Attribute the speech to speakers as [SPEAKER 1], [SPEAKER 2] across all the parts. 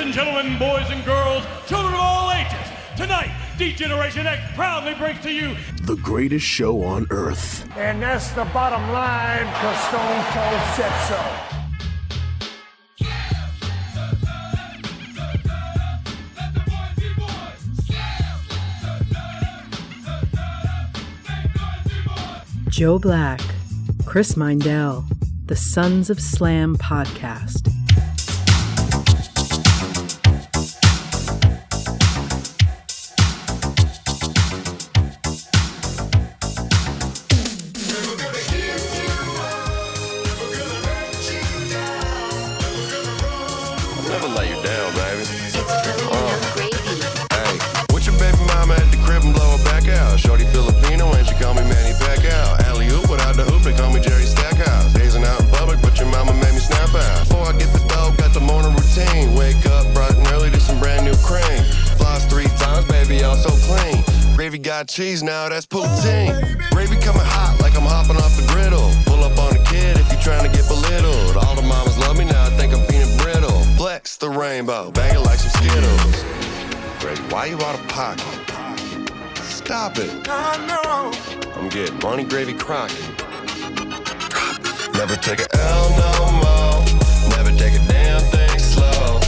[SPEAKER 1] and gentlemen, boys and girls, children of all ages, tonight, D-Generation X proudly brings to you
[SPEAKER 2] The greatest show on earth.
[SPEAKER 3] And that's the bottom line, because Stone Cold said so.
[SPEAKER 4] Joe Black, Chris Mindell, the Sons of Slam podcast.
[SPEAKER 5] Never let you down, baby.
[SPEAKER 6] It's
[SPEAKER 5] Hey, with your baby mama at the crib and blow her back out. Shorty Filipino and she call me Manny Pacquiao. Alley oop without the hoop, they call me Jerry Stackhouse. Dazing out in public, but your mama made me snap out. Before I get the dog, got the morning routine. Wake up bright and early to some brand new cream. Floss three times, baby, all so clean. Gravy got cheese now, that's poutine. Gravy coming hot like I'm hopping off the griddle. Pull up on the kid if you trying to get belittled. All the mamas love me now, I think I'm peanut brittle. Flex the rainbow, bang it like some Skittles. Greg, why you out of pocket? Stop it. I'm getting money gravy crockett. Never take a L no more. Never take a damn thing slow.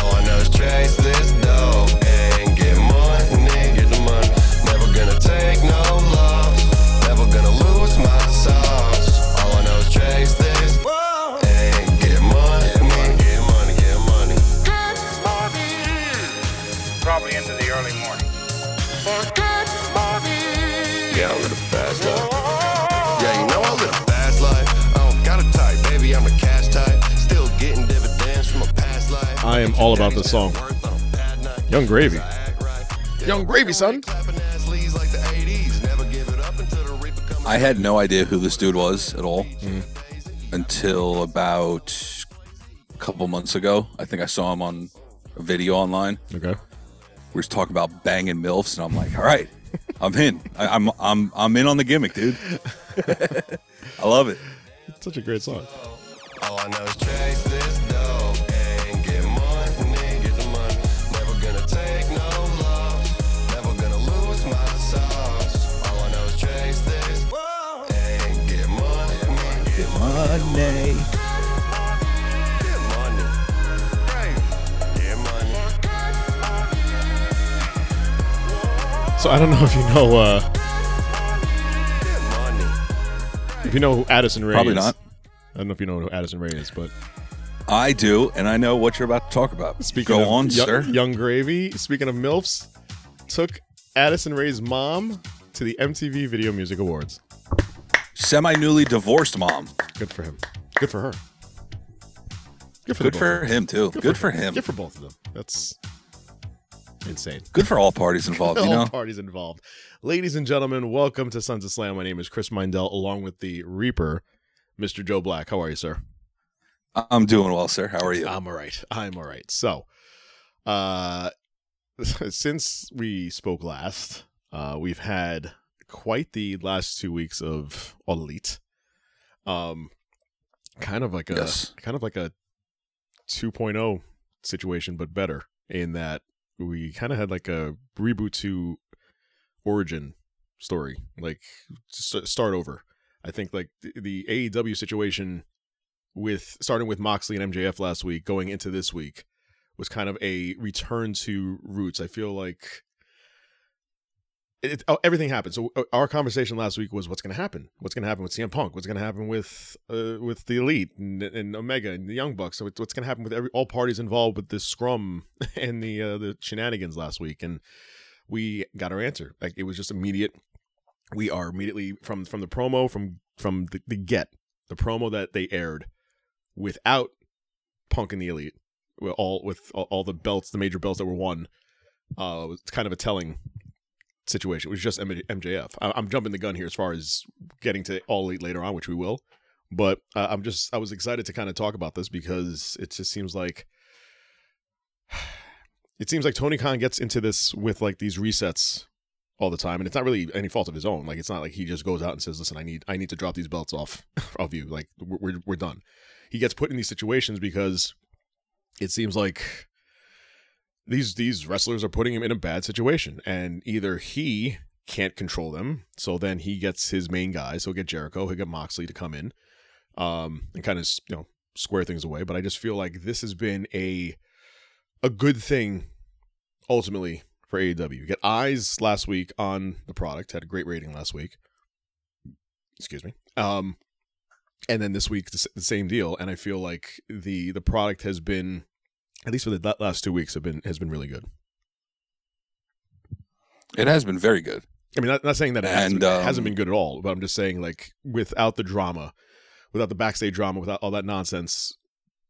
[SPEAKER 5] All I know is chase this dough and get money, get the money. Never gonna take no loss. Never gonna lose my sauce. All I know is chase this and get money, get money, get money.
[SPEAKER 7] probably into the early morning.
[SPEAKER 5] Yeah, I live a fast life. Yeah, you know I live a fast life. I don't got a type, baby. I'm a cash type. Still getting dividends from a past life.
[SPEAKER 8] I am all about this song. Young Gravy.
[SPEAKER 5] Young
[SPEAKER 8] Gravy, son.
[SPEAKER 9] I had no idea who this dude was at all
[SPEAKER 8] Mm-hmm.
[SPEAKER 9] until about a couple months ago. I think I saw him on a video online.
[SPEAKER 8] Okay.
[SPEAKER 9] We was talking about banging milfs, and I'm like, all right, I'm in. I, I'm I'm I'm in on the gimmick, dude. I love it.
[SPEAKER 8] It's such a great song.
[SPEAKER 5] All I know is chase this dough and get money, get the money. Never gonna take no loss, never gonna lose my sauce. All I know is chase this and get money, get
[SPEAKER 9] Money.
[SPEAKER 5] Get money. Get money.
[SPEAKER 8] So I don't know if you know uh,
[SPEAKER 5] Get money.
[SPEAKER 8] if you know who Addison Ray
[SPEAKER 9] Probably
[SPEAKER 8] is.
[SPEAKER 9] not.
[SPEAKER 8] I don't know if you know who Addison Ray is, but
[SPEAKER 9] I do, and I know what you're about to talk about.
[SPEAKER 8] speaking
[SPEAKER 9] Go
[SPEAKER 8] of
[SPEAKER 9] on,
[SPEAKER 8] Yo-
[SPEAKER 9] sir.
[SPEAKER 8] Young Gravy, speaking of MILFs, took Addison Ray's mom to the MTV Video Music Awards.
[SPEAKER 9] Semi newly divorced mom.
[SPEAKER 8] Good for him. Good for her. Good for, the
[SPEAKER 9] Good
[SPEAKER 8] both of
[SPEAKER 9] for
[SPEAKER 8] them.
[SPEAKER 9] him too. Good, for him.
[SPEAKER 8] Good for both of them. That's insane.
[SPEAKER 9] Good for all parties involved. You
[SPEAKER 8] all
[SPEAKER 9] know.
[SPEAKER 8] parties involved. Ladies and gentlemen, welcome to Sons of Slam. My name is Chris Mindell, along with the Reaper, Mr. Joe Black. How are you, sir?
[SPEAKER 9] I'm doing well, sir. How are you?
[SPEAKER 8] I'm all right. I'm all right. So, uh, since we spoke last, uh, we've had quite the last two weeks of elite. Um, kind of like a
[SPEAKER 9] Yes.
[SPEAKER 8] kind of like a 2.0 situation, but better in that we kind of had like a reboot to origin story, like s- start over. I think like th- the AEW situation with starting with Moxley and MJF last week, going into this week, was kind of a return to roots. I feel like it, it- oh, everything happened. So uh, our conversation last week was what's going to happen. What's going to happen with CM Punk? What's going to happen with uh, with the Elite and, and Omega and the Young Bucks? So it's, what's going to happen with every all parties involved with this scrum and the uh, the shenanigans last week? And we got our answer. Like it was just immediate. We are immediately from from the promo from from the, the get the promo that they aired without Punk and the Elite, with all with all, all the belts, the major belts that were won, uh, was kind of a telling situation. It was just M- MJF. I- I'm jumping the gun here as far as getting to all elite later on, which we will. But uh, I'm just I was excited to kind of talk about this because it just seems like it seems like Tony Khan gets into this with like these resets all the time and it's not really any fault of his own like it's not like he just goes out and says listen i need i need to drop these belts off of you like we're, we're, we're done he gets put in these situations because it seems like these these wrestlers are putting him in a bad situation, and either he can't control them, so then he gets his main guys. He'll get Jericho, he'll get Moxley to come in, um, and kind of you know square things away. But I just feel like this has been a a good thing ultimately for AEW. You get eyes last week on the product, had a great rating last week. Excuse me. Um, and then this week the, s- the same deal. And I feel like the the product has been, at least for the la- last two weeks, have been has been really good.
[SPEAKER 9] It has been very good.
[SPEAKER 8] I mean, not, not saying that it hasn't,
[SPEAKER 9] And,
[SPEAKER 8] been- it
[SPEAKER 9] um,
[SPEAKER 8] hasn't been good at all, but I'm just saying like without the drama, without the backstage drama, without all that nonsense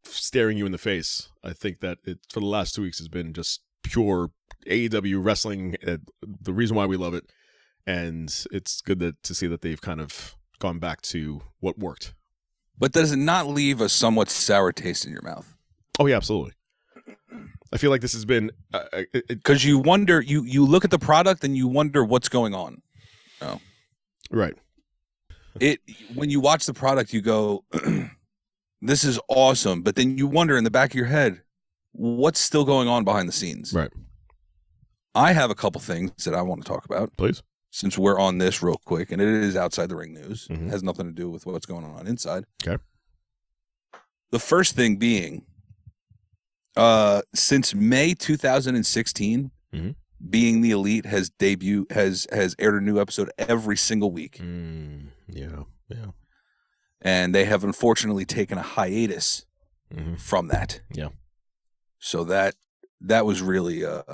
[SPEAKER 8] staring you in the face, I think that it for the last two weeks has been just pure AEW wrestling. Uh, the reason why we love it, and it's good that to see that they've kind of gone back to what worked.
[SPEAKER 9] But does it not leave a somewhat sour taste in your mouth?
[SPEAKER 8] Oh yeah, absolutely. I feel like this has been uh, uh, it, it-
[SPEAKER 9] Because you wonder, you you look at the product and you wonder what's going on.
[SPEAKER 8] right.
[SPEAKER 9] It when you watch the product, you go, "This is awesome," but then you wonder in the back of your head, what's still going on behind the scenes.
[SPEAKER 8] Right.
[SPEAKER 9] I have a couple things that I want to talk about.
[SPEAKER 8] Please.
[SPEAKER 9] since we're on this real quick, and it is outside the ring news,
[SPEAKER 8] Mhm.
[SPEAKER 9] it has nothing to do with what's going on inside.
[SPEAKER 8] Okay.
[SPEAKER 9] The first thing being, uh, since May 2016,
[SPEAKER 8] Mhm.
[SPEAKER 9] being the elite has debut has has aired a new episode every single week,
[SPEAKER 8] Mm, yeah. Yeah.
[SPEAKER 9] and they have unfortunately taken a hiatus
[SPEAKER 8] Mm-hmm.
[SPEAKER 9] from that.
[SPEAKER 8] Yeah.
[SPEAKER 9] So that that was really uh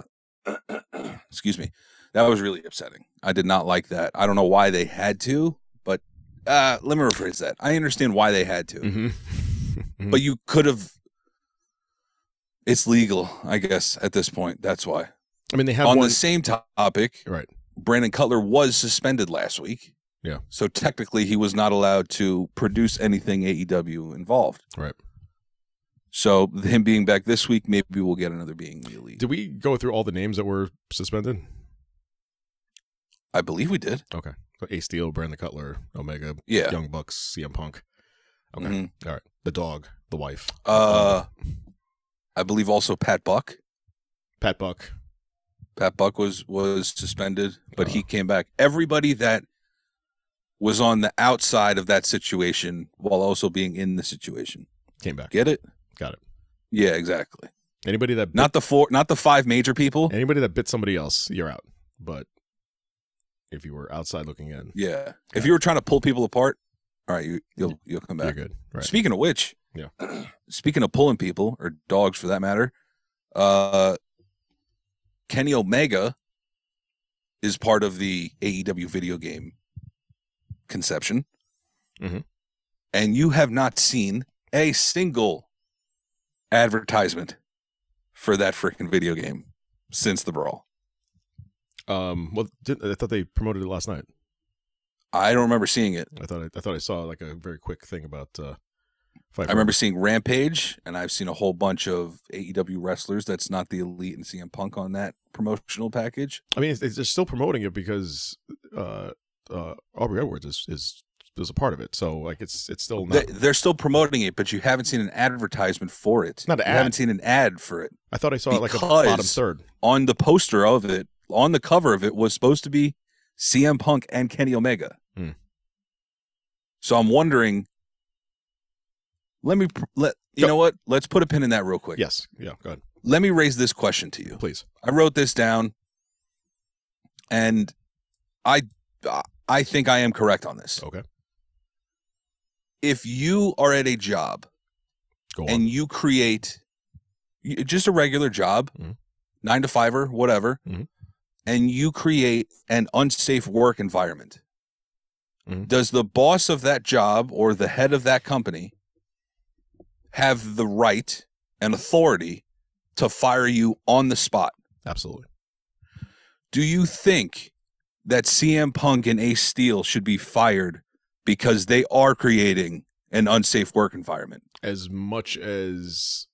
[SPEAKER 9] excuse me. That was really upsetting. I did not like that. I don't know why they had to, but uh let me rephrase that. I understand why they had to.
[SPEAKER 8] Mm-hmm.
[SPEAKER 9] But you could have it's legal, I guess, at this point. That's why.
[SPEAKER 8] I mean, they have
[SPEAKER 9] On
[SPEAKER 8] one.
[SPEAKER 9] the same topic,
[SPEAKER 8] Right.
[SPEAKER 9] Brandon Cutler was suspended last week.
[SPEAKER 8] Yeah.
[SPEAKER 9] So technically, he was not allowed to produce anything AEW involved.
[SPEAKER 8] Right.
[SPEAKER 9] So him being back this week, maybe we'll get another being the elite.
[SPEAKER 8] Did we go through all the names that were suspended?
[SPEAKER 9] I believe we did.
[SPEAKER 8] Okay. So Ace Steel, Brandon Cutler, Omega,
[SPEAKER 9] Yeah.
[SPEAKER 8] Young Bucks, CM Punk. Okay.
[SPEAKER 9] Mhm.
[SPEAKER 8] All right. The dog, the wife, Um,
[SPEAKER 9] Uh, I believe also Pat Buck.
[SPEAKER 8] Pat Buck.
[SPEAKER 9] Pat Buck was was suspended, but he
[SPEAKER 8] Uh.
[SPEAKER 9] came back. Everybody that was on the outside of that situation while also being in the situation.
[SPEAKER 8] came back.
[SPEAKER 9] Get it?
[SPEAKER 8] Got it.
[SPEAKER 9] Yeah, exactly.
[SPEAKER 8] Anybody that bit,
[SPEAKER 9] Not the four, not the five major people.
[SPEAKER 8] anybody that bit somebody else, you're out. But if you were outside looking in,
[SPEAKER 9] Yeah. If you were trying to pull people apart, all right, you you'll you'll come
[SPEAKER 8] you're
[SPEAKER 9] back.
[SPEAKER 8] good. Right.
[SPEAKER 9] Speaking of which,
[SPEAKER 8] Yeah.
[SPEAKER 9] Speaking of pulling people or dogs for that matter, uh, Kenny Omega is part of the AEW video game conception,
[SPEAKER 8] Mhm.
[SPEAKER 9] and you have not seen a single advertisement for that freaking video game since the brawl.
[SPEAKER 8] um. Well, did, I thought they promoted it last night.
[SPEAKER 9] I don't remember seeing it.
[SPEAKER 8] I thought I, I thought I saw like a very quick thing about. uh Fight
[SPEAKER 9] I remember seeing Rampage, and I've seen a whole bunch of AEW wrestlers that's not the Elite and CM Punk on that promotional package.
[SPEAKER 8] I mean, it's, it's, they're still promoting it because uh, uh, Aubrey Edwards is, is is a part of it. So like, it's it's still not.
[SPEAKER 9] They, they're still promoting it, but you haven't seen an advertisement for it.
[SPEAKER 8] Not an
[SPEAKER 9] you
[SPEAKER 8] ad.
[SPEAKER 9] haven't seen an ad for it.
[SPEAKER 8] I thought I saw it like a
[SPEAKER 9] because-
[SPEAKER 8] bottom third.
[SPEAKER 9] On the poster of it, on the cover of it, was supposed to be CM Punk and Kenny Omega.
[SPEAKER 8] Hmm.
[SPEAKER 9] So I'm wondering. Let me pr- let you
[SPEAKER 8] Go.
[SPEAKER 9] know what. Let's put a pin in that real quick.
[SPEAKER 8] Yes. Yeah. Go ahead,
[SPEAKER 9] Let me raise this question to you.
[SPEAKER 8] please.
[SPEAKER 9] I wrote this down, and I I think I am correct on this.
[SPEAKER 8] Okay.
[SPEAKER 9] If you are at a job
[SPEAKER 8] Go on.
[SPEAKER 9] and you create y- just a regular job,
[SPEAKER 8] Mhm.
[SPEAKER 9] nine to fiver, whatever,
[SPEAKER 8] Mhm.
[SPEAKER 9] and you create an unsafe work environment,
[SPEAKER 8] Mhm.
[SPEAKER 9] does the boss of that job or the head of that company have the right and authority to fire you on the spot?
[SPEAKER 8] Absolutely.
[SPEAKER 9] Do you think that CM Punk and Ace Steel should be fired because they are creating an unsafe work environment?
[SPEAKER 8] As much as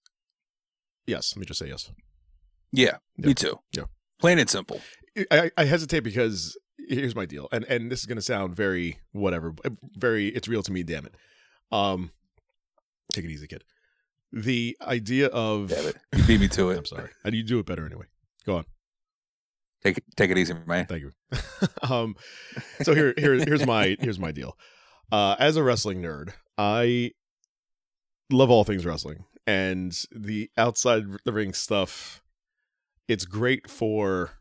[SPEAKER 8] yes, let me just say yes.
[SPEAKER 9] Yeah,
[SPEAKER 8] Yeah.
[SPEAKER 9] me too.
[SPEAKER 8] Yeah.
[SPEAKER 9] Plain and simple.
[SPEAKER 8] I, I hesitate because here's my deal, and and this is gonna sound very whatever, very it's real to me. Damn it. Um, take it easy, kid. the idea of
[SPEAKER 9] Damn it. You beat me to
[SPEAKER 8] I'm
[SPEAKER 9] it.
[SPEAKER 8] sorry. How do you do it better anyway? Go on.
[SPEAKER 9] Take it, take it easy, man.
[SPEAKER 8] Thank you. um, so here, here, here's my here's my deal. Uh, as a wrestling nerd, I love all things wrestling and the outside the ring stuff. It's great for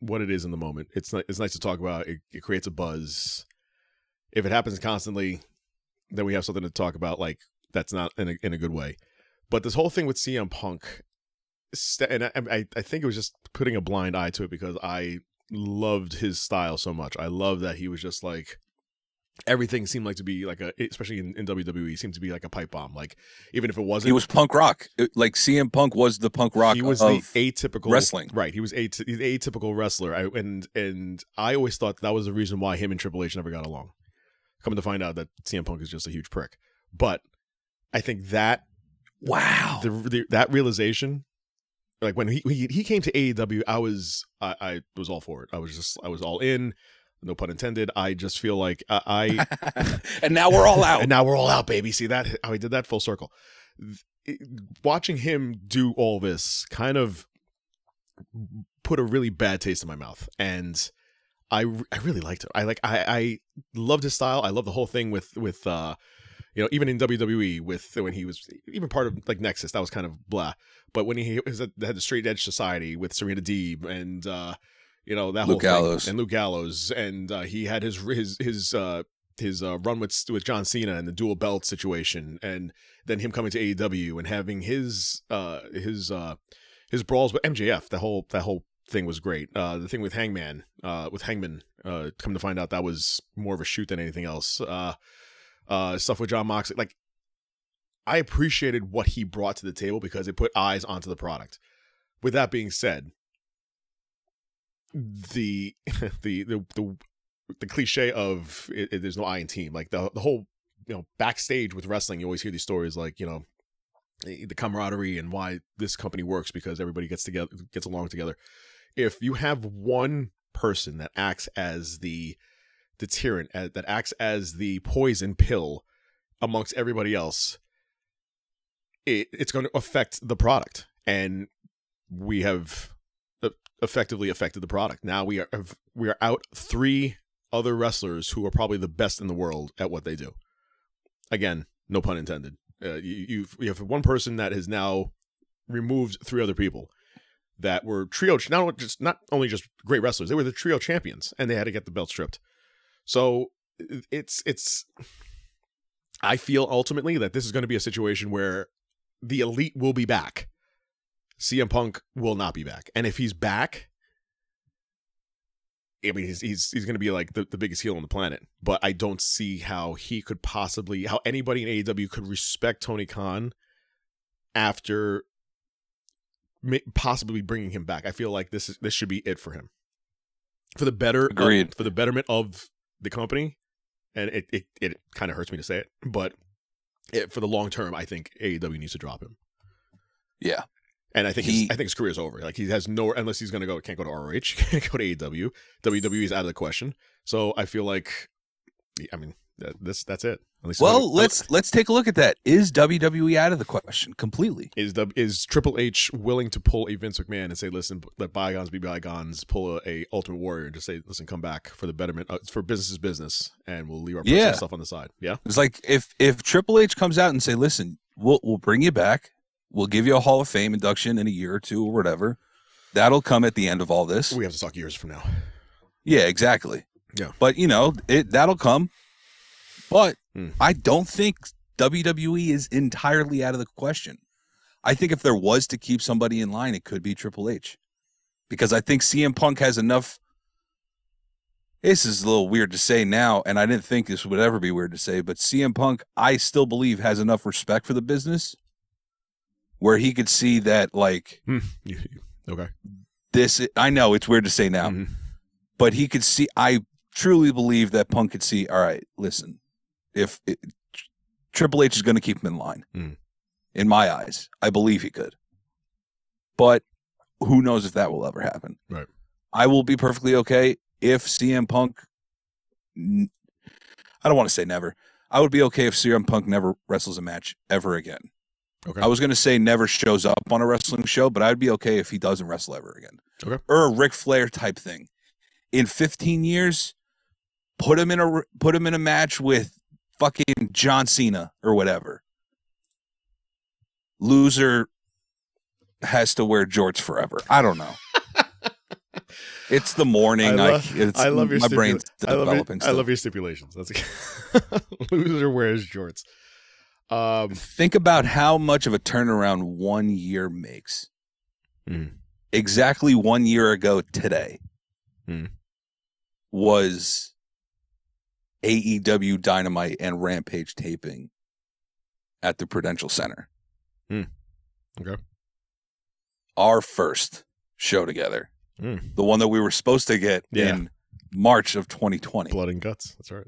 [SPEAKER 8] what it is in the moment. It's ni- it's nice to talk about. It, it creates a buzz. If it happens constantly, then we have something to talk about. Like that's not in a, in a good way. But this whole thing with CM Punk, st- and I, I I think it was just putting a blind eye to it because I loved his style so much. I love that he was just like everything seemed like to be like a especially in, in WWE seemed to be like a pipe bomb. Like even if it wasn't
[SPEAKER 9] He was punk rock. It- like CM Punk was the punk rock.
[SPEAKER 8] he was
[SPEAKER 9] of,
[SPEAKER 8] the atypical
[SPEAKER 9] wrestling.
[SPEAKER 8] Right, he was a atypical wrestler. I, and and I always thought that was the reason why him and Triple H never got along. Come to find out that CM Punk is just a huge prick. But I think that
[SPEAKER 9] wow.
[SPEAKER 8] the, the that realization like when he, he he came to AEW I was I, I was all for it. I was just I was all in. No pun intended. I just feel like I, I
[SPEAKER 9] and now we're all out.
[SPEAKER 8] and now we're all out, baby. See that how he did that full circle. Th- it- watching him do all this kind of put a really bad taste in my mouth, and I r- I really liked it. I like I I loved his style. I love the whole thing with with uh you know even in WWE with when he was even part of like Nexus that was kind of blah, but when he was at, had the Straight Edge Society with Serena Deeb and uh you know that
[SPEAKER 9] Luke
[SPEAKER 8] whole thing.
[SPEAKER 9] Gallows.
[SPEAKER 8] and Luke Gallows and uh, he had his his his uh his uh, run with with John Cena and the dual belt situation, and then him coming to AEW and having his uh his uh his brawls with MJF. That whole that whole thing was great. Uh, the thing with Hangman, uh, with Hangman, uh, come to find out that was more of a shoot than anything else. Uh, uh, stuff with John Moxley, like I appreciated what he brought to the table because it put eyes onto the product. With that being said, the the the the, the cliche of it, it- there's no I in team, like the the whole you know backstage with wrestling, you always hear these stories like you know eh, the camaraderie and why this company works because everybody gets together gets along together. If you have one person that acts as the deterrent as, that acts as the poison pill amongst everybody else, it, it's going to affect the product and we have uh, effectively affected the product now we are have- we are out three other wrestlers who are probably the best in the world at what they do again no pun intended uh, you, you've you have one person that has now removed three other people that were trio not only just not only just great wrestlers they were the trio champions and they had to get the belt stripped so it's it's i feel ultimately that this is going to be a situation where the elite will be back. CM Punk will not be back. And if he's back, I mean he's he's he's gonna be like the, the biggest heel on the planet. But I don't see how he could possibly how anybody in AEW could respect Tony Khan after ma- possibly bringing him back. I feel like this is this should be it for him. For the better
[SPEAKER 9] Agreed.
[SPEAKER 8] for the betterment of the company, and it it, it kind of hurts me to say it, but it, for the long term, I think AEW needs to drop him.
[SPEAKER 9] yeah.
[SPEAKER 8] And I think
[SPEAKER 9] He-
[SPEAKER 8] his, I think his career's over. Like he has no unless he's gonna go can't go to ROH, can't go to E AEW. WWE E is out of the question. So I feel like, I mean, that, this that's it. At least
[SPEAKER 9] Well, let's let's take a look at that. Is WWE out of the question completely?
[SPEAKER 8] is the is Triple H willing to pull a Vince McMahon and say, listen, let bygones be bygones, pull a, a Ultimate Warrior and just say, listen, come back for the betterment uh, for business is business, and we'll leave our personal
[SPEAKER 9] Yeah.
[SPEAKER 8] stuff on the side. Yeah,
[SPEAKER 9] It's like if if Triple H comes out and say, "Listen, we'll we'll bring you back. We'll give you a Hall of Fame induction in a year or two or whatever." That'll come at the end of all this.
[SPEAKER 8] we have to talk years from now.
[SPEAKER 9] Yeah, exactly.
[SPEAKER 8] Yeah.
[SPEAKER 9] But you know, it that'll come. But
[SPEAKER 8] Hmm.
[SPEAKER 9] I don't think WWE is entirely out of the question. I think if there was to keep somebody in line, it could be Triple H. Because I think CM Punk has enough this is a little weird to say now, and I didn't think this would ever be weird to say, but CM Punk, I still believe, has enough respect for the business where he could see that, like,
[SPEAKER 8] Hmm. You- you- okay.
[SPEAKER 9] this. I know it's weird to say now,
[SPEAKER 8] Mhm.
[SPEAKER 9] but he could see i truly believe that punk could see all right listen if it, triple h is going to keep him in line
[SPEAKER 8] Mm.
[SPEAKER 9] in my eyes i believe he could but who knows if that will ever happen
[SPEAKER 8] Right.
[SPEAKER 9] i will be perfectly okay if cm punk n- i don't want to say never i would be okay if cm punk never wrestles a match ever again
[SPEAKER 8] Okay.
[SPEAKER 9] I was gonna say never shows up on a wrestling show, but I'd be okay if he doesn't wrestle ever again.
[SPEAKER 8] Okay.
[SPEAKER 9] Or a Ric Flair type thing. In 15 years, put him in a put him in a match with fucking John Cena or whatever. Loser has to wear jorts forever. I don't know. it's the morning.
[SPEAKER 8] I
[SPEAKER 9] I,
[SPEAKER 8] love-
[SPEAKER 9] it's,
[SPEAKER 8] I love your
[SPEAKER 9] my
[SPEAKER 8] stipula-
[SPEAKER 9] brain's
[SPEAKER 8] I love,
[SPEAKER 9] developing.
[SPEAKER 8] your, I
[SPEAKER 9] still.
[SPEAKER 8] love your stipulations. That's loser wears shorts. Um,
[SPEAKER 9] Think about how much of a turnaround one year makes.
[SPEAKER 8] Mm.
[SPEAKER 9] Exactly one year ago today
[SPEAKER 8] Mm.
[SPEAKER 9] was AEW Dynamite and Rampage taping at the Prudential Center.
[SPEAKER 8] Mm. Okay.
[SPEAKER 9] Our first show together.
[SPEAKER 8] Mm.
[SPEAKER 9] The one that we were supposed to get
[SPEAKER 8] Yeah.
[SPEAKER 9] in March of 2020.
[SPEAKER 8] blood and guts. That's right.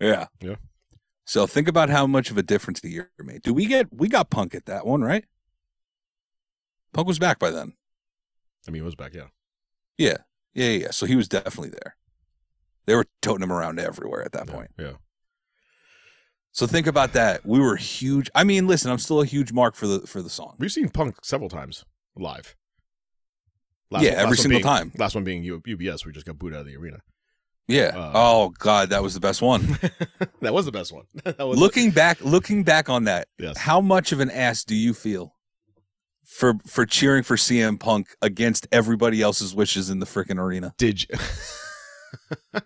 [SPEAKER 9] Yeah.
[SPEAKER 8] Yeah.
[SPEAKER 9] So think about how much of a difference the year made. Do we get we got Punk at that one, right? Punk was back by then.
[SPEAKER 8] I mean, it was back. Yeah.
[SPEAKER 9] Yeah. Yeah, yeah. yeah. So he was definitely there. They were toting him around everywhere at that
[SPEAKER 8] Yeah,
[SPEAKER 9] point.
[SPEAKER 8] Yeah.
[SPEAKER 9] So think about that. We were huge. I mean, listen, I'm still a huge mark for the for the song.
[SPEAKER 8] We've seen Punk several times live.
[SPEAKER 9] Yeah, every
[SPEAKER 8] one
[SPEAKER 9] single
[SPEAKER 8] being-
[SPEAKER 9] time.
[SPEAKER 8] Last one being U- UBS. We just got booed out of the arena.
[SPEAKER 9] Yeah.
[SPEAKER 8] Uh,
[SPEAKER 9] oh God, that was the best one.
[SPEAKER 8] that was the best one. that was
[SPEAKER 9] looking back, looking back on that,
[SPEAKER 8] Yes.
[SPEAKER 9] how much of an ass do you feel for for cheering for CM Punk against everybody else's wishes in the freaking arena?
[SPEAKER 8] did you?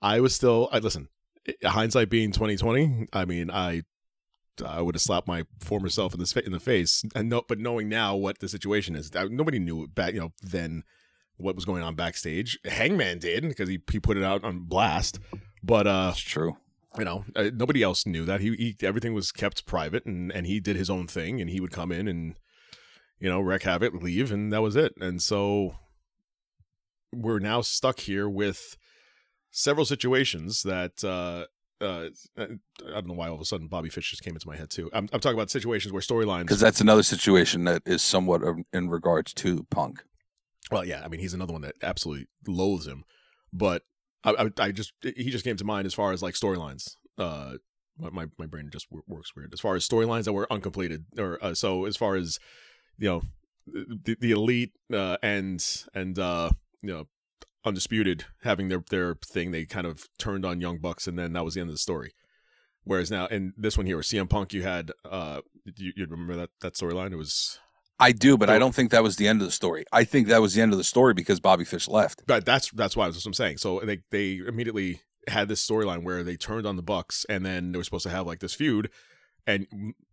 [SPEAKER 8] I was still. I listen. i- Hindsight being twenty twenty. I mean, I I would have slapped my former self in the sp- in the face. And no, but knowing now what the situation is, I, nobody knew back. You know, then what was going on backstage. Hangman did because he he put it out on blast. But uh,
[SPEAKER 9] That's true.
[SPEAKER 8] you know, uh, nobody else knew that. He, he everything was kept private, and and he did his own thing, and he would come in and you know wreck havoc, leave, and that was it. And so we're now stuck here with several situations that uh, uh, I don't know why all of a sudden Bobby Fish just came into my head too. I'm, I'm talking about situations where storylines.
[SPEAKER 9] Because that's another situation that is somewhat of- in regards to Punk.
[SPEAKER 8] Well, yeah, I mean he's another one that absolutely loathes him, but I, I, I just he just came to mind as far as like storylines. Uh, my, my my brain just w- works weird as far as storylines that were uncompleted, or uh, so as far as you know, the, the elite uh, and and uh, you know, undisputed having their their thing, they kind of turned on Young Bucks, and then that was the end of the story. Whereas now, in this one here, with CM Punk, you had uh, you, you remember that that storyline? It was
[SPEAKER 9] I do, but I
[SPEAKER 8] Don't-
[SPEAKER 9] don't think that was the end of the story. I think that was the end of the story because Bobby Fish left.
[SPEAKER 8] But that's that's why that's what I'm saying. So they they immediately had this storyline where they turned on the Bucks, and then they were supposed to have like this feud, and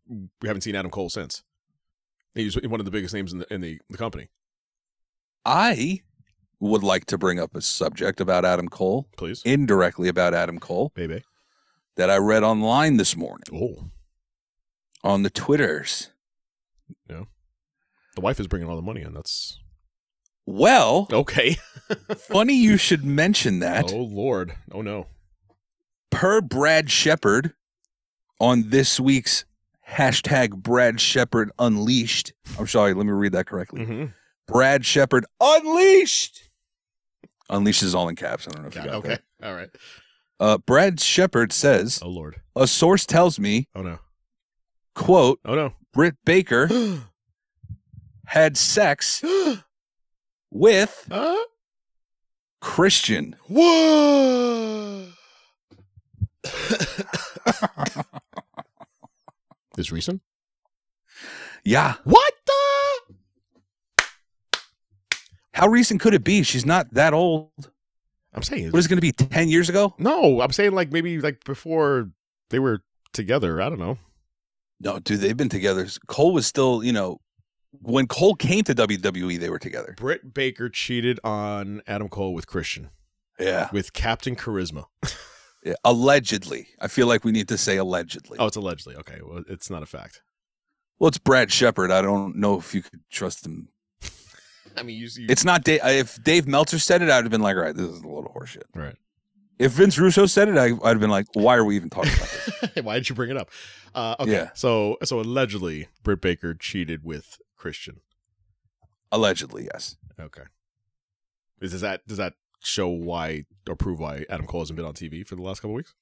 [SPEAKER 8] we haven't seen Adam Cole since. He's one of the biggest names in the in the, the company.
[SPEAKER 9] I would like to bring up a subject about Adam Cole,
[SPEAKER 8] Please,
[SPEAKER 9] indirectly about Adam Cole,
[SPEAKER 8] baby.
[SPEAKER 9] that I read online this morning
[SPEAKER 8] Oh,
[SPEAKER 9] on the Twitters.
[SPEAKER 8] the wife is bringing all the money in. That's
[SPEAKER 9] Well,
[SPEAKER 8] okay.
[SPEAKER 9] funny you should mention that.
[SPEAKER 8] oh Lord, oh no.
[SPEAKER 9] Per Brad Shepard on this week's hashtag Brad Shepard Unleashed. I'm sorry, let me read that correctly.
[SPEAKER 8] Mm-hmm.
[SPEAKER 9] Brad Shepard unleashed. Unleashed is all in caps. I don't know if you got
[SPEAKER 8] okay,
[SPEAKER 9] that.
[SPEAKER 8] all right.
[SPEAKER 9] Uh, Brad Shepard says
[SPEAKER 8] Oh Lord,
[SPEAKER 9] a source tells me,
[SPEAKER 8] oh no,
[SPEAKER 9] quote,
[SPEAKER 8] oh no.
[SPEAKER 9] Britt Baker had sex with
[SPEAKER 8] Huh?
[SPEAKER 9] Christian.
[SPEAKER 8] Whoa. this recent?
[SPEAKER 9] Yeah,
[SPEAKER 8] What the?
[SPEAKER 9] how recent could it be? She's not that old.
[SPEAKER 8] I'm saying
[SPEAKER 9] What is it going to be? Ten years ago?
[SPEAKER 8] no. I'm saying like maybe like before they were together. I don't know.
[SPEAKER 9] No, dude, they've been together. Cole was still, you know, when Cole came to WWE, they were together.
[SPEAKER 8] Britt Baker cheated on Adam Cole with Christian
[SPEAKER 9] Yeah,
[SPEAKER 8] with Captain Charisma.
[SPEAKER 9] yeah. allegedly. I feel like we need to say allegedly.
[SPEAKER 8] Oh, it's allegedly. Okay, well, it's not a fact.
[SPEAKER 9] Well, it's Brad Shepard. I don't know if you could trust him
[SPEAKER 8] I mean, you. you
[SPEAKER 9] It's not Dave. If Dave Meltzer said it, I'd have been like, all right, this is a load of horseshit.
[SPEAKER 8] right.
[SPEAKER 9] If Vince Russo said it, I, I'd have been like, why are we even talking about this?
[SPEAKER 8] Why did you bring it up? Uh, okay.
[SPEAKER 9] Yeah.
[SPEAKER 8] So so allegedly, Britt Baker cheated with Christian.
[SPEAKER 9] Allegedly, yes.
[SPEAKER 8] Okay. Is, does that does that show why or prove why Adam Cole hasn't been on TV for the last couple weeks?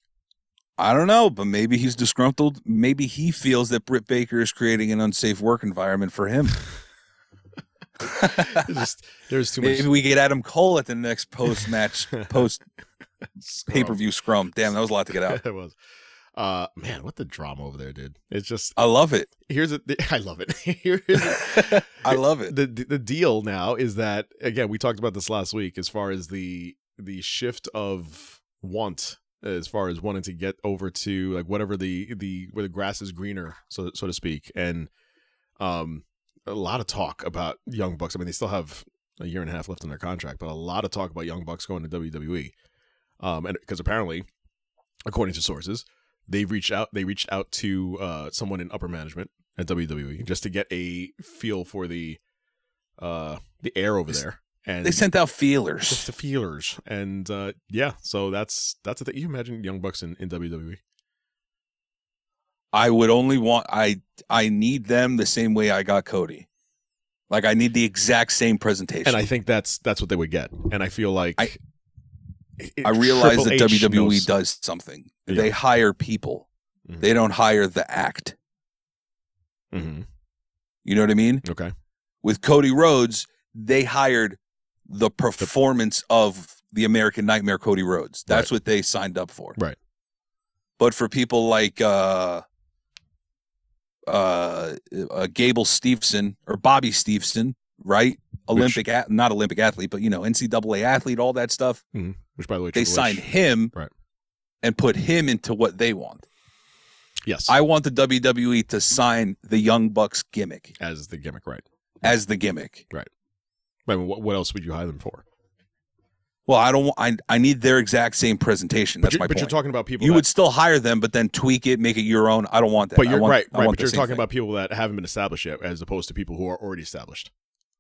[SPEAKER 9] I don't know, but maybe he's disgruntled. Maybe he feels that Britt Baker is creating an unsafe work environment for him.
[SPEAKER 8] It's just, there's too much
[SPEAKER 9] maybe we get Adam Cole at the next post match, post
[SPEAKER 8] scrum.
[SPEAKER 9] pay per view scrum. Damn, that was a lot to get out.
[SPEAKER 8] it was. Uh, man, what the drama over there, dude. It's just
[SPEAKER 9] I love it.
[SPEAKER 8] here's a, I love it. Here is
[SPEAKER 9] I love it.
[SPEAKER 8] the the deal now is that again we talked about this last week as far as the the shift of want as far as wanting to get over to like whatever the the where the grass is greener so so to speak and um a lot of talk about young bucks i mean they still have a year and a half left in their contract but a lot of talk about young bucks going to WWE um and because apparently according to sources they reached out they reached out to uh someone in upper management at WWE just to get a feel for the uh the air over there and
[SPEAKER 9] They sent out
[SPEAKER 8] just
[SPEAKER 9] feelers.
[SPEAKER 8] the feelers and uh yeah so that's that's the thing you imagine young bucks in, E. in WWE
[SPEAKER 9] I would only want I I need them the same way I got Cody. Like I need the exact same presentation.
[SPEAKER 8] and I think that's that's what they would get and I feel like
[SPEAKER 9] I-
[SPEAKER 8] it- it-
[SPEAKER 9] I realize that
[SPEAKER 8] Triple H
[SPEAKER 9] WWE
[SPEAKER 8] knows-
[SPEAKER 9] does something.
[SPEAKER 8] Yeah.
[SPEAKER 9] They hire people.
[SPEAKER 8] Mhm.
[SPEAKER 9] They don't hire the act.
[SPEAKER 8] Mhm.
[SPEAKER 9] You know what I mean?
[SPEAKER 8] okay
[SPEAKER 9] With Cody Rhodes, they hired the performance of the American Nightmare Cody Rhodes. That's what they signed up for.
[SPEAKER 8] Right.
[SPEAKER 9] But for people like uh uh, uh Gable Steveson or Bobby Steveson, right?
[SPEAKER 8] Which-
[SPEAKER 9] Olympic at, not Olympic athlete, but you know, NCAA athlete, all that stuff.
[SPEAKER 8] which by the way
[SPEAKER 9] They
[SPEAKER 8] Triple H-
[SPEAKER 9] signed him
[SPEAKER 8] Right.
[SPEAKER 9] and put him into what they want.
[SPEAKER 8] yes
[SPEAKER 9] I want the WWE to sign the Young Bucks gimmick
[SPEAKER 8] as the gimmick right
[SPEAKER 9] as the gimmick.
[SPEAKER 8] I mean what, what else would you hire them for
[SPEAKER 9] Well, I don't. wa- I I need their exact same presentation.
[SPEAKER 8] but,
[SPEAKER 9] That's
[SPEAKER 8] you're,
[SPEAKER 9] my
[SPEAKER 8] but
[SPEAKER 9] point.
[SPEAKER 8] you're talking about people
[SPEAKER 9] you
[SPEAKER 8] that-
[SPEAKER 9] would still hire them, but then tweak it, make it your own. I don't want that.
[SPEAKER 8] But
[SPEAKER 9] I
[SPEAKER 8] you're
[SPEAKER 9] want-
[SPEAKER 8] right,
[SPEAKER 9] I
[SPEAKER 8] right.
[SPEAKER 9] want
[SPEAKER 8] But
[SPEAKER 9] the
[SPEAKER 8] you're
[SPEAKER 9] same
[SPEAKER 8] talking
[SPEAKER 9] thing.
[SPEAKER 8] about people that haven't been established yet, as opposed to people who are already established.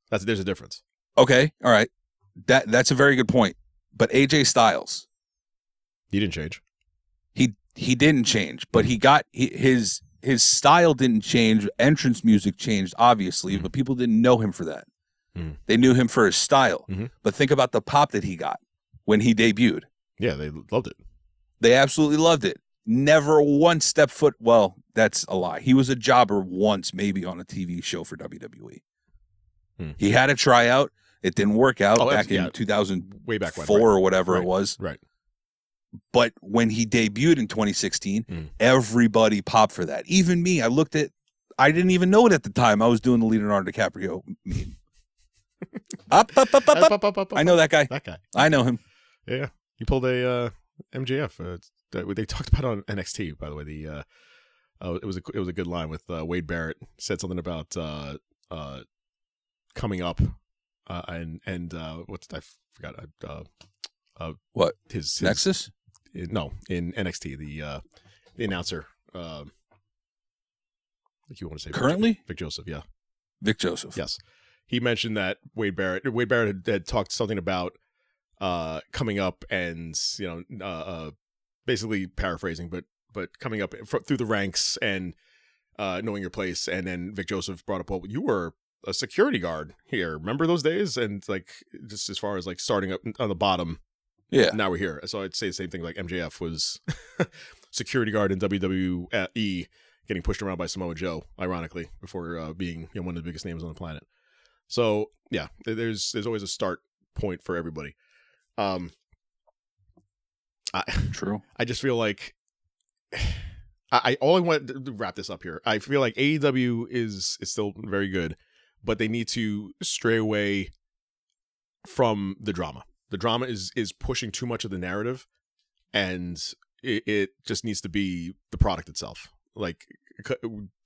[SPEAKER 8] That's there's a difference.
[SPEAKER 9] Okay, all right. That that's a very good point. But AJ Styles,
[SPEAKER 8] He didn't change.
[SPEAKER 9] he he didn't change, but he got he, his his style didn't change. Entrance music changed, obviously,
[SPEAKER 8] Mhm.
[SPEAKER 9] but people didn't know him for that.
[SPEAKER 8] Mhm.
[SPEAKER 9] They knew him for his style.
[SPEAKER 8] Mhm.
[SPEAKER 9] But think about the pop that he got when he debuted.
[SPEAKER 8] Yeah, they loved it.
[SPEAKER 9] They absolutely loved it. Never one step foot. Well, that's a lie. He was a jobber once, maybe on a TV show for WWE.
[SPEAKER 8] Hmm.
[SPEAKER 9] He had a tryout. It didn't work out
[SPEAKER 8] Oh,
[SPEAKER 9] back
[SPEAKER 8] abs-
[SPEAKER 9] in
[SPEAKER 8] yeah.
[SPEAKER 9] 2004
[SPEAKER 8] Way back when.
[SPEAKER 9] or whatever
[SPEAKER 8] Right.
[SPEAKER 9] it was.
[SPEAKER 8] Right.
[SPEAKER 9] But when he debuted in 2016,
[SPEAKER 8] Hmm.
[SPEAKER 9] everybody popped for that. Even me. I looked at. I didn't even know it at the time. I was doing the Leonardo DiCaprio meme. up, up, up, up,
[SPEAKER 8] Up,
[SPEAKER 9] up.
[SPEAKER 8] up, up, up,
[SPEAKER 9] I know
[SPEAKER 8] up.
[SPEAKER 9] that guy.
[SPEAKER 8] That guy.
[SPEAKER 9] I know him.
[SPEAKER 8] Yeah, he pulled a uh, MJF. Uh, it's- that they talked about it on NXT, by the way. The uh, uh, it was a it was a good line with uh, Wade Barrett said something about uh, uh, coming up, uh, and and uh, what's I forgot uh, uh,
[SPEAKER 9] What?
[SPEAKER 8] his, his
[SPEAKER 9] Nexus.
[SPEAKER 8] in- no in NXT the uh the announcer um like you want to say Vic-
[SPEAKER 9] Currently?
[SPEAKER 8] Vic Joseph yeah
[SPEAKER 9] Vic Joseph.
[SPEAKER 8] yes he mentioned that Wade Barrett Wade Barrett had, had talked something about uh coming up and you know uh, uh basically paraphrasing but but coming up fr- through the ranks and uh knowing your place and then Vic Joseph brought up well you were a security guard here remember those days and like just as far as like starting up on the bottom
[SPEAKER 9] Yeah.
[SPEAKER 8] now we're here. So I'd say the same thing. Like MJF was security guard in E WWE, getting pushed around by Samoa Joe, ironically, before uh, being you know, one of the biggest names on the planet. So yeah, th- there's there's always a start point for everybody. Um, I
[SPEAKER 9] True.
[SPEAKER 8] I just feel like I, I all I want to wrap this up here. I feel like AEW is is still very good, but they need to stray away from the drama. The drama is is pushing too much of the narrative, and it, it just needs to be the product itself. Like, c-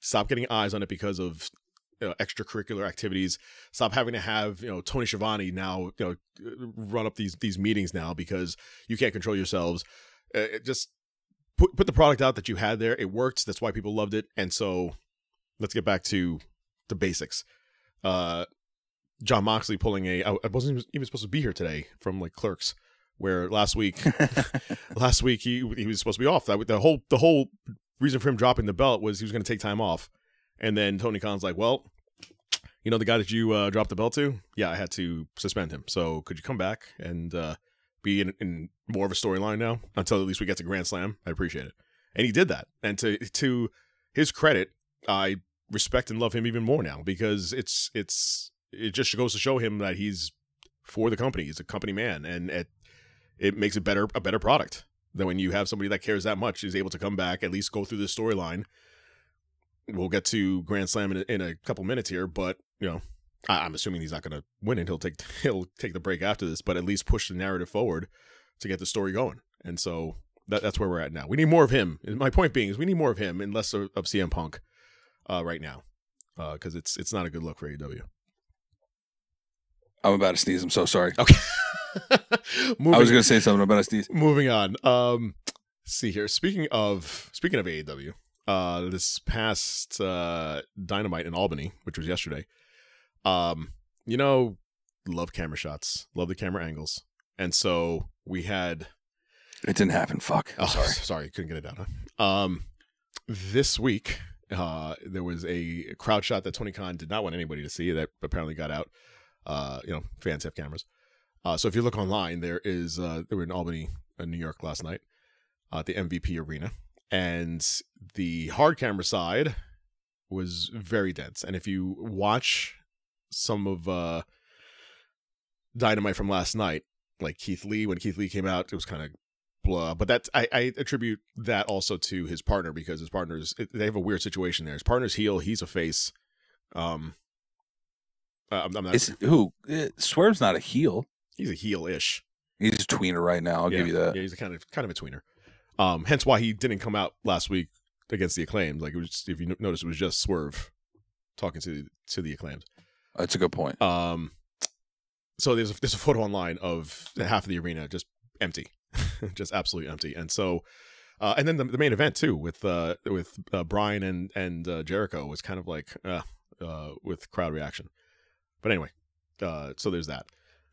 [SPEAKER 8] stop getting eyes on it because of you know, extracurricular activities. Stop having to have you know Tony Schiavone now you know run up these these meetings now because you can't control yourselves. Uh, it just put put the product out that you had there. It worked. That's why people loved it. And so let's get back to the basics. Uh, John Moxley pulling a. I I wasn't even supposed to be here today from like Clerks, where last week last week he he was supposed to be off. That the whole the whole reason for him dropping the belt was he was going to take time off, and then Tony Khan's like, well. You know the guy that you uh, dropped the belt to? Yeah, I had to suspend him. So could you come back and uh, be in, in more of a storyline now until at least we get to Grand Slam? I appreciate it. and he did that. And to to his credit, I respect and love him even more now because it's it's it just goes to show him that he's for the company. He's a company man, and it it makes a better a better product than when you have somebody that cares that much is able to come back at least go through this storyline. We'll get to Grand Slam in a, in a couple minutes here, but you know. I- I'm assuming he's not going to win, and he'll take he'll take the break after this, but at least push the narrative forward to get the story going. And so that, that's where we're at now. We need more of him. My point being is we need more of him and less of, of CM Punk uh, right now because it's it's not a E good look for AEW.
[SPEAKER 9] I'm about to sneeze. I'm so sorry.
[SPEAKER 8] Okay.
[SPEAKER 9] I was
[SPEAKER 8] moving,
[SPEAKER 9] going to say something about a sneeze.
[SPEAKER 8] moving on. Um, let's see here. Speaking of speaking of AEW, uh, this past uh, Dynamite in Albany, which was yesterday, um, you know, love camera shots, love the camera angles, and so we had
[SPEAKER 9] It didn't happen. Fuck.
[SPEAKER 8] Oh,
[SPEAKER 9] I'm sorry.
[SPEAKER 8] sorry, couldn't get it down. Huh? Um, this week, uh, there was a crowd shot that Tony Khan did not want anybody to see that apparently got out. Uh, you know, fans have cameras. Uh, so if you look online, there is uh, they were in Albany, uh, New York last night, uh, at the MVP Arena, and the hard camera side was very dense. And if you watch some of uh, Dynamite from last night, like Keith Lee, when Keith Lee came out, it was kind of blah. But that's I, I attribute that also to his partner because his partner's they have a weird situation there. His partner's heel, he's a face. Um, uh, I'm, I'm not.
[SPEAKER 9] It's who? eh, Swerve's not a heel.
[SPEAKER 8] he's a heel ish.
[SPEAKER 9] He's a tweener right now. I'll
[SPEAKER 8] yeah.
[SPEAKER 9] give you that.
[SPEAKER 8] Yeah, he's a kind of kind of a tweener. Um, hence why he didn't come out last week against the acclaimed. Like it was, just, if you no- notice, it was just Swerve talking to to the acclaimed.
[SPEAKER 9] That's a good point.
[SPEAKER 8] Um, so there's a, there's a photo online of half of the arena just empty, just absolutely empty. And so, uh, and then the, the main event too with uh with uh, Brian and and uh, Jericho was kind of like uh, uh with crowd reaction. But anyway, uh, so there's that.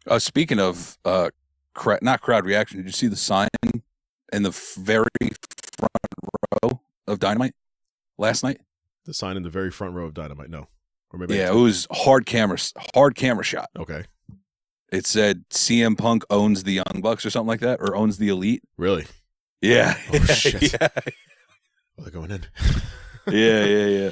[SPEAKER 9] Uh, speaking of uh, cra- not crowd reaction, did you see the sign in the f- very front row of Dynamite last night?
[SPEAKER 8] The sign in the very front row of Dynamite. No, or maybe I
[SPEAKER 9] Yeah, it was hard camera, s- hard camera shot.
[SPEAKER 8] did- okay,
[SPEAKER 9] It said CM Punk owns the Young Bucks or something like that, or owns the Elite.
[SPEAKER 8] really.
[SPEAKER 9] Yeah,
[SPEAKER 8] Oh,
[SPEAKER 9] yeah,
[SPEAKER 8] shit.
[SPEAKER 9] yeah,
[SPEAKER 8] Well, they're going in.
[SPEAKER 9] yeah, yeah. yeah.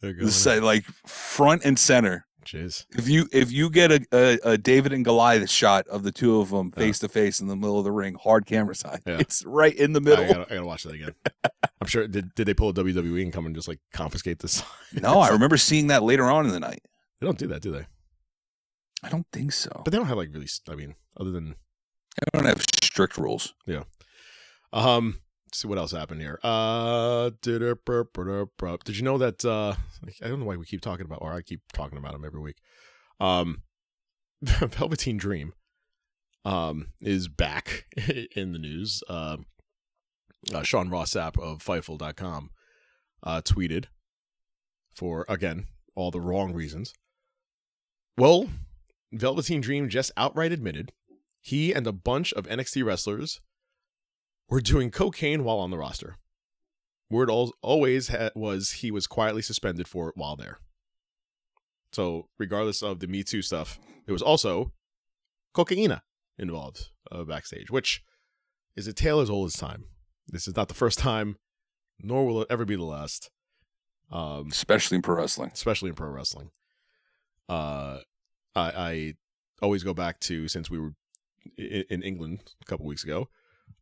[SPEAKER 8] They're going
[SPEAKER 9] It
[SPEAKER 8] in.
[SPEAKER 9] said, like front and center.
[SPEAKER 8] Jeez.
[SPEAKER 9] If you if you get a, a, a David and Goliath shot of the two of them
[SPEAKER 8] Yeah.
[SPEAKER 9] face to face in the middle of the ring, hard camera side,
[SPEAKER 8] Yeah.
[SPEAKER 9] it's right in the
[SPEAKER 8] I
[SPEAKER 9] middle.
[SPEAKER 8] gotta, I gotta watch that again. I'm sure. Did, did they pull a WWE and come and just like confiscate this?
[SPEAKER 9] No, I remember seeing that later on in the night.
[SPEAKER 8] They don't do that, do they?
[SPEAKER 9] I don't think so.
[SPEAKER 8] But they don't have like really. s- I mean, other than
[SPEAKER 9] I don't have strict rules.
[SPEAKER 8] um. let's see what else happened here. Uh, did you know that? Uh, like, I don't know why we keep talking about, or I keep talking about him every week. Um, Velveteen Dream, um, is back in the news. Um, uh, Sean Rossap of Fightful.com uh, tweeted for again all the wrong reasons. Well, Velveteen Dream just outright admitted he and a bunch of NXT wrestlers were doing cocaine while on the roster. Word al- always ha- was he was quietly suspended for it while there. So, regardless of the Me Too stuff, there was also cocaina involved uh, backstage, which is a tale as old as time. This is not the first time, nor will it ever be the last. Um,
[SPEAKER 9] Especially in pro wrestling.
[SPEAKER 8] especially in pro wrestling. Uh, I, I always go back to since we were in, in England a couple weeks ago,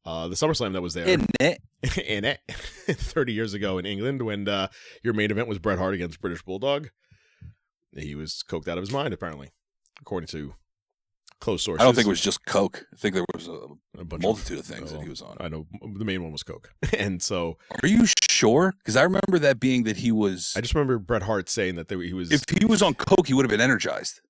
[SPEAKER 8] uh, the SummerSlam that was there
[SPEAKER 9] Isn't it?
[SPEAKER 8] in it 30 years ago in England when uh, your main event was Bret Hart against British Bulldog. He was coked out of his mind, apparently, according to close sources.
[SPEAKER 9] I don't think it was just coke. I think there was a
[SPEAKER 8] a bunch of-
[SPEAKER 9] multitude of things
[SPEAKER 8] Oh,
[SPEAKER 9] that he was on.
[SPEAKER 8] I know the main one was coke, and so
[SPEAKER 9] Are you sure? Because I remember that being that he was.
[SPEAKER 8] I just remember Bret Hart saying that they, he was
[SPEAKER 9] if he was on coke, he would have been energized.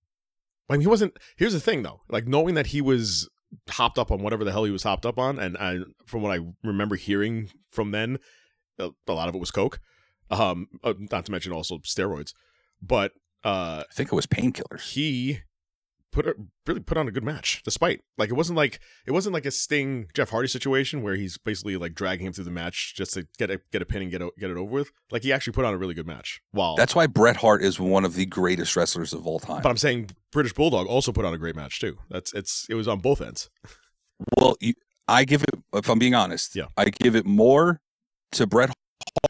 [SPEAKER 8] I mean, he wasn't. Here's the thing, though. Like knowing that he was hopped up on whatever the hell he was hopped up on, and I, from what I remember hearing from then, a, a lot of it was coke. Um, uh, not to mention also steroids. But uh,
[SPEAKER 9] I think it was painkillers.
[SPEAKER 8] he put a, really put on a good match, despite like it wasn't like it wasn't like a Sting Jeff Hardy situation where he's basically like dragging him through the match just to get a get a pin and get o get it over with. Like he actually put on a really good match. Wow.
[SPEAKER 9] That's why Bret Hart is one of the greatest wrestlers of all time.
[SPEAKER 8] but I'm saying British Bulldog also put on a great match too. That's it's it was on both ends.
[SPEAKER 9] well, you, I give it. If I'm being honest,
[SPEAKER 8] Yeah.
[SPEAKER 9] I give it more to Bret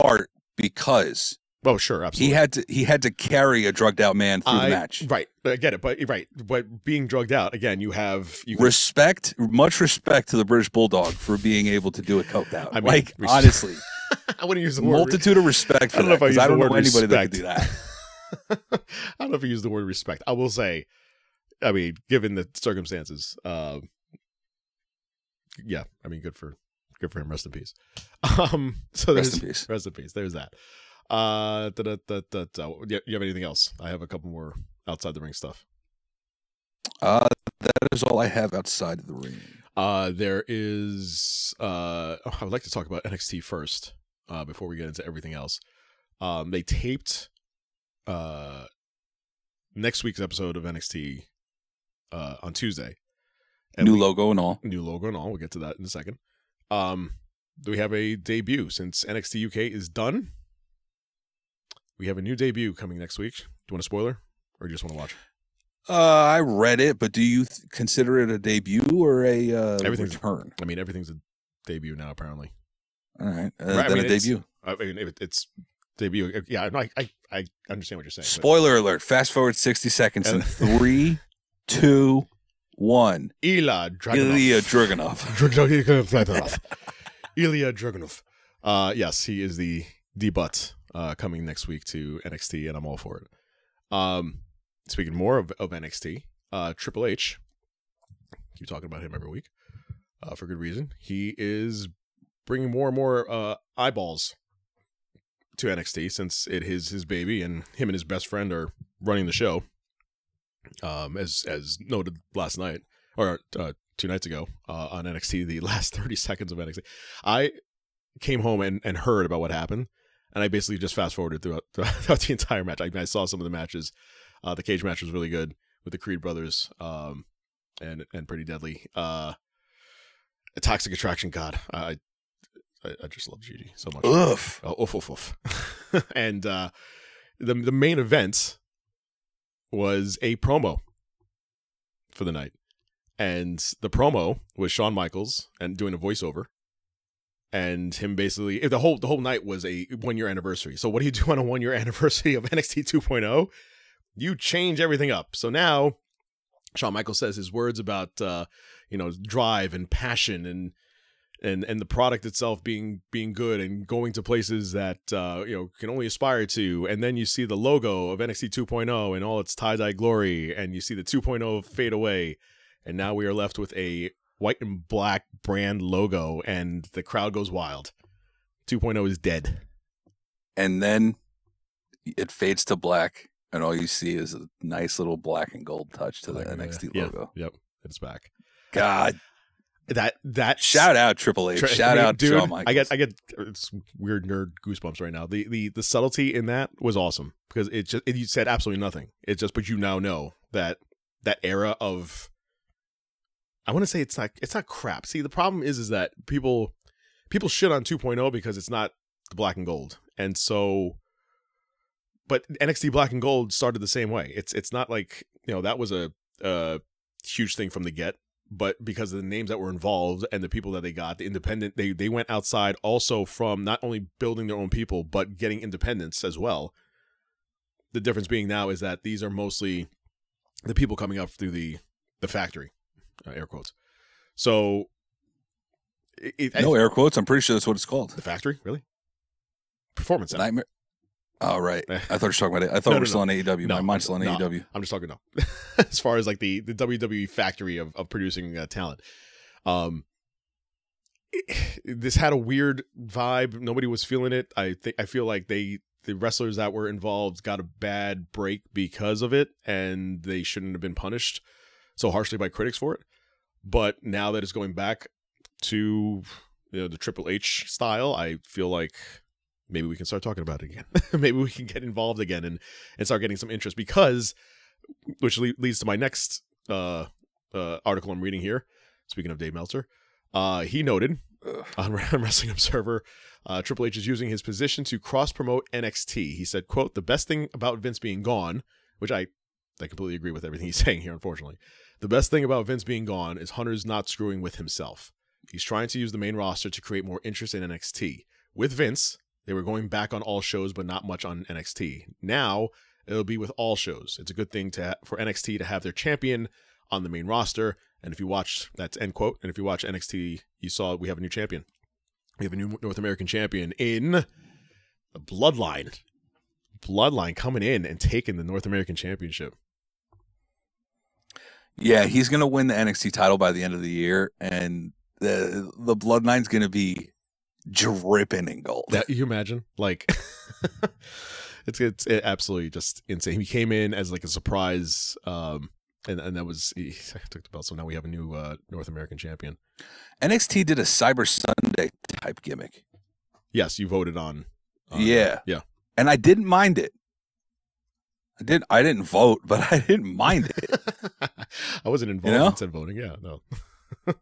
[SPEAKER 9] Hart because
[SPEAKER 8] Oh, sure, absolutely.
[SPEAKER 9] he had to he had to carry a drugged out man through
[SPEAKER 8] I-
[SPEAKER 9] the match.
[SPEAKER 8] Right. I get it. But right. But being drugged out, again, you have you can-
[SPEAKER 9] Respect, much respect to the British Bulldog for being able to do it coked out.
[SPEAKER 8] I mean,
[SPEAKER 9] like
[SPEAKER 8] res-
[SPEAKER 9] honestly,
[SPEAKER 8] I wouldn't use the word
[SPEAKER 9] multitude of respect for
[SPEAKER 8] I don't know
[SPEAKER 9] that.
[SPEAKER 8] if I
[SPEAKER 9] 'cause
[SPEAKER 8] use
[SPEAKER 9] I
[SPEAKER 8] the
[SPEAKER 9] don't know,
[SPEAKER 8] word
[SPEAKER 9] anybody that could
[SPEAKER 8] respect.
[SPEAKER 9] do that.
[SPEAKER 8] I don't know if I use the word respect. I will say, I mean, given the circumstances, uh, yeah, I mean, good for good for him. Rest in peace. Um, so
[SPEAKER 9] Rest
[SPEAKER 8] there's-
[SPEAKER 9] in peace.
[SPEAKER 8] Rest in peace. There's that. Uh, da, da, da, da, da. Yeah, you have anything else? I have a couple more outside the ring stuff.
[SPEAKER 9] Uh, that is all I have outside of the ring.
[SPEAKER 8] Uh, there is. Uh, oh, I would like to talk about NXT first, uh, before we get into everything else. Um, they taped, uh, next week's episode of NXT, uh, on Tuesday.
[SPEAKER 9] New
[SPEAKER 8] we-
[SPEAKER 9] logo and all.
[SPEAKER 8] new logo and all. We'll get to that in a second. Um, we have a debut since NXT UK is done. We have a new debut coming next week. Do you want a spoiler, or you just want to watch?
[SPEAKER 9] Uh, I read it, but do you th- consider it a debut or a uh,
[SPEAKER 8] Everything's-
[SPEAKER 9] return?
[SPEAKER 8] I mean, everything's a debut now, apparently.
[SPEAKER 9] All right, uh,
[SPEAKER 8] Right, I
[SPEAKER 9] then
[SPEAKER 8] mean,
[SPEAKER 9] a
[SPEAKER 8] it's-
[SPEAKER 9] debut.
[SPEAKER 8] I mean, it, it's debut. uh, Yeah, no, I, I, I understand what you're saying. but-
[SPEAKER 9] Spoiler alert! Fast forward sixty seconds in
[SPEAKER 8] And-
[SPEAKER 9] three, two, one.
[SPEAKER 8] Ilya Dragunov.
[SPEAKER 9] Ilya Dragunov.
[SPEAKER 8] Dragunov. Ilya Dragunov. Uh, yes, he is the the butt uh, coming next week to NXT, and I'm all for it. Um, speaking more of, of NXT, uh, Triple H. Keep talking about him every week uh, for good reason. He is bringing more and more uh, eyeballs to NXT since it is his baby, and him and his best friend are running the show. Um, as as noted last night or uh, two nights ago uh, on NXT, the last 30 seconds of NXT. I came home and, and heard about what happened, and I basically just fast forwarded throughout, throughout the entire match. I, I saw some of the matches. Uh, the cage match was really good with the Creed brothers, um, and and pretty deadly. Uh, toxic attraction, God, I I, I just love Gigi so much.
[SPEAKER 9] Ugh.
[SPEAKER 8] Oh, oof, oof, oof. and uh, the the main event was a promo for the night, and the promo was Shawn Michaels and doing a voiceover, and him basically the whole the whole night was a one year anniversary. So what do you do on a one year anniversary of NXT 2.0? oh? You change everything up. So now. Shawn Michaels says his words about uh, you know drive and passion and and and the product itself being being good and going to places that uh, you know can only aspire to and then you see the logo of NXT 2.0 and oh all its tie-dye glory and you see the 2.0 fade away and now we are left with a white and black brand logo and the crowd goes wild 2.0 is dead
[SPEAKER 9] and then it fades to black, and all you see is a nice little black and gold touch to the NXT
[SPEAKER 8] Yeah,
[SPEAKER 9] logo.
[SPEAKER 8] yep it's back
[SPEAKER 9] God,
[SPEAKER 8] that that
[SPEAKER 9] shout out Triple H,
[SPEAKER 8] Tra-
[SPEAKER 9] shout
[SPEAKER 8] I mean,
[SPEAKER 9] out
[SPEAKER 8] dude.
[SPEAKER 9] Shawn Michaels.
[SPEAKER 8] I get, I get, it's weird nerd goosebumps right now. The the the subtlety in that was awesome because it just it, you said absolutely nothing. It just, but you now know that that era of, I want to say it's not it's not crap. See, the problem is is that people people shit on 2.0 because it's not the black and gold, and so. But NXT Black and Gold started the same way. It's it's not like you know that was a uh huge thing from the get but because of the names that were involved and the people that they got, the independent, they they went outside also from not only building their own people but getting independence as well. The difference being now is that these are mostly the people coming up through the the factory, uh, air quotes. So, it, it-
[SPEAKER 9] no air quotes. I'm pretty sure that's what it's called.
[SPEAKER 8] the factory really performance. Center.
[SPEAKER 9] Nightmare. Oh right, I thought you were talking about it. I thought
[SPEAKER 8] No,
[SPEAKER 9] we
[SPEAKER 8] no,
[SPEAKER 9] we're still on AEW.
[SPEAKER 8] No,
[SPEAKER 9] My mind's still on E
[SPEAKER 8] no.
[SPEAKER 9] AEW.
[SPEAKER 8] I'm just talking no. as far as like the the WWE factory of of producing uh, talent. Um this had a weird vibe. Nobody was feeling it. I think I feel like they the wrestlers that were involved got a bad break because of it and they shouldn't have been punished so harshly by critics for it. But now that it's going back to you know the Triple H style, I feel like maybe we can start talking about it again. maybe we can get involved again and and start getting some interest because which le- leads to my next uh, uh, article I'm reading here. Speaking of Dave Meltzer, uh, he noted on Wrestling Observer, uh, Triple H is using his position to cross promote NXT. He said, "quote The best thing about Vince being gone, which I I completely agree with everything he's saying here. Unfortunately, the best thing about Vince being gone is Hunter's not screwing with himself. He's trying to use the main roster to create more interest in NXT." with Vince. They were going back on all shows, but not much on NXT. Now it'll be with all shows. It's a good thing to for NXT to have their champion on the main roster. And if you watch that's end quote. And if you watch NXT, you saw we have a new champion. We have a new North American champion in the Bloodline. Bloodline coming in and taking the North American Championship.
[SPEAKER 9] Yeah, he's gonna win the NXT title by the end of the year, and the the bloodline's gonna be dripping in gold.
[SPEAKER 8] That you imagine? Like it's it's absolutely just insane. He came in as like a surprise um and and that was he took the belt so now we have a new uh North American champion.
[SPEAKER 9] NXT did a Cyber Sunday type gimmick.
[SPEAKER 8] Yes, you voted on uh,
[SPEAKER 9] yeah,
[SPEAKER 8] yeah.
[SPEAKER 9] and I didn't mind it. I did. I didn't vote, but I didn't mind it.
[SPEAKER 8] I wasn't involved
[SPEAKER 9] know?
[SPEAKER 8] in said voting. Yeah, no.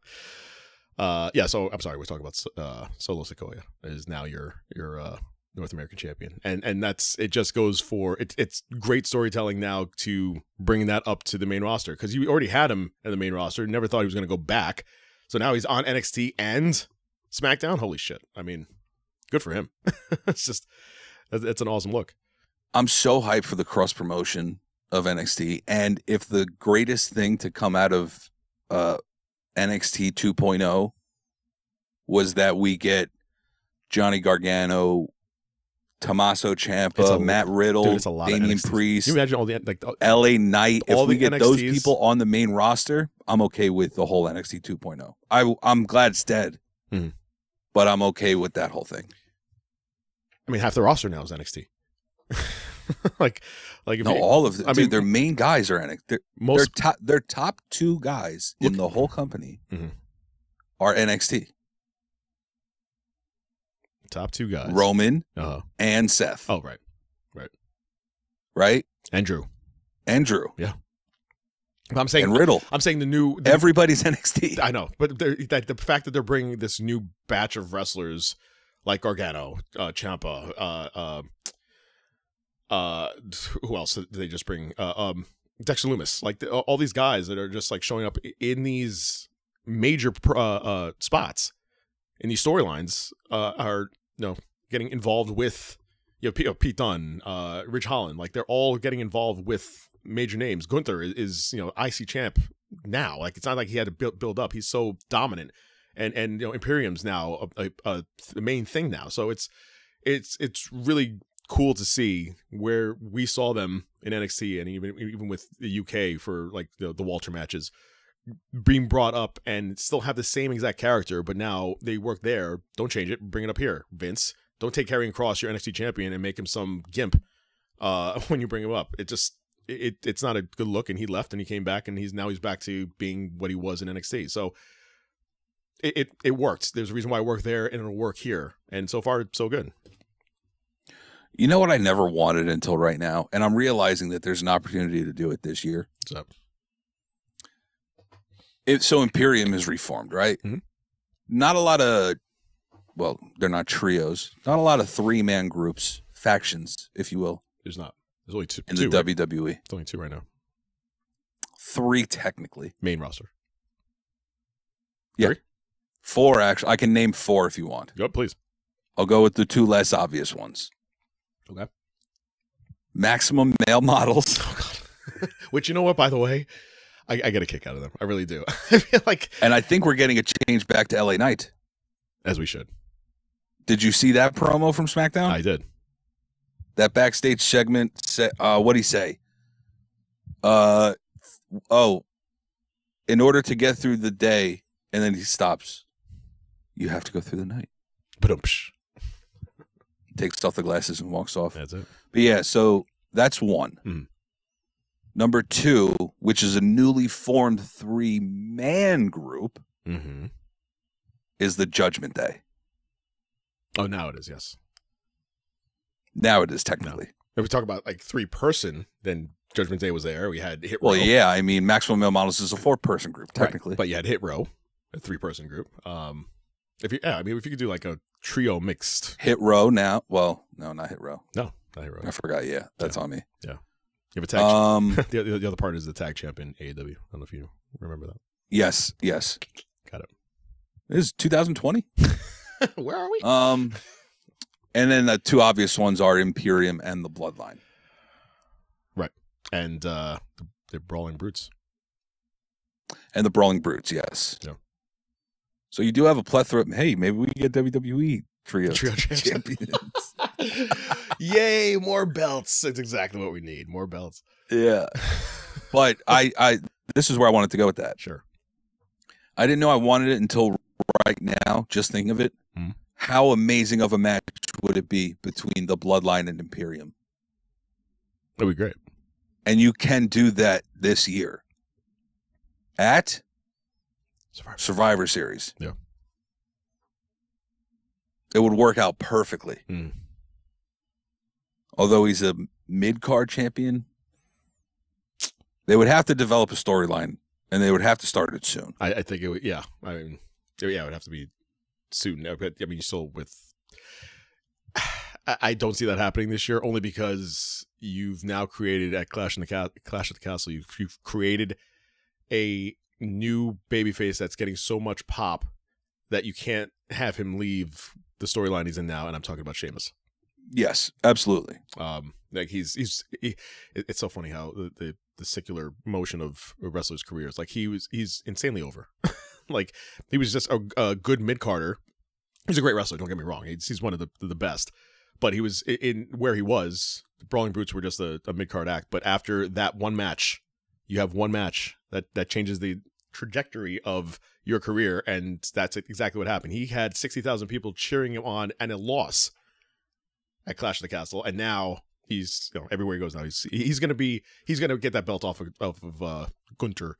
[SPEAKER 8] uh, yeah. So I'm sorry. We're talking about uh, Solo Sequoia is now your your uh, North American champion, and and that's it. Just goes for it, it's great storytelling now to bring that up to the main roster because you already had him in the main roster. Never thought he was going to go back, so now he's on NXT and SmackDown. Holy shit! I mean, good for him. it's just that's, that's an awesome look.
[SPEAKER 9] I'm so hyped for the cross promotion of NXT. And if the greatest thing to come out of uh, NXT 2.0 was that we get Johnny Gargano, Tommaso
[SPEAKER 8] It's
[SPEAKER 9] Ciampa,
[SPEAKER 8] a-
[SPEAKER 9] Matt Riddle,
[SPEAKER 8] Dude, it's a lot of
[SPEAKER 9] Damian
[SPEAKER 8] NXT.
[SPEAKER 9] Priest,
[SPEAKER 8] Can you imagine all the like the-
[SPEAKER 9] LA Knight.
[SPEAKER 8] all
[SPEAKER 9] if we
[SPEAKER 8] the
[SPEAKER 9] get those
[SPEAKER 8] NXTs?
[SPEAKER 9] people on the main roster, I'm okay with the whole NXT 2.0. oh. I, I'm glad it's dead,
[SPEAKER 8] Mhm.
[SPEAKER 9] but I'm okay with that whole thing.
[SPEAKER 8] I mean, half the roster now is NXT. like, like if
[SPEAKER 9] No,
[SPEAKER 8] you-
[SPEAKER 9] all of the,
[SPEAKER 8] I
[SPEAKER 9] dude,
[SPEAKER 8] mean-
[SPEAKER 9] their main guys are NXT. They're, their
[SPEAKER 8] most
[SPEAKER 9] top their top two guys in the whole company
[SPEAKER 8] Mhm.
[SPEAKER 9] are NXT,
[SPEAKER 8] top two guys.
[SPEAKER 9] Roman
[SPEAKER 8] Uh,
[SPEAKER 9] and Seth,
[SPEAKER 8] oh right,
[SPEAKER 9] right?
[SPEAKER 8] Andrew.
[SPEAKER 9] Andrew
[SPEAKER 8] I'm saying
[SPEAKER 9] and Riddle.
[SPEAKER 8] I'm saying the new. the-
[SPEAKER 9] Everybody's NXT.
[SPEAKER 8] I know, but they're- that the fact that they're bringing this new batch of wrestlers like Gargano, uh, Champa, uh, uh, uh, who else did they just bring? Uh, um, Dexter Loomis, like the, all these guys that are just like showing up in these major pr- uh, uh, spots in these storylines uh, are you know getting involved with you know, Pete, uh, Pete Dunne, uh, Ridge Holland, like they're all getting involved with major names. Gunther is, is you know IC champ now. Like it's not like he had to build build up. He's so dominant, and and you know Imperium's now a, a, a th- main thing now. So it's it's it's really cool to see where we saw them in NXT and even even with the UK for like the, the Walter matches being brought up and still have the same exact character, but now they work there. Don't change it. Bring it up here, Vince. Don't take Karrion Cross, your NXT champion, and make him some gimp uh, when you bring him up. It just it it's not a good look. And he left, and he came back, and he's now he's back to being what he was in NXT. So it it, it worked. There's a reason why it worked there, and it'll work here. And so far, so good.
[SPEAKER 9] You know what I never wanted until right now, and I'm realizing that there's an opportunity to do it this year.
[SPEAKER 8] So
[SPEAKER 9] It, so Imperium is reformed, right?
[SPEAKER 8] Mhm.
[SPEAKER 9] Not a lot of, well, they're not trios. Not a lot of three man groups, factions, if you will,
[SPEAKER 8] there's not. There's only two.
[SPEAKER 9] in
[SPEAKER 8] two,
[SPEAKER 9] the
[SPEAKER 8] right?
[SPEAKER 9] WWE.
[SPEAKER 8] It's only two right now.
[SPEAKER 9] Three technically,
[SPEAKER 8] Main roster.
[SPEAKER 9] four actually. I can name four if you want.
[SPEAKER 8] Go up, please.
[SPEAKER 9] I'll go with the two less obvious ones.
[SPEAKER 8] Okay.
[SPEAKER 9] Maximum male models
[SPEAKER 8] Oh, Which you know what, by the way, I, I get a kick out of them. I really do. I feel like
[SPEAKER 9] and I think we're getting a change back to LA Knight.
[SPEAKER 8] as we should.
[SPEAKER 9] Did you see that promo from SmackDown?
[SPEAKER 8] I did.
[SPEAKER 9] that backstage segment sa- uh what do he say? Uh oh, in order to get through the day and then he stops. You have to go through the night.
[SPEAKER 8] But
[SPEAKER 9] Takes off the glasses and walks off.
[SPEAKER 8] that's it.
[SPEAKER 9] But yeah, so that's one.
[SPEAKER 8] Mhm.
[SPEAKER 9] Number two, which is a newly formed three man group,
[SPEAKER 8] Mm-hmm.
[SPEAKER 9] is the Judgment Day.
[SPEAKER 8] Oh, now it is. Yes.
[SPEAKER 9] Now it is technically.
[SPEAKER 8] If we talk about like three person, then Judgment Day was there. We had Hit
[SPEAKER 9] Well,
[SPEAKER 8] Row.
[SPEAKER 9] yeah, I mean, Maximum Male Models is a four person group,
[SPEAKER 8] Right.
[SPEAKER 9] technically.
[SPEAKER 8] But you had Hit Row, a three person group. Um, if you, yeah, I mean, if you could do like a trio mixed.
[SPEAKER 9] Hit Row now. Well, no, not Hit Row.
[SPEAKER 8] No, not Hit Row.
[SPEAKER 9] I
[SPEAKER 8] You
[SPEAKER 9] forgot. Yeah, that's on me.
[SPEAKER 8] have a tag.
[SPEAKER 9] Um,
[SPEAKER 8] champ- the, the, the other part is the tag champ in AEW. I don't know if you remember that.
[SPEAKER 9] yes, yes.
[SPEAKER 8] Got
[SPEAKER 9] It is 2020.
[SPEAKER 8] Where are we?
[SPEAKER 9] Um, And then the two obvious ones are Imperium and the Bloodline.
[SPEAKER 8] and uh, the Brawling Brutes.
[SPEAKER 9] and the Brawling Brutes. Yes.
[SPEAKER 8] Yeah.
[SPEAKER 9] So you do have a plethora. Hey, maybe we get WWE trio,
[SPEAKER 8] Trio champs.
[SPEAKER 9] champions.
[SPEAKER 8] Yay, more belts. That's exactly what we need. More belts.
[SPEAKER 9] yeah. But I, I, this is where I wanted to go with that.
[SPEAKER 8] Sure.
[SPEAKER 9] I didn't know I wanted it until right now. Just thinking of it,
[SPEAKER 8] Mhm.
[SPEAKER 9] how amazing of a match would it be between the Bloodline and Imperium?
[SPEAKER 8] That'd be great.
[SPEAKER 9] And you can do that this year at Survivor Series.
[SPEAKER 8] Yeah.
[SPEAKER 9] It would work out perfectly.
[SPEAKER 8] Mm.
[SPEAKER 9] Although he's a mid card champion, they would have to develop a storyline and they would have to start it soon.
[SPEAKER 8] I, I think it would. Yeah. I mean, yeah, it would have to be soon. No, But I mean, still with. I I don't see that happening this year, only because you've now created at Clash in the Ca- Clash at the Castle. You've, you've created a new babyface that's getting so much pop that you can't have him leave the storyline he's in now. And I'm talking about Sheamus.
[SPEAKER 9] Yes, absolutely.
[SPEAKER 8] um like he's he's he, it- it's so funny how the, the the secular motion of a wrestler's career is like he was he's insanely over like he was just a, a good mid-carter he's a great wrestler don't get me wrong he's, he's one of the the best but he was i- in where he was the brawling brutes were just a, a mid-card act but after that one match you have one match that that changes the trajectory of your career and that's exactly what happened he had 60,000 people cheering him on and a loss at Clash of the Castle, and now he's you know everywhere he goes now he's he's gonna be he's gonna get that belt off of, off of uh, Gunter,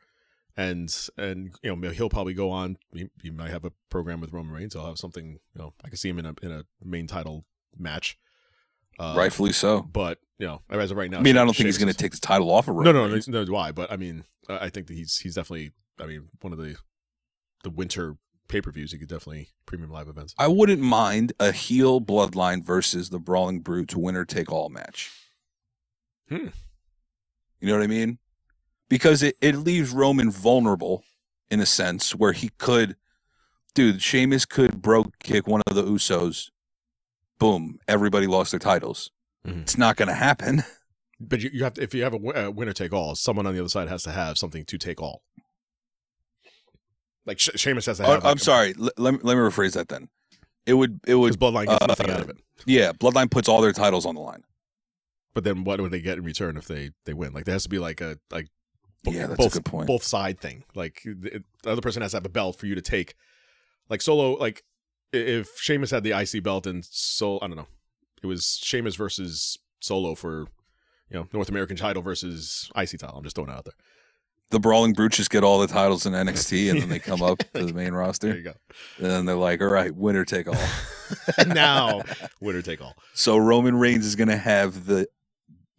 [SPEAKER 8] and and you know he'll probably go on. He, he might have a program with Roman Reigns. He'll have something. You know, I can see him in a in a main title match. Uh,
[SPEAKER 9] Rightfully so.
[SPEAKER 8] but you know, as of right now,
[SPEAKER 9] I mean, I don't think he's
[SPEAKER 8] Sheamus
[SPEAKER 9] going
[SPEAKER 8] is-
[SPEAKER 9] to take the title off of
[SPEAKER 8] no,
[SPEAKER 9] Roman.
[SPEAKER 8] no, no,
[SPEAKER 9] Reigns.
[SPEAKER 8] no. Why? But I mean, I I think that he's he's definitely. I mean, one of the the winter pay per views. He could definitely premium live events.
[SPEAKER 9] I wouldn't mind a heel bloodline versus the Brawling Brutes winner take all match.
[SPEAKER 8] Hmm.
[SPEAKER 9] You know what I mean? Because it, it leaves Roman vulnerable in a sense where he could, dude, Sheamus could broke kick one of the Usos. Boom, everybody lost their titles.
[SPEAKER 8] Mhm.
[SPEAKER 9] It's not going to happen. Oh,
[SPEAKER 8] But you, you have to if you have a wi- uh, winner take all, someone on the other side has to have something to take all. Like she- Sheamus has to
[SPEAKER 9] Oh,
[SPEAKER 8] have.
[SPEAKER 9] I'm
[SPEAKER 8] like,
[SPEAKER 9] sorry. Let, let, me, let me rephrase that then. It would, it
[SPEAKER 8] because
[SPEAKER 9] would,
[SPEAKER 8] Bloodline gets
[SPEAKER 9] uh,
[SPEAKER 8] nothing out of it.
[SPEAKER 9] yeah, Bloodline puts all their titles on the line.
[SPEAKER 8] But then what would they get in return if they they win? Like there has to be like a like. bo-
[SPEAKER 9] Yeah, that's a
[SPEAKER 8] both,
[SPEAKER 9] good point.
[SPEAKER 8] Both side thing. Like the the other person has to have a belt for you to take. Like solo, like i- if Sheamus had the IC belt and so I don't know, it was Sheamus versus Solo for you know North American title versus IC title. I'm just throwing it out there.
[SPEAKER 9] the Brawling Brutes just get all the titles in NXT and then they come up to the main
[SPEAKER 8] There
[SPEAKER 9] roster.
[SPEAKER 8] you go.
[SPEAKER 9] And then they're like, all right, winner take all.
[SPEAKER 8] now winner take all.
[SPEAKER 9] So Roman Reigns is going to have the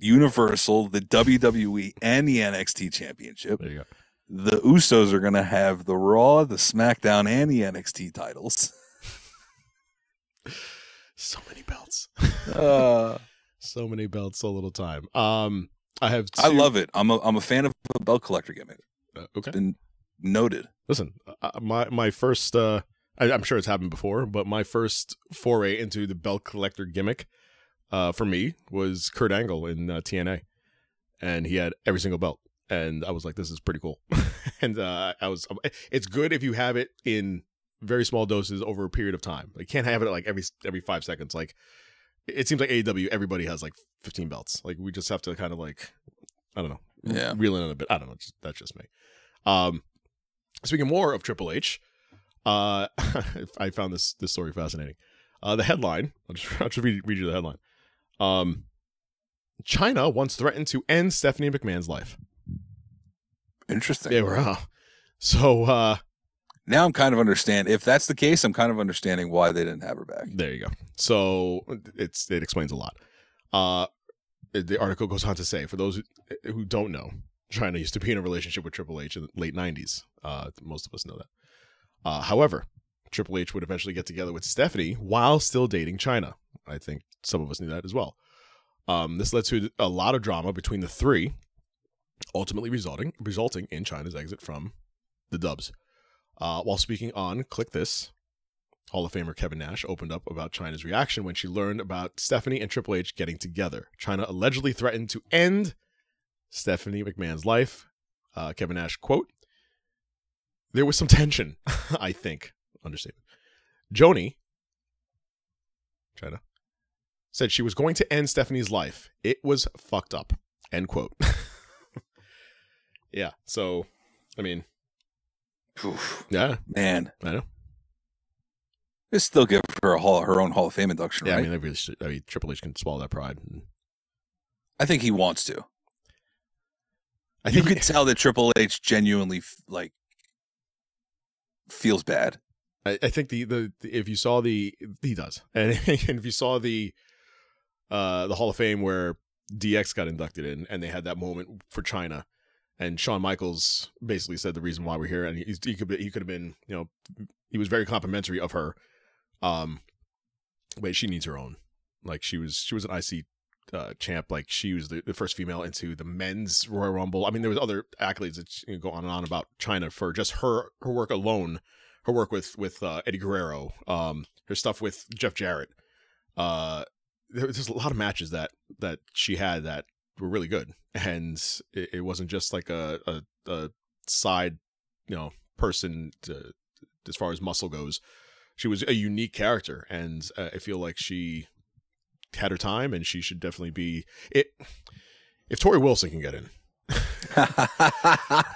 [SPEAKER 9] Universal, the WWE, and the NXT Championship.
[SPEAKER 8] There you go.
[SPEAKER 9] The Usos are going to have the Raw, the SmackDown, and the NXT titles.
[SPEAKER 8] So many belts.
[SPEAKER 9] Uh,
[SPEAKER 8] So many belts, so little time. Um I have
[SPEAKER 9] I
[SPEAKER 8] two-
[SPEAKER 9] love it. I'm a, I'm a fan of a belt collector gimmick.
[SPEAKER 8] uh, Okay.
[SPEAKER 9] Been noted.
[SPEAKER 8] Listen, uh, my my first uh I, I'm sure it's happened before, but my first foray into the belt collector gimmick uh for me was Kurt Angle in uh, TNA. And he had every single belt and I was like this is pretty cool. and uh I was it's good if you have it in very small doses over a period of time. You can't have it like every every 5 seconds like it seems like AEW everybody has like 15 belts. Like we just have to kind of like I don't know
[SPEAKER 9] Yeah.
[SPEAKER 8] reel in on a bit. I don't know. Just, that's just me. Um, speaking more of Triple H, uh, I found this this story fascinating. Uh, the headline. I'll just, I'll just read, read you the headline. Um, China once threatened to end Stephanie McMahon's life.
[SPEAKER 9] Interesting.
[SPEAKER 8] They were uh, so. Uh,
[SPEAKER 9] Now I'm kind of understand. If that's the case, I'm kind of understanding why they didn't have her back.
[SPEAKER 8] There you go. So it's it explains a lot. Uh, the article goes on to say, for those who, who don't know, China used to be in a relationship with Triple H in the late '90s. Uh, most of us know that. Uh, however, Triple H would eventually get together with Stephanie while still dating China. I think some of us knew that as well. Um, this led to a lot of drama between the three, ultimately resulting resulting in China's exit from the Dubs. Uh, while speaking on Click This, Hall of Famer Kevin Nash opened up about China's reaction when she learned about Stephanie and Triple H getting together. China allegedly threatened to end Stephanie McMahon's life. Uh, Kevin Nash, quote, There was some tension, I think. Understatement. Joni, China, said she was going to end Stephanie's life. It was fucked up, end quote. yeah, so, I mean,
[SPEAKER 9] Oof,
[SPEAKER 8] yeah,
[SPEAKER 9] man,
[SPEAKER 8] I know.
[SPEAKER 9] this still give her a hall, her own Hall of Fame induction,
[SPEAKER 8] Yeah,
[SPEAKER 9] right?
[SPEAKER 8] I
[SPEAKER 9] I,
[SPEAKER 8] mean, they really should, I mean, Triple H can swallow that pride. and-
[SPEAKER 9] think he wants to.
[SPEAKER 8] I
[SPEAKER 9] you
[SPEAKER 8] think
[SPEAKER 9] could tell that Triple H genuinely f- like feels bad.
[SPEAKER 8] I, I think the, the the- if you saw the he does, and, and if you saw the uh the Hall of Fame where DX got inducted in, and they had that moment for China, and Shawn Michaels basically said the reason why we're here, and he, he could be, he could have been you know he was very complimentary of her, um, but she needs her own. Like she was she was an IC uh, champ, like she was the, the first female into the men's Royal Rumble. I mean, there was other accolades that you know, go on and on about China for just her her work alone her work with with uh, Eddie Guerrero, um, her stuff with Jeff Jarrett. Uh, there was just a lot of matches that that she had that were really good, and it, it wasn't just like a, a a side, you know, person to, as far as muscle goes. She was a unique character, and uh, I feel like she had her time, and she should definitely be it. If Tori Wilson can get in, I,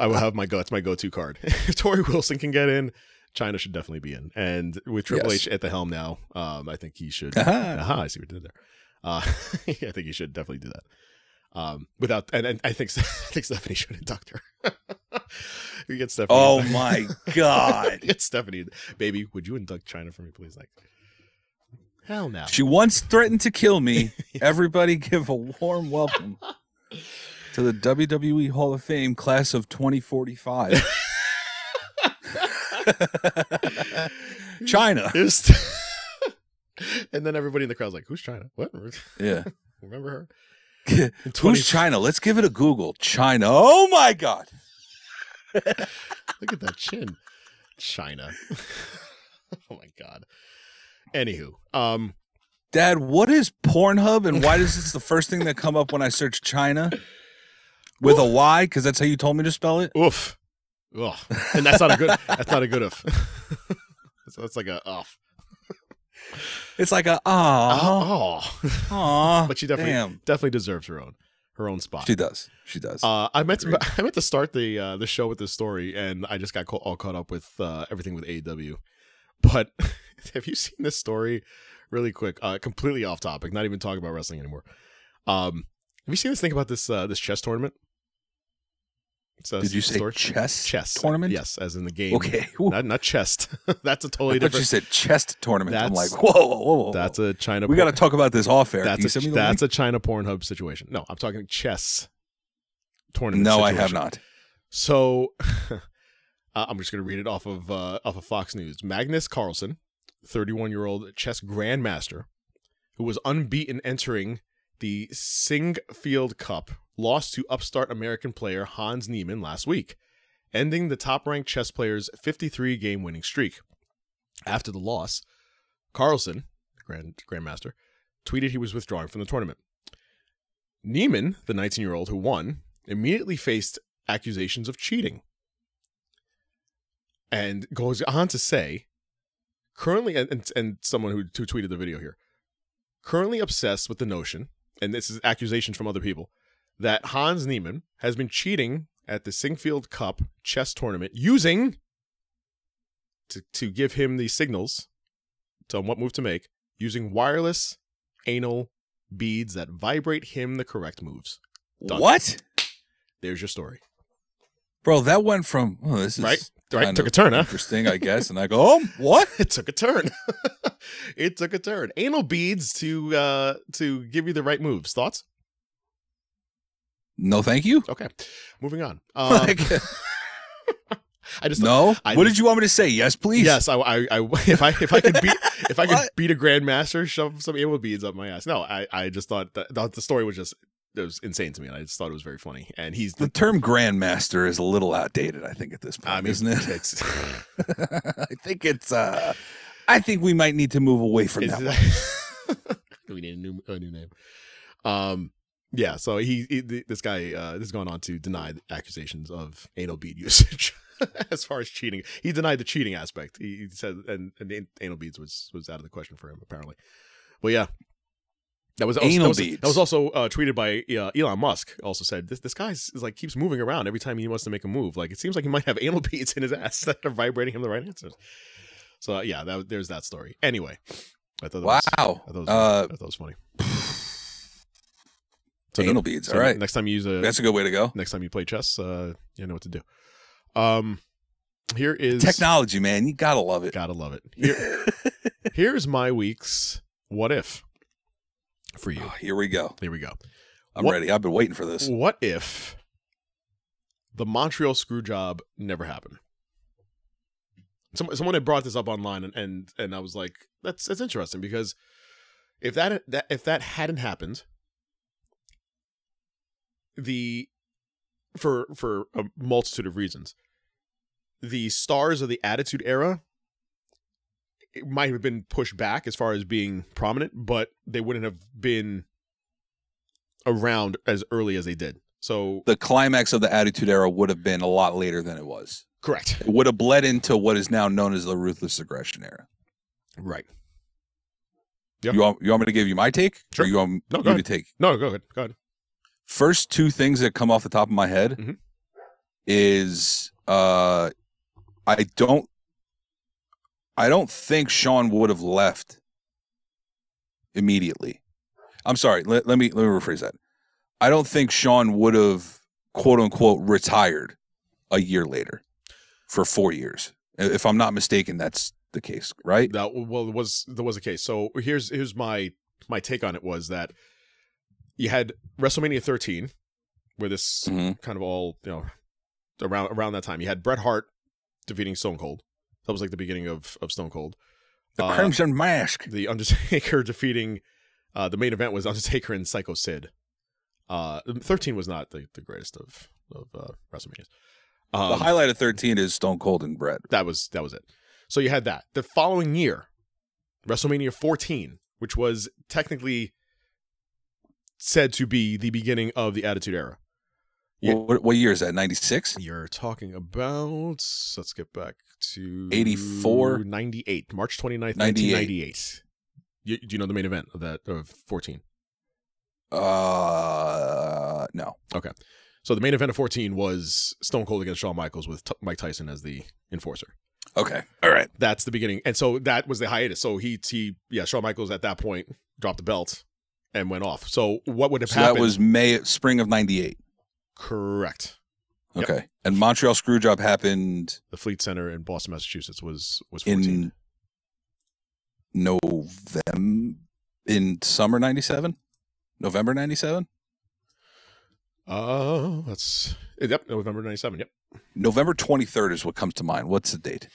[SPEAKER 8] I will have my go. That's my go-to card. if Tori Wilson can get in, China should definitely be in. And with Triple
[SPEAKER 9] Yes.
[SPEAKER 8] H at the helm now, um, I think he should.
[SPEAKER 9] Aha.
[SPEAKER 8] Aha, I see what you did there. Uh, I think he should definitely do that. Um, without and, and I think I think Stephanie should induct her. we get Stephanie.
[SPEAKER 9] oh
[SPEAKER 8] induct-
[SPEAKER 9] my god.
[SPEAKER 8] get Stephanie, baby. Would you induct China for me, please? Like, hell no.
[SPEAKER 9] She once threatened to kill me. Everybody give a warm welcome to the WWE Hall of Fame class of 2045. China.
[SPEAKER 8] Just- and then everybody in the crowd's like, "Who's China? What?
[SPEAKER 9] Yeah.
[SPEAKER 8] Remember her?" In 20
[SPEAKER 9] Who's China? Let's give it a Google. China. Oh my god.
[SPEAKER 8] Look at that chin. China. oh my god. Anywho, um
[SPEAKER 9] Dad, what is Pornhub and why does this the first thing that come up when I search China? With a Y, because that's how you told me to spell it.
[SPEAKER 8] oof. Ugh. And that's not a good that's not a good oof. so that's like a off.
[SPEAKER 9] It's like a ah,
[SPEAKER 8] Oh.
[SPEAKER 9] ah.
[SPEAKER 8] But she definitely
[SPEAKER 9] damn.
[SPEAKER 8] definitely deserves her own her own spot.
[SPEAKER 9] She does. She does.
[SPEAKER 8] Uh, I meant to, I meant to start the uh, the show with this story, and I just got ca- all caught up with uh, everything with AEW. But have you seen this story? Really quick, uh, completely off topic. Not even talking about wrestling anymore. Um, have you seen this thing about this uh, this chess tournament? So
[SPEAKER 9] Did you say chess
[SPEAKER 8] Chess
[SPEAKER 9] tournament?
[SPEAKER 8] Yes, as in the game.
[SPEAKER 9] Okay.
[SPEAKER 8] not, not chest. that's a
[SPEAKER 9] I
[SPEAKER 8] totally
[SPEAKER 9] thought you
[SPEAKER 8] different.
[SPEAKER 9] said chest tournament. I'm like,
[SPEAKER 8] That's-
[SPEAKER 9] whoa, whoa, whoa, whoa.
[SPEAKER 8] That's
[SPEAKER 9] whoa.
[SPEAKER 8] a China.
[SPEAKER 9] We got to talk about this off air. Can you
[SPEAKER 8] That's a,
[SPEAKER 9] send me the
[SPEAKER 8] that's
[SPEAKER 9] link?
[SPEAKER 8] a China Pornhub situation. No, I'm talking chess tournament.
[SPEAKER 9] No, I have
[SPEAKER 8] situation.
[SPEAKER 9] not.
[SPEAKER 8] So uh, I'm just going to read it off of uh, off of Fox News. Magnus Carlsen, 31 year old chess grandmaster, who was unbeaten entering the Singfield Cup, lost to upstart American player Hans Niemann last week, ending the top ranked chess player's 53 game winning streak. After the loss, Carlsen, the grand grandmaster, tweeted he was withdrawing from the tournament. Niemann, the 19 year old who won, immediately faced accusations of cheating. And goes on to say, currently, and, and, and someone who, who tweeted the video here, currently obsessed with the notion, and this is accusations from other people, that Hans Niemann has been cheating at the Singfield Cup chess tournament using, to, to give him the signals to on what move to make, using wireless anal beads that vibrate him the correct moves. Done.
[SPEAKER 9] What?
[SPEAKER 8] There's your story.
[SPEAKER 9] Bro, that went from, oh, this is
[SPEAKER 8] Right? Right?
[SPEAKER 9] kind
[SPEAKER 8] Took
[SPEAKER 9] of
[SPEAKER 8] a turn, huh?
[SPEAKER 9] interesting, I guess. And I go, oh, what?
[SPEAKER 8] it took a turn. it took a turn. Anal beads to uh to give you the right moves. Thoughts?
[SPEAKER 9] No, thank you.
[SPEAKER 8] Okay. Moving on. Um,
[SPEAKER 9] Like,
[SPEAKER 8] I just
[SPEAKER 9] no?
[SPEAKER 8] I
[SPEAKER 9] what
[SPEAKER 8] just-
[SPEAKER 9] did you want me to say? Yes, please?
[SPEAKER 8] Yes, I, I, I, if I, if I could beat, if I could
[SPEAKER 9] What?
[SPEAKER 8] beat a grandmaster, shove some anal beads up my ass. No, I, I just thought that, thought the story was just that was insane to me, and I just thought it was very funny. And he's
[SPEAKER 9] The term grandmaster is a little outdated, I think, at this point,
[SPEAKER 8] I mean,
[SPEAKER 9] isn't it?
[SPEAKER 8] it's-
[SPEAKER 9] I think it's. uh I think we might need to move away from
[SPEAKER 8] Is
[SPEAKER 9] that. one.
[SPEAKER 8] that- we need a new a new name. Um, yeah. So he, he th- this guy uh, this has gone on to deny the accusations of anal bead usage as far as cheating. He denied the cheating aspect. He, he said, and, and an- anal beads was was out of the question for him apparently. Well, yeah. That was also,
[SPEAKER 9] Anal
[SPEAKER 8] that was,
[SPEAKER 9] beads.
[SPEAKER 8] That was also uh, tweeted by uh, Elon Musk. Also said this this guy is, is like keeps moving around every time he wants to make a move. Like it seems like he might have anal beads in his ass that are vibrating him the right answers. So uh, yeah, that, there's that story. Anyway, I thought that was-
[SPEAKER 9] Wow.
[SPEAKER 8] I thought, it was,
[SPEAKER 9] Uh,
[SPEAKER 8] I thought it was funny.
[SPEAKER 9] Anal
[SPEAKER 8] no-
[SPEAKER 9] beads,
[SPEAKER 8] so
[SPEAKER 9] all right.
[SPEAKER 8] Next time you use a
[SPEAKER 9] That's a good way to go.
[SPEAKER 8] next time you play chess, uh, you know what to do. Um, here is
[SPEAKER 9] Technology, man, you gotta love it.
[SPEAKER 8] Gotta love it. Here, here's my week's what if for you.
[SPEAKER 9] Oh, here we go.
[SPEAKER 8] Here we go.
[SPEAKER 9] I'm
[SPEAKER 8] What-
[SPEAKER 9] ready. I've been waiting for this.
[SPEAKER 8] What if the Montreal screw job never happened? Some, someone had brought this up online, and, and and I was like, that's that's interesting because if that, that if that hadn't happened, the for for a multitude of reasons, the stars of the Attitude Era it might have been pushed back as far as being prominent, but they wouldn't have been around as early as they did. So
[SPEAKER 9] The climax of the Attitude Era would have been a lot later than it was.
[SPEAKER 8] correct,
[SPEAKER 9] It would have bled into what is now known as the Ruthless Aggression Era.
[SPEAKER 8] right? Yeah.
[SPEAKER 9] You, want, you want me to give you my take?
[SPEAKER 8] Sure.
[SPEAKER 9] Or you want
[SPEAKER 8] No, go
[SPEAKER 9] you
[SPEAKER 8] ahead.
[SPEAKER 9] to take?
[SPEAKER 8] No, go ahead, go ahead.
[SPEAKER 9] First two things that come off the top of my head
[SPEAKER 8] Mhm.
[SPEAKER 9] is uh, I don't I don't think Sean would have left immediately. I'm sorry. Let, let me let me rephrase that. I don't think Sean would have quote unquote retired a year later for four years. If I'm not mistaken, that's the case, right?
[SPEAKER 8] That well, there was there was a case. So here's here's my my take on it was that you had WrestleMania 13, where this
[SPEAKER 9] Mhm.
[SPEAKER 8] kind of all you know around around that time you had Bret Hart defeating Stone Cold. That was like the beginning of of Stone Cold.
[SPEAKER 9] The
[SPEAKER 8] Uh,
[SPEAKER 9] Crimson Mask.
[SPEAKER 8] the Undertaker defeating uh, the main event was Undertaker and Psycho Sid. Uh, 13 was not the, the greatest of of uh, WrestleManias. Um,
[SPEAKER 9] the highlight of 13 is Stone Cold and Brett.
[SPEAKER 8] that was that was it. So you had that. The following year, WrestleMania 14, which was technically said to be the beginning of the Attitude Era. Yeah.
[SPEAKER 9] What, what year is that? 96?
[SPEAKER 8] You're talking about let's get back to
[SPEAKER 9] 84?
[SPEAKER 8] 98, March 29th,
[SPEAKER 9] 98.
[SPEAKER 8] 1998. You, do you know the main event of that of 14?
[SPEAKER 9] Uh, no.
[SPEAKER 8] Okay. So the main event of 14 was Stone Cold against Shawn Michaels with T- Mike Tyson as the enforcer.
[SPEAKER 9] Okay. All right.
[SPEAKER 8] That's the beginning. And so that was the hiatus. So he, he yeah, Shawn Michaels at that point dropped the belt and went off. So what would have
[SPEAKER 9] So
[SPEAKER 8] happened?
[SPEAKER 9] that was May, spring of 98.
[SPEAKER 8] correct. Yep.
[SPEAKER 9] Okay. And Montreal Screwjob happened
[SPEAKER 8] The Fleet Center in Boston, Massachusetts was was 14.
[SPEAKER 9] in November, in summer 97? November 97?
[SPEAKER 8] uh, that's yep, November 97. Yep.
[SPEAKER 9] November 23rd is what comes to mind. What's the date?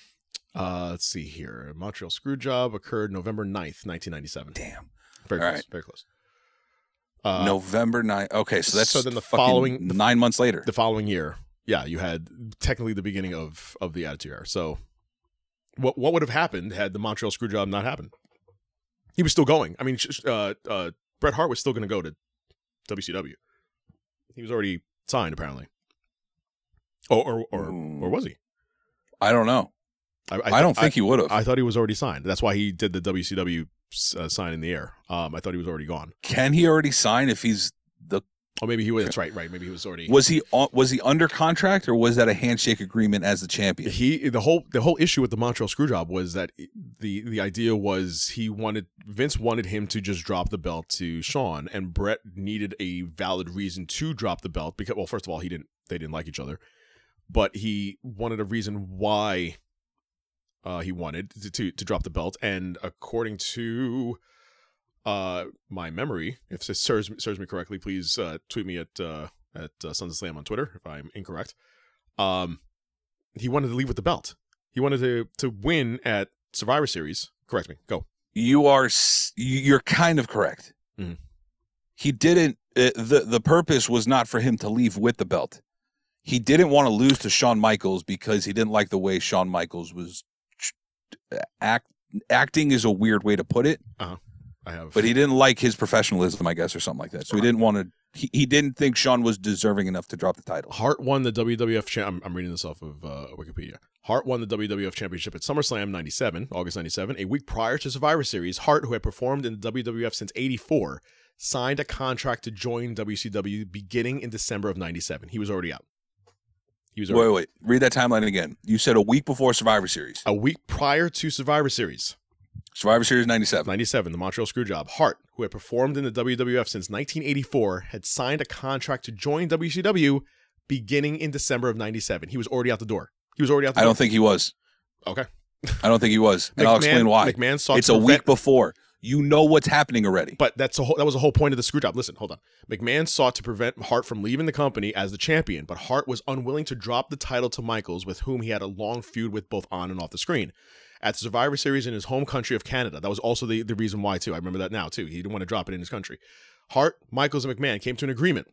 [SPEAKER 8] Uh, let's see here. Montreal Screwjob occurred November 9th, 1997.
[SPEAKER 9] Damn.
[SPEAKER 8] Very
[SPEAKER 9] All
[SPEAKER 8] close.
[SPEAKER 9] right.
[SPEAKER 8] Very close. Uh,
[SPEAKER 9] November 9th. Okay. So that's
[SPEAKER 8] so then the
[SPEAKER 9] fucking
[SPEAKER 8] following- the-
[SPEAKER 9] nine months later.
[SPEAKER 8] the following year, yeah, you had technically the beginning of of the Attitude Era. So, what what would have happened had the Montreal Screwjob not happened? He was still going. I mean, sh- sh- uh, uh, Bret Hart was still going to go to WCW. He was already signed, apparently. Or or or,
[SPEAKER 9] Hmm.
[SPEAKER 8] or was he?
[SPEAKER 9] I don't know. I,
[SPEAKER 8] thi-
[SPEAKER 9] don't think he would have.
[SPEAKER 8] I thought he was already signed. That's why he did the WCW s- uh, sign in the air. Um, I thought he was already gone.
[SPEAKER 9] Can he already sign if he's the
[SPEAKER 8] Oh, maybe he was. That's right. Right. Maybe he was already.
[SPEAKER 9] was he on- was he under contract or was that a handshake agreement as the champion?
[SPEAKER 8] he the whole the whole issue with the Montreal Screwjob was that the the idea was he wanted Vince wanted him to just drop the belt to Sean and Brett needed a valid reason to drop the belt because well first of all he didn't they didn't like each other but he wanted a reason why uh, he wanted to, to to drop the belt and according to uh my memory if it serves serves me correctly please uh, tweet me at uh, at uh, Sons of Slam on Twitter if I'm incorrect um he wanted to leave with the belt. He wanted to to win at Survivor Series. Correct me. Go.
[SPEAKER 9] You are s- you- you're kind of correct.
[SPEAKER 8] Mhm.
[SPEAKER 9] He didn't it, the the purpose was not for him to leave with the belt. He didn't want to lose to Shawn Michaels because he didn't like the way Shawn Michaels was uh, act acting is a weird way to put it,
[SPEAKER 8] I have.
[SPEAKER 9] but he didn't like his professionalism, I guess, or something like that. So he didn't want to. He, he didn't think Shawn was deserving enough to drop the title.
[SPEAKER 8] Hart won the WWF. Cha- I'm, I'm reading this off of uh, Wikipedia. Hart won the WWF Championship at SummerSlam '97, August '97, a week prior to Survivor Series. Hart, who had performed in the WWF since '84, signed a contract to join WCW beginning in December of '97. He was already out. He was
[SPEAKER 9] Wait,
[SPEAKER 8] already
[SPEAKER 9] wait, wait. read that timeline again. You said a week before Survivor Series.
[SPEAKER 8] a week prior to Survivor Series.
[SPEAKER 9] Survivor Series '97.
[SPEAKER 8] 97, the Montreal Screwjob, Hart, who had performed in the WWF since 1984, had signed a contract to join WCW beginning in December of 97. He was already out the door. He was already out the
[SPEAKER 9] I
[SPEAKER 8] door.
[SPEAKER 9] don't think he was.
[SPEAKER 8] Okay.
[SPEAKER 9] I don't think he was, and I'll explain why.
[SPEAKER 8] McMahon sought
[SPEAKER 9] it's
[SPEAKER 8] to
[SPEAKER 9] a
[SPEAKER 8] prevent-
[SPEAKER 9] week before. You know what's happening already.
[SPEAKER 8] But that's a whole, that was the whole point of the screw job. Listen, hold on. McMahon sought to prevent Hart from leaving the company as the champion, but Hart was unwilling to drop the title to Michaels, with whom he had a long feud with both on and off the screen. At Survivor Series in his home country of Canada, that was also the, the reason why too. I remember that now too. He didn't want to drop it in his country. Hart, Michaels, and McMahon came to an agreement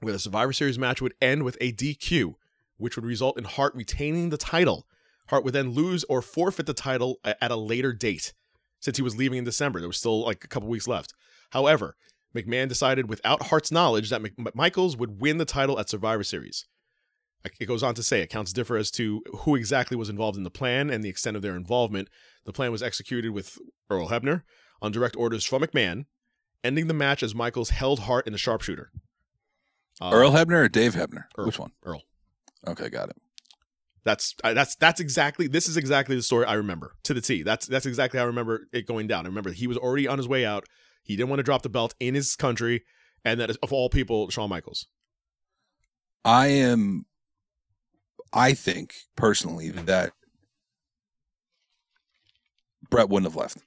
[SPEAKER 8] where the Survivor Series match would end with a DQ, which would result in Hart retaining the title. Hart would then lose or forfeit the title a- at a later date, since he was leaving in December. There was still like a couple weeks left. However, McMahon decided without Hart's knowledge that Mc- M- Michaels would win the title at Survivor Series. Like, It goes on to say accounts differ as to who exactly was involved in the plan and the extent of their involvement. The plan was executed with Earl Hebner on direct orders from McMahon, ending the match as Michaels held Hart in the sharpshooter. Uh,
[SPEAKER 9] Earl Hebner or Dave Hebner?
[SPEAKER 8] Earl.
[SPEAKER 9] Which one?
[SPEAKER 8] Earl.
[SPEAKER 9] Okay, got it.
[SPEAKER 8] That's I- that's that's exactly this is exactly the story I remember to the T. That's that's exactly how I remember it going down. I remember he was already on his way out. He didn't want to drop the belt in his country, and that is, of all people, Shawn Michaels.
[SPEAKER 9] I am. I think personally that Brett wouldn't have left.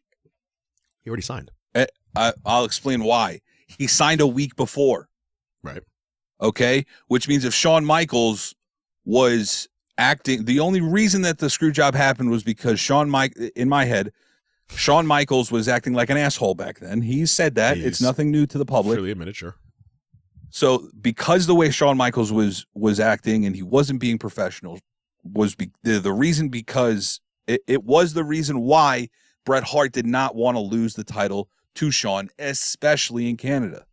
[SPEAKER 8] He already signed.
[SPEAKER 9] Eh, I, I'll explain why. He signed a week before.
[SPEAKER 8] Right.
[SPEAKER 9] Okay. Which means if Shawn Michaels was acting, the only reason that the screw job happened was because Shawn Mike, in my head, Shawn Michaels was acting like an asshole back then. He said that.
[SPEAKER 8] He's
[SPEAKER 9] it's nothing new to the public.
[SPEAKER 8] Clearly a miniature.
[SPEAKER 9] So because the way Shawn Michaels was was acting and he wasn't being professional was be, the, the reason because it, it was the reason why Bret Hart did not want to lose the title to Shawn, especially in Canada.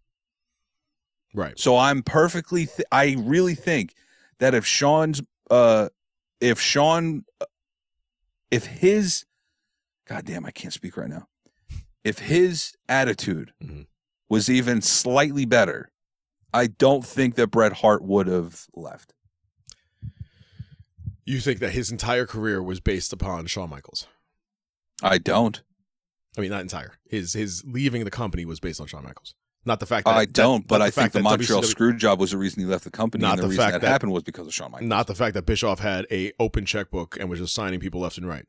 [SPEAKER 8] Right.
[SPEAKER 9] So I'm perfectly th- I really think that if Shawn's uh if Shawn uh, if his god damn I can't speak right now. If his attitude
[SPEAKER 8] Mhm.
[SPEAKER 9] was even slightly better, I don't think that Bret Hart would have left.
[SPEAKER 8] You think that his entire career was based upon Shawn Michaels?
[SPEAKER 9] I don't.
[SPEAKER 8] I mean, not entire. His his leaving the company was based on Shawn Michaels. Not the fact that
[SPEAKER 9] I
[SPEAKER 8] that-
[SPEAKER 9] don't, but
[SPEAKER 8] not
[SPEAKER 9] I think
[SPEAKER 8] fact
[SPEAKER 9] the
[SPEAKER 8] that
[SPEAKER 9] Montreal
[SPEAKER 8] WCW
[SPEAKER 9] screw job was the reason he left the company
[SPEAKER 8] Not
[SPEAKER 9] and the,
[SPEAKER 8] the
[SPEAKER 9] reason
[SPEAKER 8] fact
[SPEAKER 9] that,
[SPEAKER 8] that-
[SPEAKER 9] happened was because of Shawn Michaels.
[SPEAKER 8] Not the fact that Bischoff had a open checkbook and was just signing people left and right.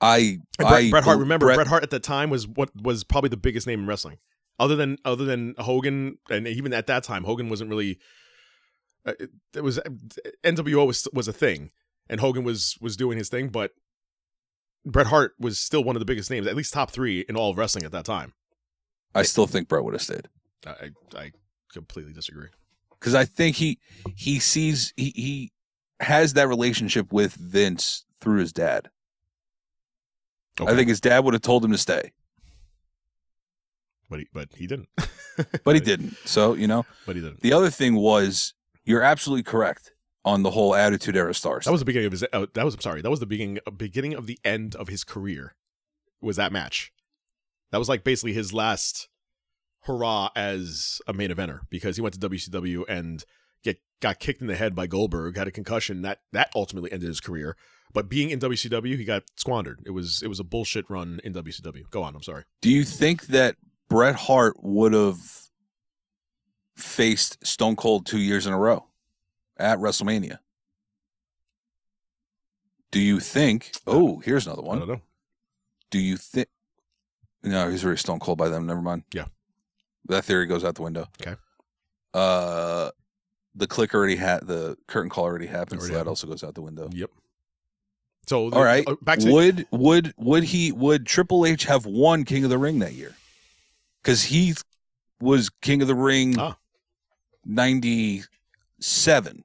[SPEAKER 9] I,
[SPEAKER 8] And Bret,
[SPEAKER 9] I
[SPEAKER 8] Bret Hart,
[SPEAKER 9] bel-
[SPEAKER 8] remember Bret, Hart at the time was what was probably the biggest name in wrestling, other than other than Hogan, and even at that time Hogan wasn't really. Uh, it, it was NWO was was a thing, and Hogan was was doing his thing, but Bret Hart was still one of the biggest names, at least top three in all of wrestling at that time.
[SPEAKER 9] I still think Bret would have stayed.
[SPEAKER 8] I I, I completely disagree.
[SPEAKER 9] because I think he he sees he he has that relationship with Vince through his dad. I
[SPEAKER 8] Okay.
[SPEAKER 9] think his dad would have told him to stay,
[SPEAKER 8] but he, but he didn't.
[SPEAKER 9] but he didn't. So you know,
[SPEAKER 8] But he didn't.
[SPEAKER 9] the other thing was you're absolutely correct on the whole Attitude Era stars.
[SPEAKER 8] That was the beginning of his. Uh, that was I'm sorry. That was the beginning beginning of the end of his career. Was that match? That was like basically his last hurrah as a main eventer because he went to WCW and get got kicked in the head by Goldberg, had a concussion that that ultimately ended his career. But being in WCW, he got squandered. It was it was a bullshit run in WCW. Go on. I'm sorry.
[SPEAKER 9] Do you think that Bret Hart would have faced Stone Cold two years in a row at WrestleMania? Do you think? Oh, here's another
[SPEAKER 8] I
[SPEAKER 9] one.
[SPEAKER 8] don't know.
[SPEAKER 9] Do you think? No, he's already stone cold by them. Never mind.
[SPEAKER 8] Yeah.
[SPEAKER 9] that theory goes out the window.
[SPEAKER 8] Okay.
[SPEAKER 9] Uh, the click already had the curtain call already happened, so
[SPEAKER 8] Already
[SPEAKER 9] that
[SPEAKER 8] happened.
[SPEAKER 9] also goes out the window.
[SPEAKER 8] Yep. So
[SPEAKER 9] All right.
[SPEAKER 8] uh, back to
[SPEAKER 9] would would would he would Triple H have won King of the Ring that year? Because he was King of the Ring
[SPEAKER 8] Ah.
[SPEAKER 9] 97.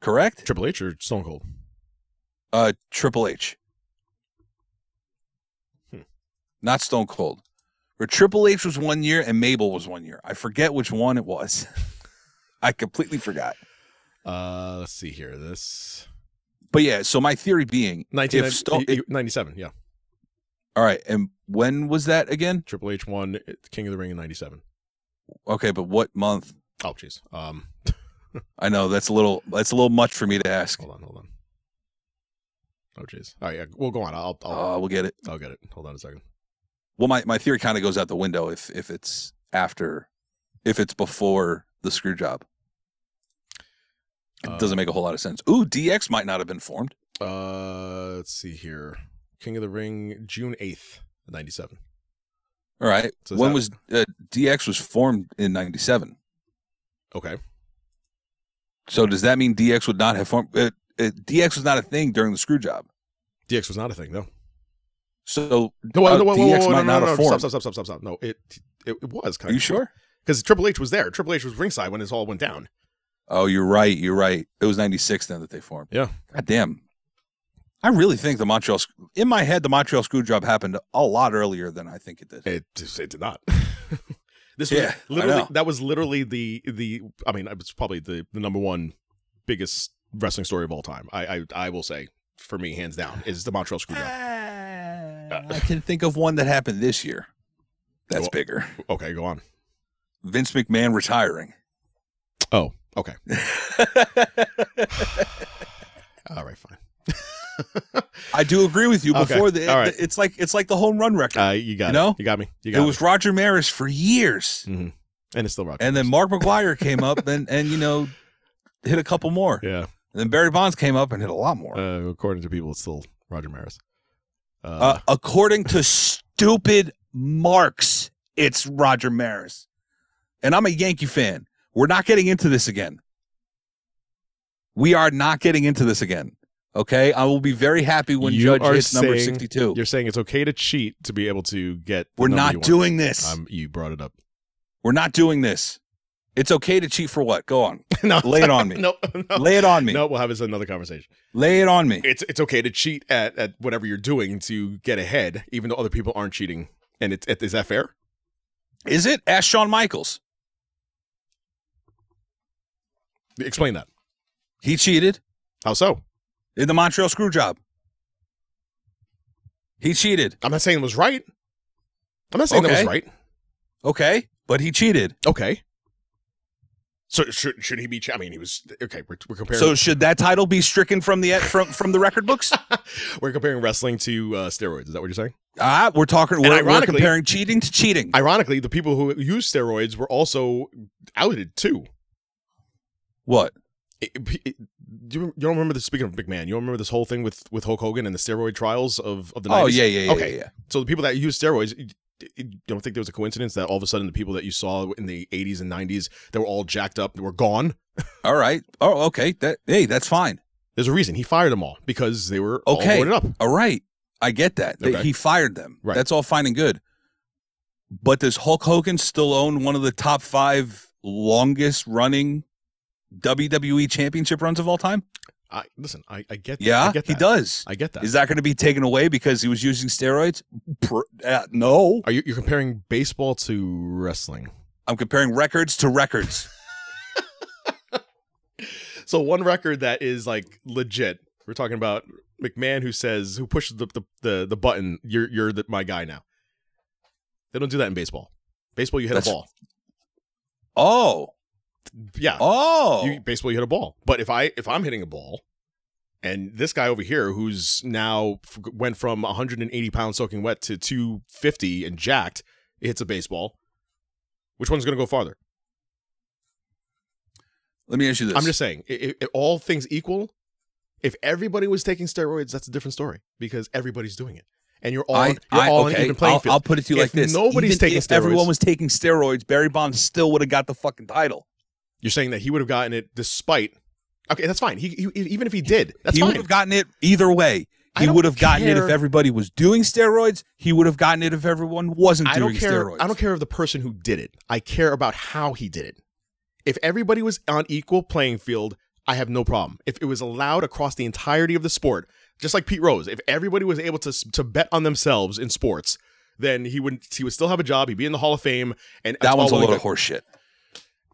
[SPEAKER 9] Correct?
[SPEAKER 8] Triple H or Stone Cold?
[SPEAKER 9] Uh, Triple H.
[SPEAKER 8] Hmm.
[SPEAKER 9] Not Stone Cold. Where Triple H was one year and Mabel was one year. I forget which one it was. I completely forgot.
[SPEAKER 8] Uh, let's see here. This
[SPEAKER 9] But yeah, so my theory being,
[SPEAKER 8] 19,
[SPEAKER 9] If Stone-
[SPEAKER 8] y- y- 97, yeah.
[SPEAKER 9] all right, and when was that again?
[SPEAKER 8] Triple H won uh, King of the Ring in 97.
[SPEAKER 9] Okay, but what month?
[SPEAKER 8] Oh, jeez. Um,
[SPEAKER 9] I know that's a little that's a little much for me to ask.
[SPEAKER 8] hold on, hold on. Oh, jeez. All right, yeah, we'll go on. I'll, I'll,
[SPEAKER 9] Uh, we'll get it.
[SPEAKER 8] I'll get it. Hold on a second.
[SPEAKER 9] Well, my, my theory kind of goes out the window if if it's after, if it's before the screw job. It
[SPEAKER 8] Uh,
[SPEAKER 9] doesn't make a whole lot of sense. Ooh, DX might not have been formed.
[SPEAKER 8] Uh, let's see here. King of the Ring, June 8th, 97.
[SPEAKER 9] All right.
[SPEAKER 8] So is
[SPEAKER 9] when
[SPEAKER 8] that-
[SPEAKER 9] was uh, DX was formed in 97?
[SPEAKER 8] Okay.
[SPEAKER 9] So does that mean DX would not have formed? Uh, uh, DX was not a thing during the screw job.
[SPEAKER 8] DX was not a thing, though.
[SPEAKER 9] So
[SPEAKER 8] No,
[SPEAKER 9] uh,
[SPEAKER 8] no, whoa, whoa,
[SPEAKER 9] DX
[SPEAKER 8] whoa, no, no,
[SPEAKER 9] might not
[SPEAKER 8] no,
[SPEAKER 9] have
[SPEAKER 8] no,
[SPEAKER 9] formed.
[SPEAKER 8] Stop, stop, stop, stop, stop. No, it, it, it was kind
[SPEAKER 9] Are
[SPEAKER 8] of.
[SPEAKER 9] you sure?
[SPEAKER 8] Because Triple H was there. Triple H was ringside when this all went down.
[SPEAKER 9] Oh, you're right. You're right. It was 96 then that they formed.
[SPEAKER 8] Yeah.
[SPEAKER 9] God damn. I really think the Montreal, sc- in my head, the Montreal screw job happened a lot earlier than I think it did.
[SPEAKER 8] It it did not. this was
[SPEAKER 9] Yeah, I
[SPEAKER 8] literally
[SPEAKER 9] know.
[SPEAKER 8] that was literally the the I mean it was probably the, the number one biggest wrestling story of all time. I I, I will say for me hands down is the Montreal Screwjob.
[SPEAKER 9] I can think of one that happened this year. That's
[SPEAKER 8] Well-
[SPEAKER 9] bigger.
[SPEAKER 8] Okay, go on.
[SPEAKER 9] Vince McMahon retiring.
[SPEAKER 8] Oh, okay. All right, fine.
[SPEAKER 9] I do agree with you.
[SPEAKER 8] Okay,
[SPEAKER 9] Before the,
[SPEAKER 8] all right.
[SPEAKER 9] it's like it's like the home run record.
[SPEAKER 8] Uh, you got
[SPEAKER 9] You
[SPEAKER 8] it.
[SPEAKER 9] know?
[SPEAKER 8] You got me. You
[SPEAKER 9] it
[SPEAKER 8] got
[SPEAKER 9] was Roger Maris for years,
[SPEAKER 8] me. Mhm. And it's still Roger.
[SPEAKER 9] and then
[SPEAKER 8] Maris.
[SPEAKER 9] Mark McGuire came up and and you know hit a couple more.
[SPEAKER 8] yeah,
[SPEAKER 9] And then Barry Bonds came up and hit a lot more. Uh,
[SPEAKER 8] uh, according to people, it's still Roger Maris. Uh,
[SPEAKER 9] according to stupid marks, it's Roger Maris, and I'm a Yankee fan. We're not getting into this again. We are not getting into this again. Okay, I will be very happy when
[SPEAKER 8] You
[SPEAKER 9] Judge
[SPEAKER 8] are
[SPEAKER 9] hits number
[SPEAKER 8] saying-
[SPEAKER 9] 62.
[SPEAKER 8] you're saying it's okay to cheat to be able to get. the
[SPEAKER 9] We're
[SPEAKER 8] number you
[SPEAKER 9] not
[SPEAKER 8] want.
[SPEAKER 9] doing this.
[SPEAKER 8] Um, you brought it up.
[SPEAKER 9] We're not doing this. It's okay to cheat for what? Go on.
[SPEAKER 8] no,
[SPEAKER 9] Lay it on me.
[SPEAKER 8] No, no.
[SPEAKER 9] Lay it on me.
[SPEAKER 8] No, we'll have this another conversation.
[SPEAKER 9] Lay it on me.
[SPEAKER 8] It's it's okay to cheat at, at whatever you're doing to get ahead, even though other people aren't cheating. And it's it, is that fair?
[SPEAKER 9] Is it? Ask Shawn Michaels.
[SPEAKER 8] Explain that.
[SPEAKER 9] He cheated
[SPEAKER 8] How so?
[SPEAKER 9] in the Montreal screw job. He cheated.
[SPEAKER 8] I'm not saying it was right. I'm not saying that was
[SPEAKER 9] Okay.
[SPEAKER 8] right.
[SPEAKER 9] Okay. But he cheated.
[SPEAKER 8] Okay. So should should he be? Che- I mean, he was okay. We're, we're comparing.
[SPEAKER 9] So should that title be stricken from the from from the record books?
[SPEAKER 8] we're comparing wrestling to uh, steroids. Is that what you're saying?
[SPEAKER 9] Ah, we're talking. We're, we're
[SPEAKER 8] ironically-
[SPEAKER 9] comparing cheating to cheating.
[SPEAKER 8] Ironically, the people who use steroids were also outed too.
[SPEAKER 9] what?
[SPEAKER 8] it- it- it- do you, you don't remember this? Speaking of McMahon, you don't remember this whole thing with with Hulk Hogan and the steroid trials of of the. 90s?
[SPEAKER 9] Oh yeah, yeah, yeah,
[SPEAKER 8] Okay.
[SPEAKER 9] yeah, yeah.
[SPEAKER 8] So the people that use steroids, you- you don't think there was a coincidence that all of a sudden the people that you saw in the 80s and 90s that were all jacked up were gone?
[SPEAKER 9] All right. Oh, okay. That hey, that's fine.
[SPEAKER 8] There's a reason he fired them all because they were
[SPEAKER 9] Okay.
[SPEAKER 8] all boarded up.
[SPEAKER 9] All right. I get that. They-
[SPEAKER 8] Okay.
[SPEAKER 9] He fired them.
[SPEAKER 8] Right.
[SPEAKER 9] That's all fine and good. But does Hulk Hogan still own one of the top five longest running WWE championship runs of all time?
[SPEAKER 8] I listen. I, I get.
[SPEAKER 9] Yeah,
[SPEAKER 8] I get
[SPEAKER 9] he
[SPEAKER 8] that.
[SPEAKER 9] does.
[SPEAKER 8] I get that.
[SPEAKER 9] Is that going to be taken away because he was using steroids? Pr- uh, no.
[SPEAKER 8] Are you you're comparing baseball to wrestling?
[SPEAKER 9] I'm comparing records to records.
[SPEAKER 8] So one record that is like legit. We're talking about McMahon who says who pushes the the, the, the button. You're you're the, my guy now. They don't do that in baseball. Baseball, you hit a
[SPEAKER 9] That's-
[SPEAKER 8] ball.
[SPEAKER 9] oh.
[SPEAKER 8] Yeah,
[SPEAKER 9] Oh.
[SPEAKER 8] you, baseball, you hit a ball. But if I if I'm hitting a ball, and this guy over here who's now f- went from 180 pounds soaking wet to 250 and jacked hits a baseball. Which one's going to go farther?
[SPEAKER 9] Let me ask you this.
[SPEAKER 8] I'm just saying, i i all things equal, if everybody was taking steroids, that's a different story because everybody's doing it, and you're all
[SPEAKER 9] I,
[SPEAKER 8] you're
[SPEAKER 9] I,
[SPEAKER 8] all on
[SPEAKER 9] okay,
[SPEAKER 8] an even playing
[SPEAKER 9] I'll,
[SPEAKER 8] field.
[SPEAKER 9] I'll put it to you like
[SPEAKER 8] If
[SPEAKER 9] this.
[SPEAKER 8] nobody's
[SPEAKER 9] Even
[SPEAKER 8] taking
[SPEAKER 9] if everyone
[SPEAKER 8] steroids-
[SPEAKER 9] was taking steroids, Barry Bonds still would have got the fucking title.
[SPEAKER 8] You're saying that he would have gotten it despite. Okay, that's fine. He, he even if he did, that's
[SPEAKER 9] he would
[SPEAKER 8] fine.
[SPEAKER 9] have gotten it either way. He
[SPEAKER 8] don't
[SPEAKER 9] would have gotten it if
[SPEAKER 8] care-
[SPEAKER 9] everybody was doing steroids. He would have gotten it if everyone wasn't
[SPEAKER 8] I
[SPEAKER 9] doing
[SPEAKER 8] don't care.
[SPEAKER 9] steroids.
[SPEAKER 8] I don't care of the person who did it. I care about how he did it. If everybody was on equal playing field, I have no problem. If it was allowed across the entirety of the sport, just like Pete Rose, if everybody was able to s- to bet on themselves in sports, then he would he would still have a job. He'd be in the Hall of Fame. And that's
[SPEAKER 9] That one's a
[SPEAKER 8] all willing
[SPEAKER 9] load of
[SPEAKER 8] to-
[SPEAKER 9] horseshit.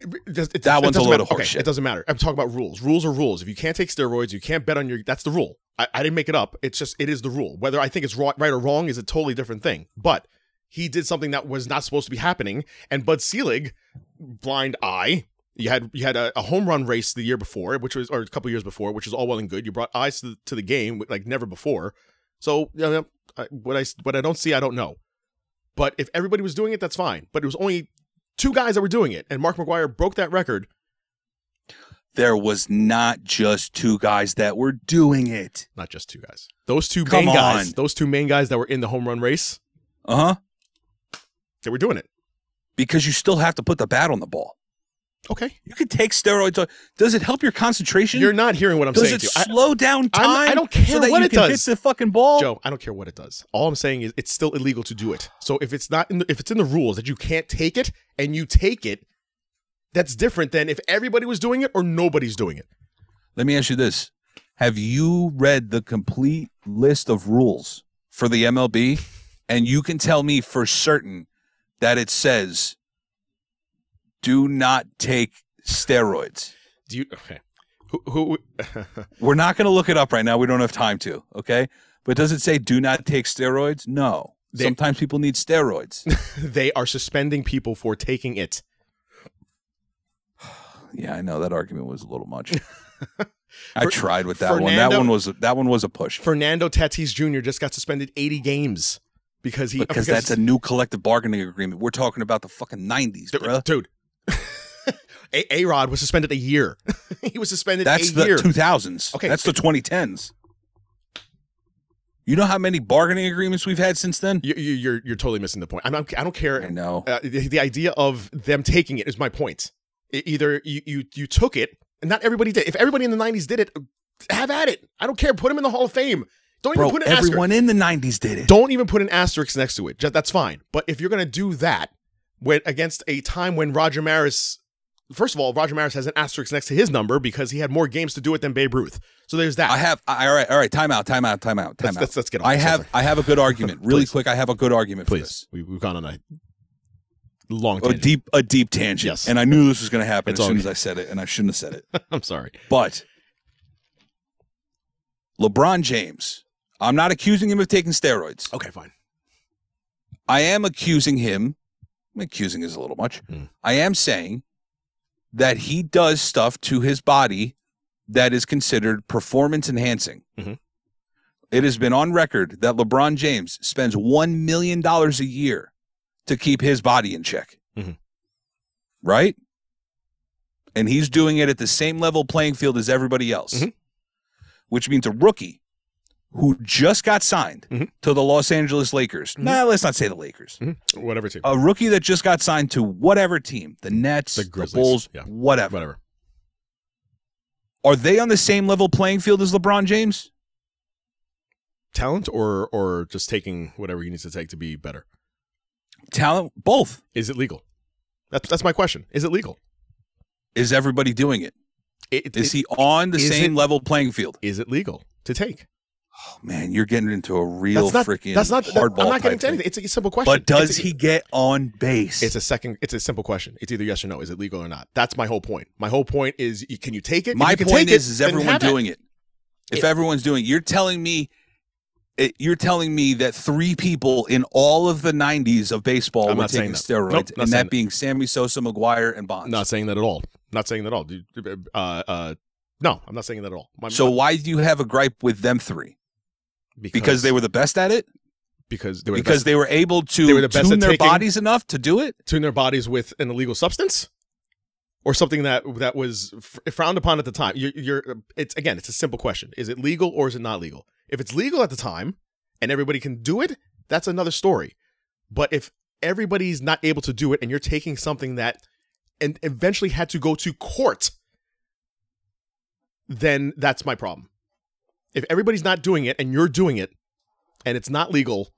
[SPEAKER 8] it does- it-
[SPEAKER 9] That
[SPEAKER 8] it
[SPEAKER 9] one's a
[SPEAKER 8] doesn't
[SPEAKER 9] load
[SPEAKER 8] matter.
[SPEAKER 9] of
[SPEAKER 8] Okay,
[SPEAKER 9] horseshit.
[SPEAKER 8] It doesn't matter. I'm talking about rules. Rules are rules. If you can't take steroids, you can't bet on your. That's the rule. I, I didn't make it up. It's just it is the rule. Whether I think it's right, right or wrong is a totally different thing. But he did something that was not supposed to be happening. And Bud Selig, blind eye. You had you had a, a home run race the year before, which was or a couple years before, which is all well and good. You brought eyes to the, to the game like never before. So you know, I- what I s- what I don't see, I don't know. But if everybody was doing it, that's fine. But it was only two guys that were doing it, and Mark McGuire broke that record.
[SPEAKER 9] There was not just two guys that were doing it.
[SPEAKER 8] Not just two guys. Those two
[SPEAKER 9] Come
[SPEAKER 8] main guys.
[SPEAKER 9] on.
[SPEAKER 8] Those two main guys that were in the home run race.
[SPEAKER 9] Uh huh.
[SPEAKER 8] They were doing it.
[SPEAKER 9] Because you still have to put the bat on the ball.
[SPEAKER 8] Okay.
[SPEAKER 9] You could take steroids. Does it help your concentration?
[SPEAKER 8] You're not hearing what I'm
[SPEAKER 9] Does
[SPEAKER 8] saying
[SPEAKER 9] it
[SPEAKER 8] to you. I-
[SPEAKER 9] slow down
[SPEAKER 8] I'm-
[SPEAKER 9] time?
[SPEAKER 8] I don't care
[SPEAKER 9] so that
[SPEAKER 8] what
[SPEAKER 9] you
[SPEAKER 8] it
[SPEAKER 9] can
[SPEAKER 8] does.
[SPEAKER 9] Hit the fucking ball.
[SPEAKER 8] Joe, I don't care what it does. All I'm saying is it's still illegal to do it. So if it's not in the, if it's in the rules that you can't take it and you take it, that's different than if everybody was doing it or nobody's doing it.
[SPEAKER 9] Let me ask you this: Have you read the complete list of rules for the MLB? And you can tell me for certain that it says, "Do not take steroids."
[SPEAKER 8] Do you okay. Who, who
[SPEAKER 9] We're not going to look it up right now. We don't have time to. Okay. But does it say do not take steroids? No.
[SPEAKER 8] They-
[SPEAKER 9] Sometimes people need steroids.
[SPEAKER 8] they are suspending people for taking it.
[SPEAKER 9] yeah, I know that argument was a little much. I
[SPEAKER 8] Fer-
[SPEAKER 9] tried with that one. That
[SPEAKER 8] Fernando-
[SPEAKER 9] one was that one was a push
[SPEAKER 8] Fernando Tatis Jr. just got suspended 80 games because he
[SPEAKER 9] because that's a new collective bargaining agreement. We're talking about the fucking 90s,
[SPEAKER 8] Dude-
[SPEAKER 9] bro.
[SPEAKER 8] Dude. A Rod was suspended a year. he was suspended
[SPEAKER 9] That's
[SPEAKER 8] a
[SPEAKER 9] the
[SPEAKER 8] year.
[SPEAKER 9] 2000s.
[SPEAKER 8] Okay.
[SPEAKER 9] Okay. That's the 2010s. You know how many bargaining agreements we've had since then?
[SPEAKER 8] you, you, you're you're totally missing the point. I'm not, I don't care.
[SPEAKER 9] I know.
[SPEAKER 8] Uh, the, the idea of them taking it is my point. E- either you, you you took it, and not everybody did. If everybody in the '90s did it, have at it. I don't care. Put him in the Hall of Fame. Don't
[SPEAKER 9] Bro,
[SPEAKER 8] even put an asterisk.
[SPEAKER 9] everyone in the 90s did it.
[SPEAKER 8] Don't even put an asterisk next to it. Ju- That's fine. But if you're gonna do that when against a time when Roger Maris, first of all, Roger Maris has an asterisk next to his number because he had more games to do it than Babe Ruth. So there's that.
[SPEAKER 9] I have I, all right, all right. Time out, time out, time out, time
[SPEAKER 8] Let's-
[SPEAKER 9] out.
[SPEAKER 8] let's- let's get off
[SPEAKER 9] I
[SPEAKER 8] this
[SPEAKER 9] have
[SPEAKER 8] over.
[SPEAKER 9] I have a good argument, really
[SPEAKER 8] Please.
[SPEAKER 9] quick. I have a good argument. for
[SPEAKER 8] please.
[SPEAKER 9] this.
[SPEAKER 8] We, we've gone on a long
[SPEAKER 9] a
[SPEAKER 8] tangent.
[SPEAKER 9] deep a deep tangent.
[SPEAKER 8] Yes.
[SPEAKER 9] and I knew this was going to happen
[SPEAKER 8] It's
[SPEAKER 9] as
[SPEAKER 8] all
[SPEAKER 9] soon
[SPEAKER 8] good.
[SPEAKER 9] as I said it, and I shouldn't have said it.
[SPEAKER 8] I'm sorry.
[SPEAKER 9] But LeBron James, I'm not accusing him of taking steroids.
[SPEAKER 8] Okay, fine.
[SPEAKER 9] I am accusing him. Accusing is a little much.
[SPEAKER 8] Hmm.
[SPEAKER 9] I am saying that he does stuff to his body that is considered performance enhancing.
[SPEAKER 8] Mhm.
[SPEAKER 9] It has been on record that LeBron James spends $1 million a year to keep his body in check.
[SPEAKER 8] Mhm.
[SPEAKER 9] Right? And he's doing it at the same level playing field as everybody else,
[SPEAKER 8] Mhm.
[SPEAKER 9] which means a rookie who just got signed
[SPEAKER 8] Mhm.
[SPEAKER 9] to the Los Angeles Lakers. Nah, let's not say the Lakers.
[SPEAKER 8] Mm-hmm. Whatever. Too.
[SPEAKER 9] A rookie that just got signed to whatever team, the Nets,
[SPEAKER 8] The
[SPEAKER 9] the,
[SPEAKER 8] Grizzlies,
[SPEAKER 9] Bulls,
[SPEAKER 8] yeah.
[SPEAKER 9] whatever.
[SPEAKER 8] Whatever.
[SPEAKER 9] Are they on the same level playing field as LeBron James?
[SPEAKER 8] Talent or or just taking whatever he needs to take to be better.
[SPEAKER 9] Talent, both.
[SPEAKER 8] Is it legal? That's that's my question. Is it legal?
[SPEAKER 9] Is everybody doing it?
[SPEAKER 8] It,
[SPEAKER 9] Is
[SPEAKER 8] it-
[SPEAKER 9] he on the
[SPEAKER 8] is
[SPEAKER 9] same
[SPEAKER 8] it-
[SPEAKER 9] level playing field?
[SPEAKER 8] Is it legal to take?
[SPEAKER 9] Oh, man, you're getting into a real
[SPEAKER 8] that's not.
[SPEAKER 9] freaking
[SPEAKER 8] that's not. that-
[SPEAKER 9] hardball.
[SPEAKER 8] I'm not getting
[SPEAKER 9] type
[SPEAKER 8] to anything.
[SPEAKER 9] thing.
[SPEAKER 8] It's a simple question.
[SPEAKER 9] But does
[SPEAKER 8] It's a-
[SPEAKER 9] he get on base?
[SPEAKER 8] It's a second. It's a simple question. It's either yes or no. Is it legal or not? That's my whole point. My whole point is, you- can you take it? If
[SPEAKER 9] My
[SPEAKER 8] you can
[SPEAKER 9] point
[SPEAKER 8] take
[SPEAKER 9] is,
[SPEAKER 8] it,
[SPEAKER 9] is
[SPEAKER 8] then
[SPEAKER 9] everyone
[SPEAKER 8] have at it.
[SPEAKER 9] doing it? If
[SPEAKER 8] It-
[SPEAKER 9] everyone's doing, it, you're telling me, it, you're telling me that three people in all of the '90s of baseball
[SPEAKER 8] I'm
[SPEAKER 9] were
[SPEAKER 8] not saying
[SPEAKER 9] taking
[SPEAKER 8] that. Nope,
[SPEAKER 9] steroids,
[SPEAKER 8] not
[SPEAKER 9] and
[SPEAKER 8] saying
[SPEAKER 9] that
[SPEAKER 8] that.
[SPEAKER 9] being Sammy Sosa, McGuire, and Bonds.
[SPEAKER 8] Not saying that at all. Not saying that at all. Dude, Uh, uh, no, I'm not saying that at all. My-
[SPEAKER 9] so why do you have a gripe with them three? Because they were the best at it.
[SPEAKER 8] because they were the
[SPEAKER 9] Because
[SPEAKER 8] best-
[SPEAKER 9] they were able to
[SPEAKER 8] They were the best
[SPEAKER 9] tune
[SPEAKER 8] at
[SPEAKER 9] their
[SPEAKER 8] taking-
[SPEAKER 9] bodies enough to do it.
[SPEAKER 8] tune their bodies with an illegal substance or something that that was fr- frowned upon at the time you're, you're it's again it's a simple question is it legal or is it not legal if it's legal at the time and everybody can do it that's another story but if everybody's not able to do it and you're taking something that and eventually had to go to court then that's my problem If everybody's not doing it and you're doing it and it's not legal,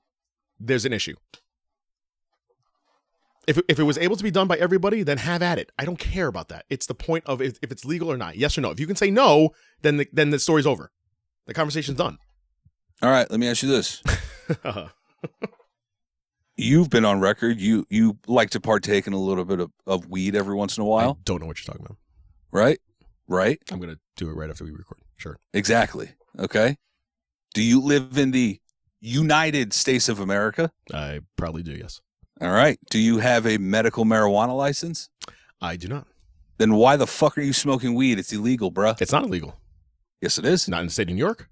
[SPEAKER 8] there's an issue. If, it- if it was able to be done by everybody, then have at it. I don't care about that. It's the point of if, if it's legal or not. Yes or no. If you can say no, then the, then the story's over. The conversation's done.
[SPEAKER 9] All right, let me ask you this. You've been on record. You you like to partake in a little bit of, of weed every once in a
[SPEAKER 8] I
[SPEAKER 9] while,
[SPEAKER 8] don't know what you're talking about.
[SPEAKER 9] right? Right?
[SPEAKER 8] I'm gonna do it right after we record. Sure.
[SPEAKER 9] Exactly. Okay. Do you live in the United States of America?
[SPEAKER 8] I probably do. Yes.
[SPEAKER 9] All right. Do you have a medical marijuana license?
[SPEAKER 8] I do not.
[SPEAKER 9] Then why the fuck are you smoking weed? It's illegal, bruh.
[SPEAKER 8] It's not illegal.
[SPEAKER 9] Yes, it is.
[SPEAKER 8] It's not in the state of New York.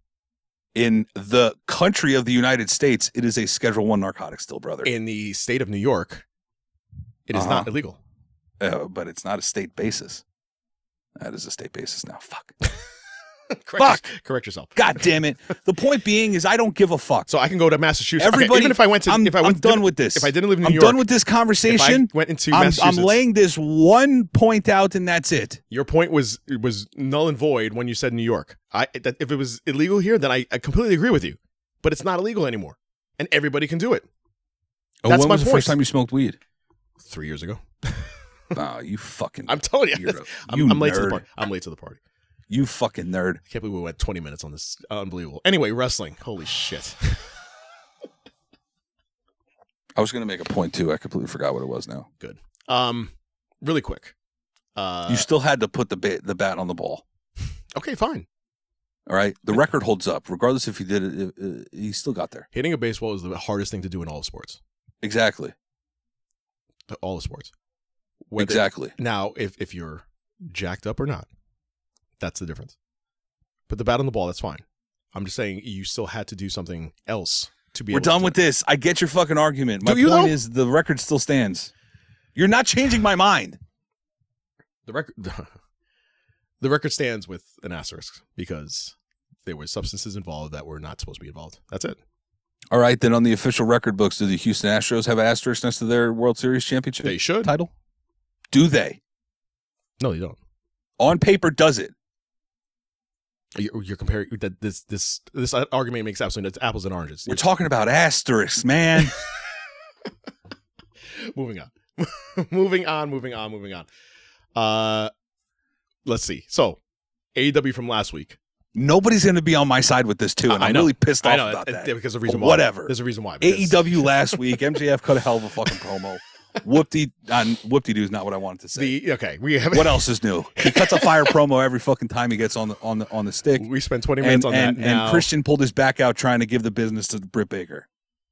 [SPEAKER 9] In the country of the United States, it is a Schedule One narcotic still, brother.
[SPEAKER 8] In the state of New York, it is
[SPEAKER 9] Uh-huh.
[SPEAKER 8] not illegal.
[SPEAKER 9] Uh, but it's not a state basis. That is a state basis now. Fuck.
[SPEAKER 8] correct, your- correct yourself.
[SPEAKER 9] God damn it. The point being is I don't give a fuck.
[SPEAKER 8] So I can go to Massachusetts. Okay,
[SPEAKER 9] Everybody,
[SPEAKER 8] even if I went to,
[SPEAKER 9] I'm,
[SPEAKER 8] if I
[SPEAKER 9] am
[SPEAKER 8] went,
[SPEAKER 9] done with this.
[SPEAKER 8] If I didn't live in New
[SPEAKER 9] I'm
[SPEAKER 8] York,
[SPEAKER 9] done with this
[SPEAKER 8] if I
[SPEAKER 9] conversation.
[SPEAKER 8] went into
[SPEAKER 9] I'm, I'm
[SPEAKER 8] Massachusetts.
[SPEAKER 9] laying this one point out, and that's it.
[SPEAKER 8] Your point was it was null and void when you said New York. I that if it was illegal here, then I, I completely agree with you. But it's not illegal anymore, and everybody can do it. That's
[SPEAKER 9] Oh, when
[SPEAKER 8] my
[SPEAKER 9] was the
[SPEAKER 8] point.
[SPEAKER 9] first time you smoked weed?
[SPEAKER 8] Three years ago,
[SPEAKER 9] Oh, you fucking.
[SPEAKER 8] I'm telling you,
[SPEAKER 9] You're a-
[SPEAKER 8] I'm,
[SPEAKER 9] you
[SPEAKER 8] I'm late to the
[SPEAKER 9] nerd.
[SPEAKER 8] party. I'm late to the party.
[SPEAKER 9] You fucking nerd.
[SPEAKER 8] I can't believe we went 20 minutes on this. Unbelievable. Anyway, wrestling. Holy shit.
[SPEAKER 9] I was gonna make a point too. I completely forgot what it was. Now
[SPEAKER 8] Um, really quick. Uh,
[SPEAKER 9] you still had to put the ba- the bat on the ball.
[SPEAKER 8] okay, fine.
[SPEAKER 9] All right, the record holds up, regardless if you did it. Uh, uh, he still got there.
[SPEAKER 8] Hitting a baseball is the hardest thing to do in all of sports. Uh,
[SPEAKER 9] Exactly.
[SPEAKER 8] All of sports. Whether-
[SPEAKER 9] exactly.
[SPEAKER 8] Now, if if you're jacked up or not, that's the difference. Put the bat on the ball. That's fine. I'm just saying you still had to do something else to be.
[SPEAKER 9] We're
[SPEAKER 8] able to
[SPEAKER 9] done
[SPEAKER 8] do
[SPEAKER 9] with
[SPEAKER 8] it.
[SPEAKER 9] this. I get your fucking argument. My
[SPEAKER 8] Do you,
[SPEAKER 9] point
[SPEAKER 8] though?
[SPEAKER 9] is the record still stands. You're not changing my mind.
[SPEAKER 8] the record. the record stands with an asterisk because there were substances involved that were not supposed to be involved. That's it.
[SPEAKER 9] All right, then on the official record books, do the Houston Astros have asterisks next to their World Series championship
[SPEAKER 8] They should.
[SPEAKER 9] title? Do they?
[SPEAKER 8] No, they don't.
[SPEAKER 9] On paper, does it?
[SPEAKER 8] You're, you're comparing that this this this argument makes absolutely it's apples and oranges.
[SPEAKER 9] We're talking about asterisks, man.
[SPEAKER 8] moving on, moving on, moving on, moving on. Uh, let's see. So, AEW from last week.
[SPEAKER 9] Nobody's going to be on my side with this too, and
[SPEAKER 8] I
[SPEAKER 9] I'm
[SPEAKER 8] know.
[SPEAKER 9] really pissed off
[SPEAKER 8] I know
[SPEAKER 9] about
[SPEAKER 8] it-
[SPEAKER 9] that.
[SPEAKER 8] it- because of the
[SPEAKER 9] But
[SPEAKER 8] reason why.
[SPEAKER 9] Whatever. E
[SPEAKER 8] There's a reason why. because-
[SPEAKER 9] AEW last week, MJF cut a hell of a fucking promo. Whoop-de, uh, whoop-de-doo is not what I wanted to say.
[SPEAKER 8] The okay, we have
[SPEAKER 9] what else is new? He cuts a fire promo every fucking time he gets on the on the on the stick.
[SPEAKER 8] we spent 20
[SPEAKER 9] And,
[SPEAKER 8] minutes on
[SPEAKER 9] and,
[SPEAKER 8] that.
[SPEAKER 9] and
[SPEAKER 8] now.
[SPEAKER 9] Christian pulled his back out trying to give the business to Britt Baker.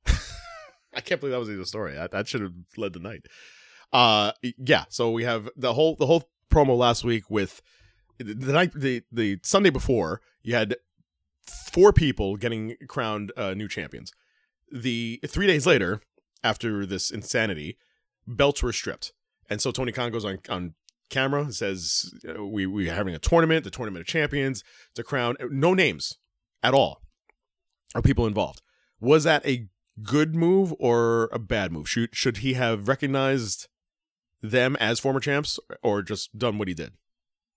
[SPEAKER 8] I can't believe that was even a story. That, that should have led the night. Uh, yeah. So we have the whole the whole promo last week with the the night the the Sunday before you had four people getting crowned uh, new champions. The three days later, after this insanity, belts were stripped, and so Tony Khan goes on on camera and says uh, we we are having a tournament, the tournament of champions to crown uh, no names at all of people involved. Was that a good move or a bad move? Should should he have recognized them as former champs or just done what he did?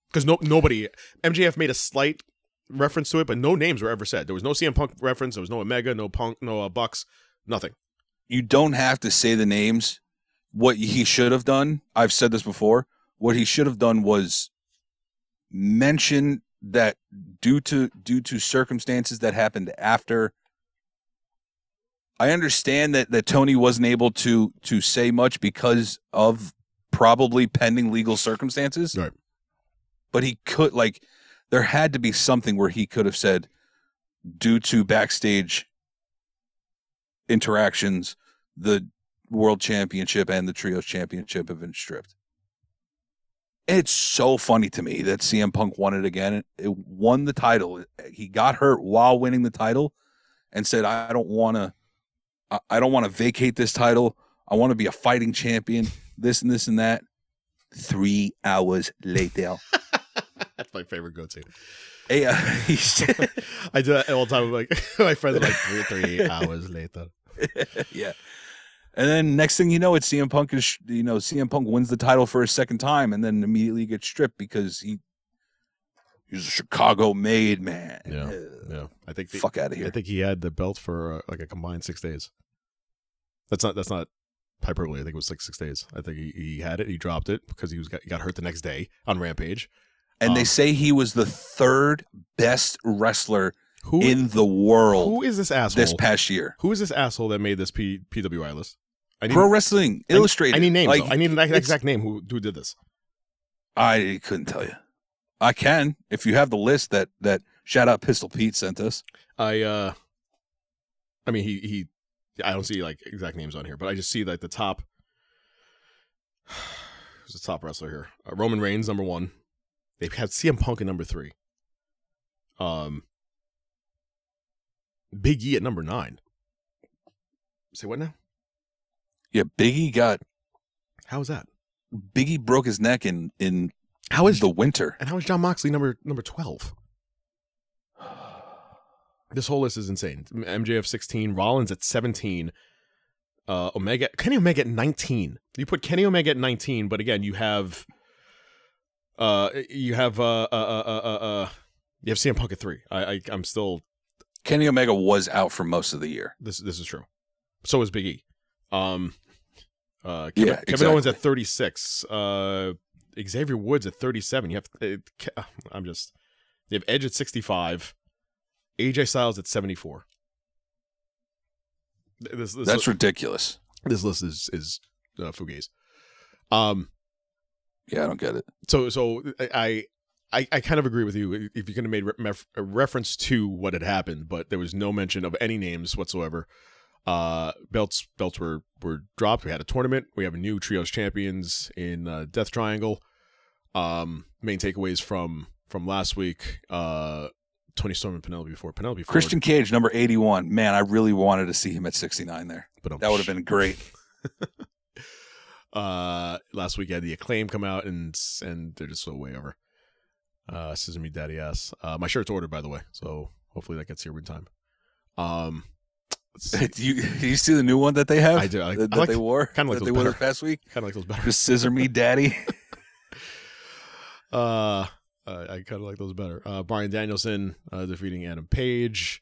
[SPEAKER 8] Because no nobody MJF made a slight reference to it, but no names were ever said. There was no CM Punk reference. There was no Omega, no Punk, no uh, Bucks, nothing.
[SPEAKER 9] You don't have to say the names. What he should have done, I've said this before. What he should have done was mention that due to due to circumstances that happened after. I understand that that Tony wasn't able to to say much because of probably pending legal circumstances.
[SPEAKER 8] Right.
[SPEAKER 9] But he could like there had to be something where he could have said due to backstage interactions, the world championship and the trios championship have been stripped. It's so funny to me that CM Punk won it again. It won the title. He got hurt while winning the title and said, I don't want to, I- I don't want to vacate this title. I want to be a fighting champion, this and this and that. Three hours later.
[SPEAKER 8] That's my favorite go-to.
[SPEAKER 9] Hey, uh, he's-
[SPEAKER 8] I do that all the time. with, Like my friends are like three three hours later.
[SPEAKER 9] yeah. And then next thing you know, it's CM Punk is you know CM Punk wins the title for a second time, and then immediately gets stripped because he He's a Chicago made man.
[SPEAKER 8] Yeah.
[SPEAKER 9] Ugh.
[SPEAKER 8] Yeah, I think the,
[SPEAKER 9] Fuck out of here.
[SPEAKER 8] I think he had the belt for uh, like a combined six days. That's not that's not hyperbole. I think it was like six days. I think he, he had it. He dropped it because he was got, he got hurt the next day on Rampage.
[SPEAKER 9] and they
[SPEAKER 8] um,
[SPEAKER 9] say he was the third best wrestler
[SPEAKER 8] Who
[SPEAKER 9] in the world
[SPEAKER 8] who is this asshole?
[SPEAKER 9] this past year.
[SPEAKER 8] who is this asshole that made this P, PWI list? I need
[SPEAKER 9] Pro Wrestling
[SPEAKER 8] I need-
[SPEAKER 9] Illustrated.
[SPEAKER 8] I need names.
[SPEAKER 9] Like,
[SPEAKER 8] though. I need an
[SPEAKER 9] it's-
[SPEAKER 8] exact name who who did this.
[SPEAKER 9] I couldn't tell you. I can if you have the list that that shout out Pistol Pete sent us.
[SPEAKER 8] I uh I mean he he I don't see like exact names on here, but I just see like the top who's the top wrestler here? Uh, Roman Reigns number 1. They've had CM Punk at number 3. Um Big E at number 9. Say what now?
[SPEAKER 9] Yeah, Biggie got
[SPEAKER 8] How is that?
[SPEAKER 9] Biggie broke his neck in in
[SPEAKER 8] How is
[SPEAKER 9] the winter.
[SPEAKER 8] and how is John Moxley number number 12? This whole list is insane. MJF 16, Rollins at 17, uh, Omega, Kenny Omega at 19. You put Kenny Omega at 19, but again, you have, uh, you have, uh, uh, uh, uh, uh, uh you have CM Punk at three. I, I, I'm still
[SPEAKER 9] Kenny Omega was out for most of the year.
[SPEAKER 8] this. This is true. So is Big E. Um, uh, Kevin,
[SPEAKER 9] Yeah,
[SPEAKER 8] Kevin Owens
[SPEAKER 9] exactly.
[SPEAKER 8] at 36. Uh, Xavier Woods at 37. You have, uh, Ke- I'm just, you have Edge at 65. AJ Styles at 74. Th- This, this,
[SPEAKER 9] That's ridiculous.
[SPEAKER 8] this list is is uh, fugazi. Um,
[SPEAKER 9] Yeah, I don't get it.
[SPEAKER 8] so so I I I kind of agree with you if you could have made re- mef- a reference to what had happened, but there was no mention of any names whatsoever. Uh, belts belts were were dropped. We had a tournament. We have a new trios champions in uh, Death Triangle. Um, main takeaways from from last week. Uh, Tony Storm and Penelope before Penelope Ford.
[SPEAKER 9] Christian Cage, number eighty-one. Man, I really wanted to see him at sixty-nine. There,
[SPEAKER 8] But um,
[SPEAKER 9] that would have been great.
[SPEAKER 8] uh last week I had the acclaim come out and and they're just so way over uh scissor me daddy ass uh my shirt's ordered by the way so hopefully that gets here in time um let's see.
[SPEAKER 9] Do you, do you see the new one that they have?
[SPEAKER 8] I do. I like-
[SPEAKER 9] that
[SPEAKER 8] I like-
[SPEAKER 9] they wore.
[SPEAKER 8] kinda like those
[SPEAKER 9] that they wore
[SPEAKER 8] better.
[SPEAKER 9] this past week.
[SPEAKER 8] kind of like those better
[SPEAKER 9] Just scissor me, daddy.
[SPEAKER 8] uh I, I kind of like those better uh Brian Danielson uh defeating Adam Page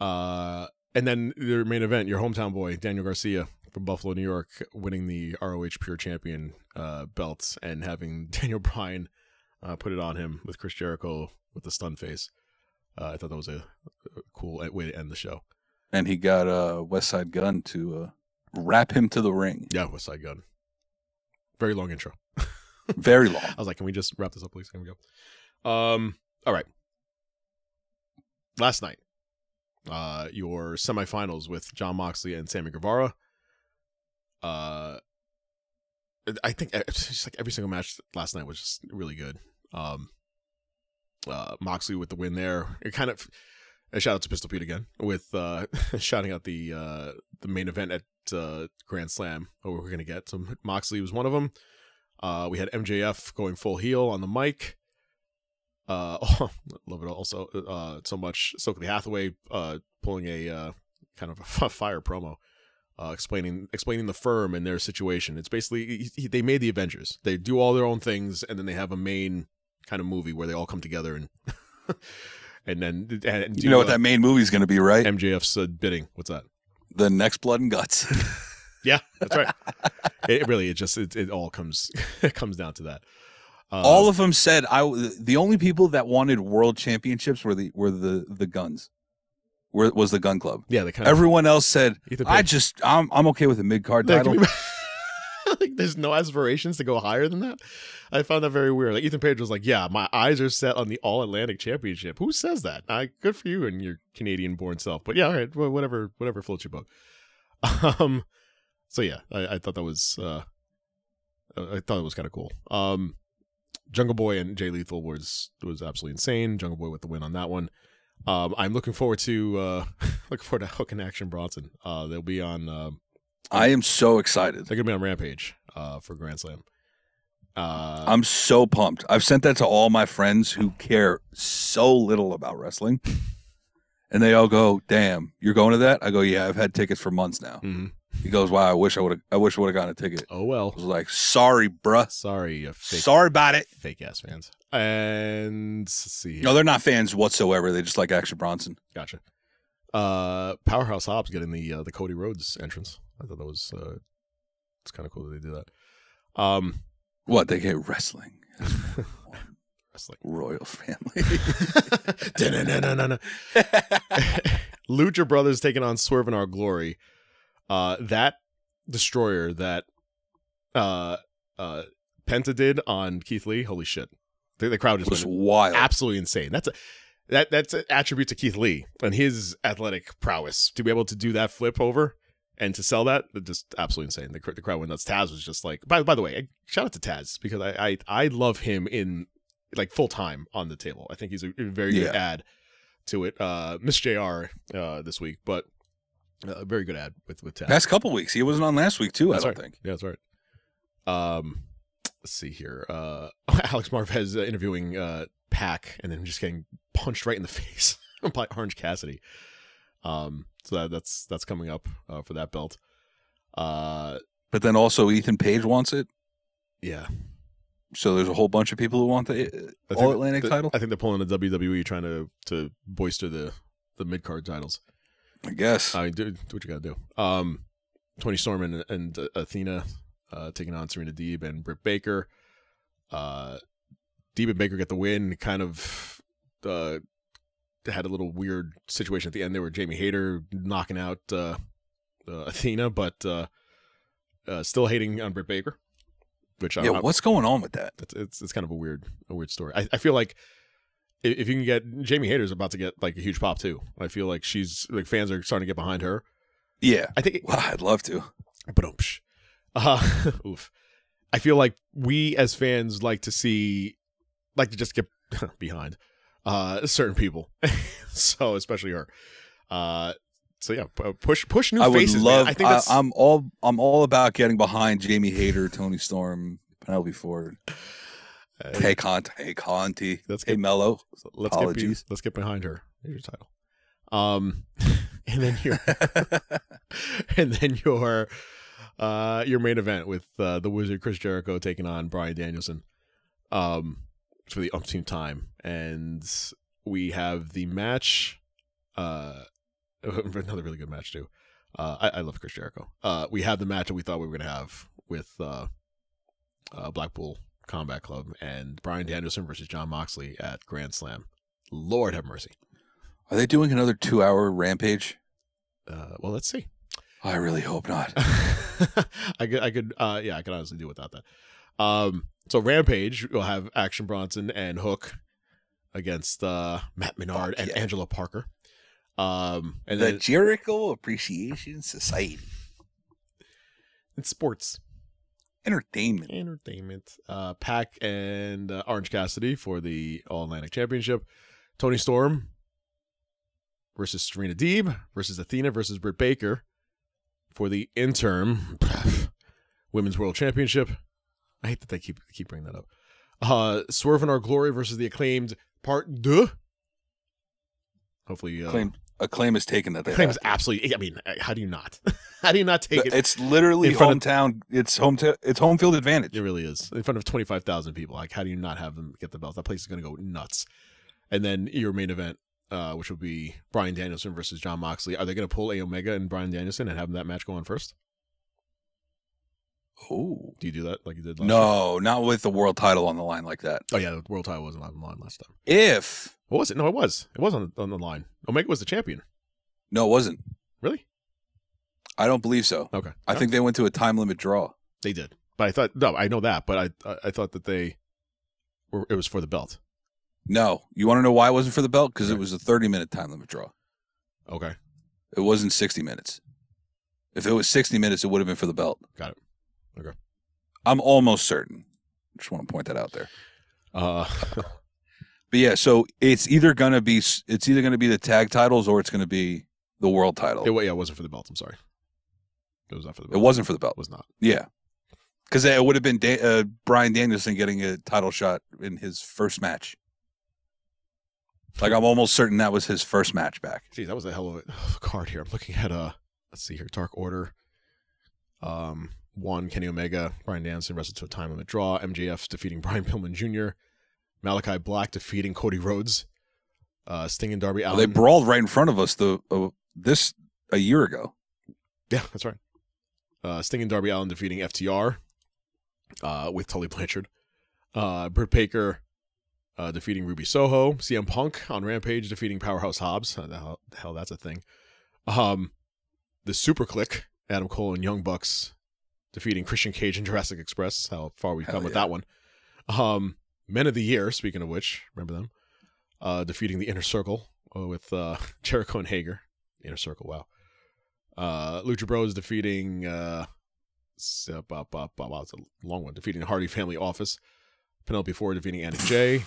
[SPEAKER 8] uh and then their main event your hometown boy Daniel Garcia from Buffalo New York winning the ROH Pure Champion uh belts and having Daniel Bryan uh, put it on him with Chris Jericho with the stun face. Uh, I thought that was a a cool way to end the show.
[SPEAKER 9] and he got uh, West Side Gun to uh, wrap him to the ring.
[SPEAKER 8] Yeah, West Side Gun. Very long intro.
[SPEAKER 9] Very long.
[SPEAKER 8] I was like, can we just wrap this up, please? Can we go? Um, all right. Last night, uh, your semifinals with John Moxley and Sammy Guevara. Uh, I think eh, it's just like every single match last night was just really good. Um, uh, Moxley with the win there. It kind of a shout out to Pistol Pete again with uh, shouting out the uh, the main event at uh, Grand Slam. Oh, we're gonna get some. Moxley was one of them. Uh, we had MJF going full heel on the mic. Uh, love it also uh, so much. Stokely Hathaway uh, pulling a uh, kind of a fire promo, uh, explaining explaining the firm and their situation. It's basically he, he- they made the Avengers. They do all their own things, and then they have a main kind of movie where they all come together and and then and, and
[SPEAKER 9] You
[SPEAKER 8] do,
[SPEAKER 9] know what
[SPEAKER 8] uh,
[SPEAKER 9] that main movie's going to be, right?
[SPEAKER 8] MJF's uh, bidding. What's that?
[SPEAKER 9] the next Blood and Guts.
[SPEAKER 8] Uh-huh. Yeah, that's right. it, it really it just it, it all comes it comes down to that. Uh,
[SPEAKER 9] All of them said I. w- The only people that wanted world championships were the were the the guns. Were was the gun club.
[SPEAKER 8] yeah, they kind of
[SPEAKER 9] Everyone else said
[SPEAKER 8] Ethan
[SPEAKER 9] I
[SPEAKER 8] Page.
[SPEAKER 9] just I'm I'm okay with a mid card
[SPEAKER 8] Like,
[SPEAKER 9] title.
[SPEAKER 8] can we- like, there's no aspirations to go higher than that. I found that very weird. Like Ethan Page was like, "Yeah, my eyes are set on the All Atlantic Championship." Who says that? I, good for you and your Canadian-born self. But yeah, all right, wha- whatever, whatever floats your boat. Um, so yeah, I, I thought that was, uh, I I thought it was kind of cool. Um, Jungle Boy and Jay Lethal was was absolutely insane. Jungle Boy with the win on that one. Um, I'm looking forward to uh, looking forward to Hook and Action Bronson. Uh, they'll be on. Um,
[SPEAKER 9] I am so excited.
[SPEAKER 8] they're gonna be on Rampage uh, for Grand Slam. Uh,
[SPEAKER 9] I'm so pumped. I've sent that to all my friends who care so little about wrestling. And they all go, "Damn, you're going to that?" I go, "Yeah, I've had tickets for months now."
[SPEAKER 8] mhm.
[SPEAKER 9] He goes, "Wow, I wish I would have. I wish I would have gotten a ticket."
[SPEAKER 8] Oh
[SPEAKER 9] I
[SPEAKER 8] well.
[SPEAKER 9] was like, "Sorry, bruh.
[SPEAKER 8] Sorry, you fake
[SPEAKER 9] Sorry about it."
[SPEAKER 8] fake ass fans. And let's see. here.
[SPEAKER 9] No, they're not fans whatsoever. They just like Action Bronson.
[SPEAKER 8] Gotcha. Uh, Powerhouse Hobbs getting the uh, the Cody Rhodes entrance. I thought that was uh, it's kind of cool that they did that. Um,
[SPEAKER 9] What they get wrestling,
[SPEAKER 8] wrestling.
[SPEAKER 9] royal family.
[SPEAKER 8] Da-na-na-na-na-na. Lucha Brothers taking on Swerve in Our Glory. Uh, that destroyer that uh, uh, Penta did on Keith Lee. Holy shit! The, the crowd
[SPEAKER 9] it
[SPEAKER 8] just
[SPEAKER 9] was
[SPEAKER 8] went
[SPEAKER 9] wild.
[SPEAKER 8] absolutely insane. That's a that that's an attribute to Keith Lee and his athletic prowess to be able to do that flip over and to sell that. that Just absolutely insane. The, cr- the crowd went nuts. Taz was just like. By by the way, I- shout out to Taz because I I, I love him in like full time on the table. I think he's a very
[SPEAKER 9] Yeah.
[SPEAKER 8] good ad to it. Uh, Miss Jr. Uh, this week, but uh, very good ad with with Taz.
[SPEAKER 9] Past couple weeks, he wasn't on last week too.
[SPEAKER 8] That's
[SPEAKER 9] I don't
[SPEAKER 8] right.
[SPEAKER 9] think.
[SPEAKER 8] Yeah, that's right. Um, let's see here. Uh, Alex Marvez uh, interviewing uh Pack, and then just getting punched right in the face by Orange Cassidy. Um, so that, that's that's coming up uh, for that belt. Uh,
[SPEAKER 9] But then also Ethan Page wants it,
[SPEAKER 8] yeah,
[SPEAKER 9] so there's a whole bunch of people who want the
[SPEAKER 8] I
[SPEAKER 9] uh,
[SPEAKER 8] think
[SPEAKER 9] All Atlantic
[SPEAKER 8] the-
[SPEAKER 9] title.
[SPEAKER 8] I think they're pulling the WWE, E trying to to boister the the mid card titles.
[SPEAKER 9] I guess.
[SPEAKER 8] I mean, do, do what you got to do. Um, Tony Storm and, and uh, Athena uh, taking on Serena Deeb and Britt Baker. Uh, Deeb and Baker get the win. Kind of uh, had a little weird situation at the end there where Jamie Hayter knocking out uh, uh, Athena, but uh, uh, still hating on Britt Baker. Which I,
[SPEAKER 9] yeah,
[SPEAKER 8] I-
[SPEAKER 9] what's going on with that?
[SPEAKER 8] it's, it's it's kind of a weird a weird story. I, I feel like i- if you can get Jamie Hayter's about to get like a huge pop too. I feel like she's like fans are starting to get behind her.
[SPEAKER 9] Yeah,
[SPEAKER 8] I think
[SPEAKER 9] Well, I'd love to.
[SPEAKER 8] Ba-dum-psh. Uh, oof. I feel like we as fans like to see, like to just get behind uh, certain people. so especially her. Uh, so yeah, pu- push push new
[SPEAKER 9] I would
[SPEAKER 8] faces. man.
[SPEAKER 9] love.
[SPEAKER 8] I think that's
[SPEAKER 9] I, am all. I'm all about getting behind Jamie Hayter, Tony Storm, Penelope Ford. hey Conte, hey Conti,
[SPEAKER 8] Let's
[SPEAKER 9] hey
[SPEAKER 8] get-
[SPEAKER 9] Mello.
[SPEAKER 8] So let's get be,
[SPEAKER 9] Apologies.
[SPEAKER 8] let's get behind her. Here's your title. Um, and then your and then your uh your main event with uh, the Wizard Chris Jericho taking on Brian Danielson, um, for the umpteenth time, and we have the match, uh, another really good match too. Uh, I, I love Chris Jericho. Uh, we have the match that we thought we were gonna have with uh, uh Blackpool Combat Club and Brian Danielson versus John Moxley at Grand Slam. Lord have mercy.
[SPEAKER 9] Are they doing another two-hour rampage?
[SPEAKER 8] Uh, well, let's see.
[SPEAKER 9] I really hope not.
[SPEAKER 8] I could, I could, uh, yeah, I could honestly do without that. Um, so Rampage will have Action Bronson and Hook against uh, Matt Menard
[SPEAKER 9] Fuck
[SPEAKER 8] and
[SPEAKER 9] yeah.
[SPEAKER 8] Angela Parker. Um, and
[SPEAKER 9] The
[SPEAKER 8] then
[SPEAKER 9] Jericho Appreciation Society
[SPEAKER 8] it's sports
[SPEAKER 9] Entertainment.
[SPEAKER 8] entertainment. Uh, Pack and uh, Orange Cassidy for the All Atlantic Championship. Tony Storm versus Serena Deeb versus Athena versus Britt Baker for the interim Women's World Championship. I hate that they keep keep bringing that up. Uh, Swerve in Our Glory versus the acclaimed Part Deux. Hopefully, uh,
[SPEAKER 9] Claim, a claim is taken that they
[SPEAKER 8] acclaim
[SPEAKER 9] have
[SPEAKER 8] is
[SPEAKER 9] to.
[SPEAKER 8] absolutely. I mean, uh, how do you not? how do you not take it?
[SPEAKER 9] It's literally
[SPEAKER 8] in front of-
[SPEAKER 9] hometown. it's home. it's home field advantage.
[SPEAKER 8] It really is in front of twenty five thousand people. Like, how do you not have them get the belt? That place is going to go nuts. And then your main event, uh, which will be Brian Danielson versus John Moxley. Are they going to pull a Omega and Brian Danielson and have that match go on first?
[SPEAKER 9] Oh
[SPEAKER 8] Do you do that like you did? Last time?
[SPEAKER 9] no, not with the world title on the line like that.
[SPEAKER 8] Oh yeah, the world title wasn't on the line last time.
[SPEAKER 9] If
[SPEAKER 8] What was it? No, it was. It was on on the line. Omega was the champion.
[SPEAKER 9] no, it wasn't.
[SPEAKER 8] Really?
[SPEAKER 9] I don't believe so.
[SPEAKER 8] Okay.
[SPEAKER 9] I think they went to a time limit draw.
[SPEAKER 8] they did, but I thought no, I know that, but I I, I thought that they were. It was for the belt.
[SPEAKER 9] No, you want to know why it wasn't for the belt? Because
[SPEAKER 8] Okay.
[SPEAKER 9] it was a 30 minute time limit draw.
[SPEAKER 8] Okay.
[SPEAKER 9] It wasn't 60 minutes. If it was 60 minutes, it would have been for the belt.
[SPEAKER 8] Got it. Okay.
[SPEAKER 9] I'm almost certain. Just want to point that out there.
[SPEAKER 8] Uh,
[SPEAKER 9] But yeah, so it's either gonna be s- it's either gonna be the tag titles or it's gonna be the world title.
[SPEAKER 8] it,
[SPEAKER 9] It,
[SPEAKER 8] wa- yeah, it wasn't for the belt. I'm sorry. It was not for the belt.
[SPEAKER 9] wasn't for the
[SPEAKER 8] It
[SPEAKER 9] belt.
[SPEAKER 8] was not.
[SPEAKER 9] Yeah, because it would have been da- uh, Brian Danielson getting a title shot in his first match. Like I'm almost certain that was his first match back.
[SPEAKER 8] Geez, that was a hell of a card here. I'm looking at uh let's see here, Dark Order Um, one, Kenny Omega, Brian Danielson wrestled to a time limit draw. MJF defeating Brian Pillman Jr. Malachi Black defeating Cody Rhodes. Uh, Sting and Darby
[SPEAKER 9] Well,
[SPEAKER 8] Allin.
[SPEAKER 9] they brawled right in front of us the uh, this a year ago.
[SPEAKER 8] Yeah, that's right. Uh, Sting and Darby Allen defeating FTR uh, with Tully Blanchard. Uh, Britt Baker uh, defeating Ruby Soho. CM Punk on Rampage defeating Powerhouse Hobbs. How the hell, the hell that's a thing. Um, the Super Click, Adam Cole and Young Bucks defeating Christian Cage and Jurassic Express. How far we've
[SPEAKER 9] Hell
[SPEAKER 8] come with
[SPEAKER 9] yeah.
[SPEAKER 8] that one. Um, Men of the Year, speaking of which, remember them? Uh, defeating the Inner Circle uh, with uh, Jericho and Hager. Inner Circle, wow uh lucha bros defeating uh s- uh, bah, bah, bah, bah, it's a long one defeating the hardy family office penelope ford defeating anna j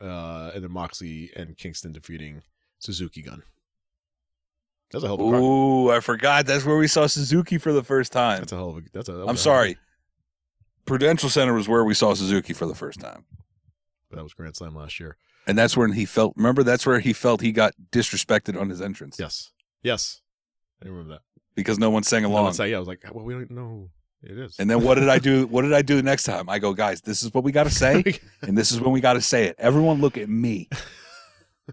[SPEAKER 8] uh and then moxley and kingston defeating suzuki gun that's a hell of a card.
[SPEAKER 9] Ooh, I forgot. That's where we saw Suzuki for the first time.
[SPEAKER 8] that's a hell of a that's a that was a hell of
[SPEAKER 9] I'm
[SPEAKER 8] a-
[SPEAKER 9] sorry. Prudential Center was where we saw Suzuki for the first time.
[SPEAKER 8] but that was grand slam last year
[SPEAKER 9] And that's when he felt remember that's where he felt he got disrespected on his entrance
[SPEAKER 8] yes yes i didn't remember that
[SPEAKER 9] because no one sang
[SPEAKER 8] No,
[SPEAKER 9] along.
[SPEAKER 8] it's like- yeah i was like well we don't know it is
[SPEAKER 9] and then what did I do? What did I do next time? I go, guys, this is what we got to say, and this is when we got to say it. Everyone, look at me.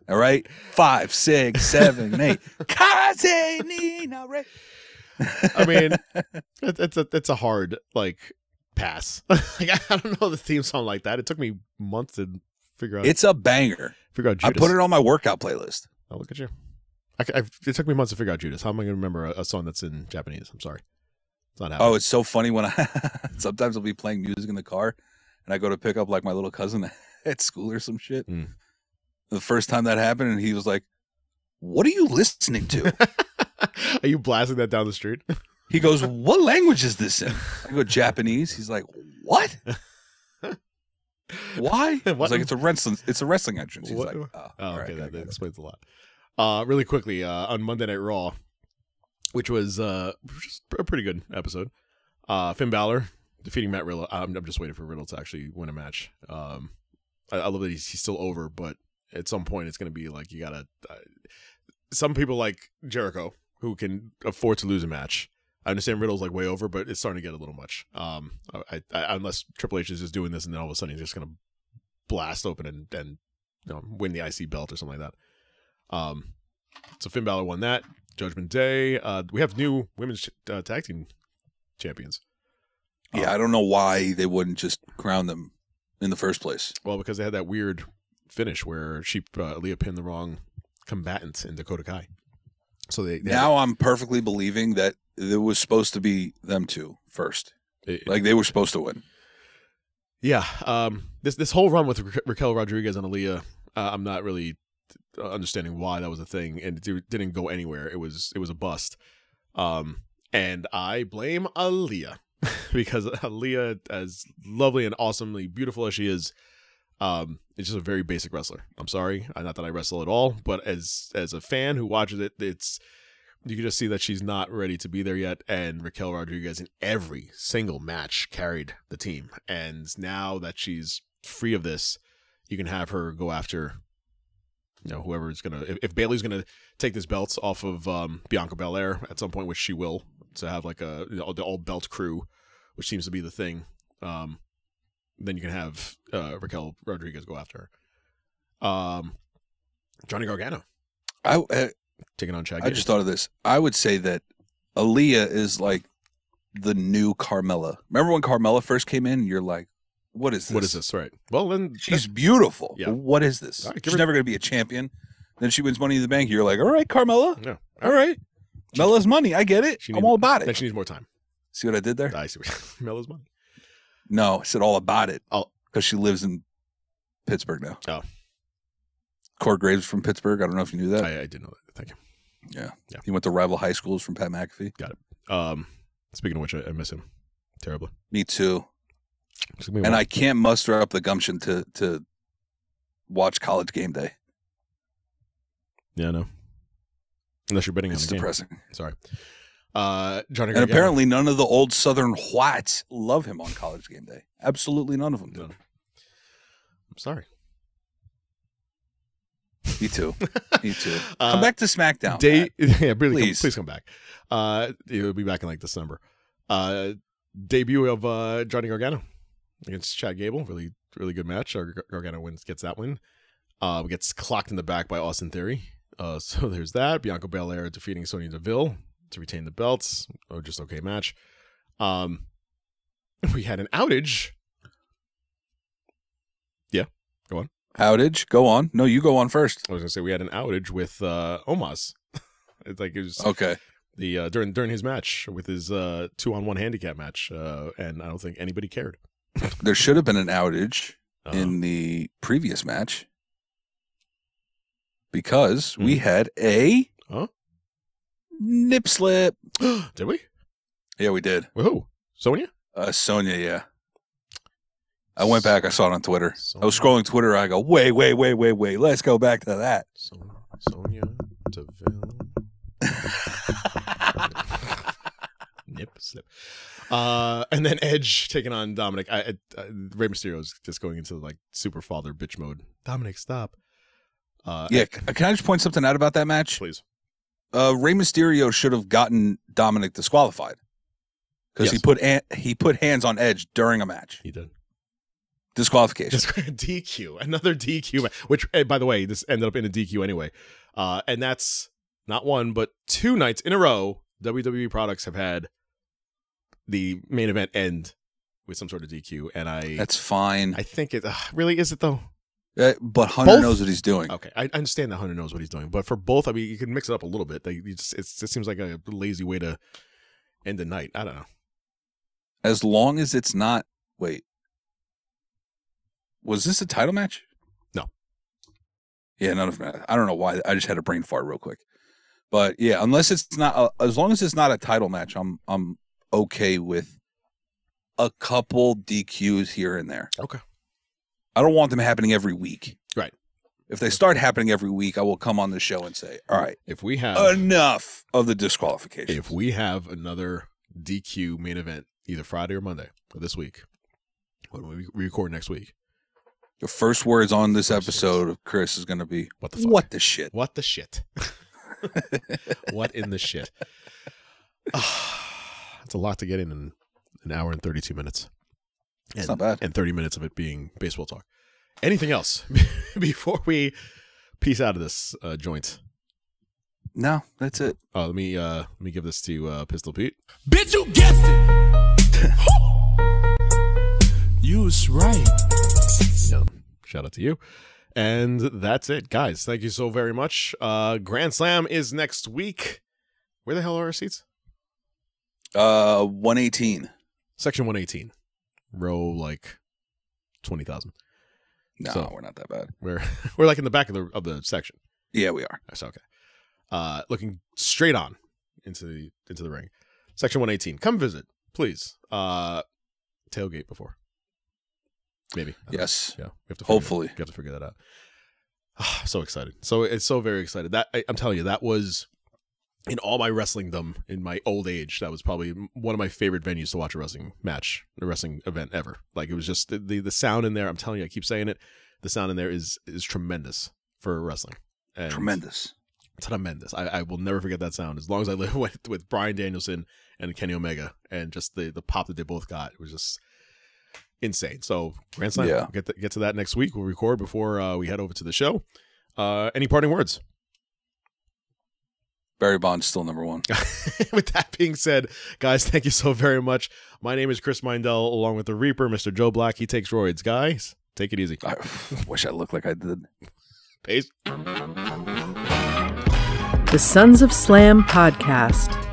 [SPEAKER 9] All right, five, six, seven, eight. Karate Nina Re-
[SPEAKER 8] I mean, it, it's a it's a hard like pass. like I don't know the theme song like that. It took me months to figure out.
[SPEAKER 9] It's a banger.
[SPEAKER 8] figure out.
[SPEAKER 9] I
[SPEAKER 8] Judas.
[SPEAKER 9] put it on my workout playlist.
[SPEAKER 8] Oh, look at you. I, c- I've- it took me months to figure out Judas. How am I going to remember a, a song that's in Japanese? I'm sorry, it's not happening.
[SPEAKER 9] Oh, it's so funny when I sometimes I'll be playing music in the car and I go to pick up like my little cousin at school or some shit.
[SPEAKER 8] Mm.
[SPEAKER 9] The first time that happened, and he was like, What are you listening to?
[SPEAKER 8] Are you blasting that down the street?
[SPEAKER 9] he goes, What language is this in? I go, Japanese. He's like, What? Why? I
[SPEAKER 8] What?
[SPEAKER 9] was like, It's a wrestling it's a wrestling entrance. He's
[SPEAKER 8] What?
[SPEAKER 9] like, Oh,
[SPEAKER 8] Oh,
[SPEAKER 9] all
[SPEAKER 8] okay,
[SPEAKER 9] right,
[SPEAKER 8] that,
[SPEAKER 9] I
[SPEAKER 8] that
[SPEAKER 9] got it."
[SPEAKER 8] explains a lot. Uh, really quickly uh, on Monday Night Raw, which was uh, just a pretty good episode. Uh, Finn Balor defeating Matt Riddle. I'm, I'm just waiting for Riddle to actually win a match. Um, I, I love that he's, he's still over, but at some point it's going to be like you gotta. Uh, some people like Jericho who can afford to lose a match. I understand Riddle's like way over, but it's starting to get a little much. Um, I, I, unless Triple H is just doing this and then all of a sudden he's just going to blast open and, and you know, win the IC belt or something like that. Um, so Finn Balor won that. Judgment Day. Uh, we have new women's ch- uh, tag team champions.
[SPEAKER 9] Yeah, I don't know why they wouldn't just crown them in the first place.
[SPEAKER 8] Well, because they had that weird finish where she uh, Leah pinned the wrong combatant in Dakota Kai. So they, they
[SPEAKER 9] Now I'm perfectly believing that it was supposed to be them two first.
[SPEAKER 8] it-
[SPEAKER 9] Like they were supposed to win.
[SPEAKER 8] yeah. Um, this this whole run with Ra- Raquel Rodriguez and Aaliyah, uh, I'm not really uh, understanding why that was a thing, and it di- didn't go anywhere. It was it was a bust. Um, and I blame Aaliyah because Aaliyah, as lovely and awesomely beautiful as she is, um, is just a very basic wrestler. I'm sorry, uh, not that I wrestle at all, but as as a fan who watches it, it's you can just see that she's not ready to be there yet. And Raquel Rodriguez in every single match carried the team, and now that she's free of this, you can have her go after. You know, whoever's gonna if, if Bailey's gonna take this belt off of um, Bianca Belair at some point, which she will, to have like a you know, the all belt crew, which seems to be the thing. Um, then you can have uh, Raquel Rodriguez go after her. Um, Johnny Gargano
[SPEAKER 9] I I,
[SPEAKER 8] taking on Chad.
[SPEAKER 9] I
[SPEAKER 8] Gable.
[SPEAKER 9] just thought of this. I would say that Aaliyah is like the new Carmella. Remember when Carmella first came in? You're like, what is this?
[SPEAKER 8] what is this? Right. Well, then
[SPEAKER 9] She's beautiful.
[SPEAKER 8] Yeah.
[SPEAKER 9] What is this?
[SPEAKER 8] All right, give
[SPEAKER 9] She's
[SPEAKER 8] her-
[SPEAKER 9] never going to be a champion. Then she wins Money in the Bank. You're like, all right, Carmella.
[SPEAKER 8] no.
[SPEAKER 9] All right. Mella's money. I get it.
[SPEAKER 8] She
[SPEAKER 9] I'm
[SPEAKER 8] need-
[SPEAKER 9] all about
[SPEAKER 8] Then
[SPEAKER 9] it.
[SPEAKER 8] she needs more time.
[SPEAKER 9] See what I did there?
[SPEAKER 8] I see. what- Melo's money.
[SPEAKER 9] No, I said all about it.
[SPEAKER 8] Oh.
[SPEAKER 9] because she lives in Pittsburgh now.
[SPEAKER 8] Oh.
[SPEAKER 9] Court Graves from Pittsburgh. I don't know if you knew that.
[SPEAKER 8] I, I did know that. Thank you.
[SPEAKER 9] he went to rival high schools from Pat McAfee.
[SPEAKER 8] Um, speaking of which, I, I miss him terribly.
[SPEAKER 9] Me too.
[SPEAKER 8] Just give me
[SPEAKER 9] and
[SPEAKER 8] one.
[SPEAKER 9] I can't muster up the gumption to to watch College Game Day.
[SPEAKER 8] yeah, no. Unless you're betting
[SPEAKER 9] It's
[SPEAKER 8] on the game.
[SPEAKER 9] depressing.
[SPEAKER 8] Sorry. Uh, Johnny Gargano.
[SPEAKER 9] And apparently, none of the old Southern whites love him on College Game Day. Absolutely none of them do.
[SPEAKER 8] No. I'm sorry.
[SPEAKER 9] Me too. Me too.
[SPEAKER 8] Uh,
[SPEAKER 9] Come back to SmackDown.
[SPEAKER 8] Day,
[SPEAKER 9] Pat.
[SPEAKER 8] yeah, really, please. Come,
[SPEAKER 9] Please.
[SPEAKER 8] please come back. Uh, it'll be back in like December. Uh, debut of uh, Johnny Gargano against Chad Gable. Really, really good match. Gar- Gargano wins, gets that win. Uh, gets clocked in the back by Austin Theory. Uh, so there's that. Bianca Belair defeating Sonya Deville to retain the belts. Oh, just okay match. Um, we had an outage.
[SPEAKER 9] Outage. Go on. No, you go on first.
[SPEAKER 8] I was gonna say we had an outage with uh, Omos. it's like it was
[SPEAKER 9] Okay.
[SPEAKER 8] the uh, during during his match with his uh, two on one handicap match, uh, and I don't think anybody cared.
[SPEAKER 9] There should have been an outage
[SPEAKER 8] Uh,
[SPEAKER 9] in the previous match because we had a
[SPEAKER 8] Hmm. Huh?
[SPEAKER 9] nip slip.
[SPEAKER 8] did we?
[SPEAKER 9] Yeah, we did.
[SPEAKER 8] Whoa, Sonya.
[SPEAKER 9] Uh, Sonya, yeah. I went back. I saw it on Twitter. I was
[SPEAKER 8] Sonya-
[SPEAKER 9] scrolling Twitter. I go, wait, wait, wait, wait, wait. Let's go back to that.
[SPEAKER 8] Son- Sonya Deville. Nip slip. Uh, and then Edge taking on Dominic. I, I, I, Rey Mysterio is just going into like super father bitch mode. Dominic, stop. Uh,
[SPEAKER 9] Yeah. c- Can I just point something out about that match?
[SPEAKER 8] please.
[SPEAKER 9] Uh, Rey Mysterio should have gotten Dominic disqualified because he
[SPEAKER 8] Yes.
[SPEAKER 9] put an- he put hands on Edge during a match.
[SPEAKER 8] He did.
[SPEAKER 9] Disqualification.
[SPEAKER 8] Just DQ, another DQ, ma- which eh, by the way, this ended up in a DQ anyway. Uh, and that's not one, but two nights in a row. WWE products have had the main event end with some sort of DQ, and I
[SPEAKER 9] That's fine.
[SPEAKER 8] I think it uh, really is it though.
[SPEAKER 9] Uh, but Hunter
[SPEAKER 8] Both-
[SPEAKER 9] knows what he's doing.
[SPEAKER 8] Okay, I I understand that Hunter knows what he's doing, but for both, I mean, you can mix it up a little bit. They you just it's, it seems like a lazy way to end the night. I don't know.
[SPEAKER 9] As long as it's not. Wait. Was this a title match?
[SPEAKER 8] No.
[SPEAKER 9] Yeah, none of them. I don't know why. I just had a brain fart real quick. But yeah, unless it's not, a, as long as it's not a title match, I'm I'm okay with a couple DQs here and there.
[SPEAKER 8] Okay.
[SPEAKER 9] I don't want them happening every week.
[SPEAKER 8] Right.
[SPEAKER 9] If they start happening every week, I will come on the show and say, "All right,
[SPEAKER 8] If we have
[SPEAKER 9] enough of the disqualification."
[SPEAKER 8] if we have another DQ main event either Friday or Monday of this week, when we record next week,
[SPEAKER 9] The first words on this
[SPEAKER 8] First
[SPEAKER 9] episode of Chris is going to be
[SPEAKER 8] what the fuck?
[SPEAKER 9] what the shit.
[SPEAKER 8] What the shit? what in the shit? It's a lot to get in in an hour and 32 minutes. And,
[SPEAKER 9] not bad.
[SPEAKER 8] And 30 minutes of it being baseball talk. Anything else before we piece out of this uh, joint?
[SPEAKER 9] No, that's it.
[SPEAKER 8] Uh, let me uh, let me give this to uh, Pistol Pete.
[SPEAKER 10] Bitch, you guessed it. you was right.
[SPEAKER 8] Yeah. Shout out to you. And that's it, guys. Thank you so very much. Uh, Grand Slam is next week. Where the hell are our seats?
[SPEAKER 9] Uh, 118.
[SPEAKER 8] Section 118, row like 20,000.
[SPEAKER 9] No,
[SPEAKER 8] So-
[SPEAKER 9] we're not that bad.
[SPEAKER 8] We're we're like in the back of the of the section.
[SPEAKER 9] Yeah, we are.
[SPEAKER 8] That's okay. Uh, looking straight on into the into the ring. Section 118. Come visit, please. Uh, tailgate before. Maybe. I don't know.
[SPEAKER 9] Yes.
[SPEAKER 8] Yeah, we have to. figure-
[SPEAKER 9] Hopefully.
[SPEAKER 8] we have to figure that out. Ah, so excited! So it's so very excited. That I, I'm telling you, that was in all my wrestlingdom in my old age. That was probably m- one of my favorite venues to watch a wrestling match, a wrestling event ever. Like it was just the the, the sound in there. I'm telling you, I keep saying it. The sound in there is is tremendous for wrestling. And
[SPEAKER 9] Tremendous.
[SPEAKER 8] tremendous. I, I will never forget that sound as long as I live with, with Brian Danielson and Kenny Omega and just the the pop that they both got. It was just insane. So Grand Slam,
[SPEAKER 9] Yeah.
[SPEAKER 8] we'll get to, get to that next week. We'll record before uh, we head over to the show. Uh, any parting words?
[SPEAKER 9] Barry Bond's still number one.
[SPEAKER 8] with that being said, guys, thank you so very much. My name is Chris Mindell, along with the Reaper, Mr. Joe Black. He takes roids. Guys, take it easy.
[SPEAKER 9] I wish I looked like I did.
[SPEAKER 8] Peace.
[SPEAKER 4] The Sons of Slam podcast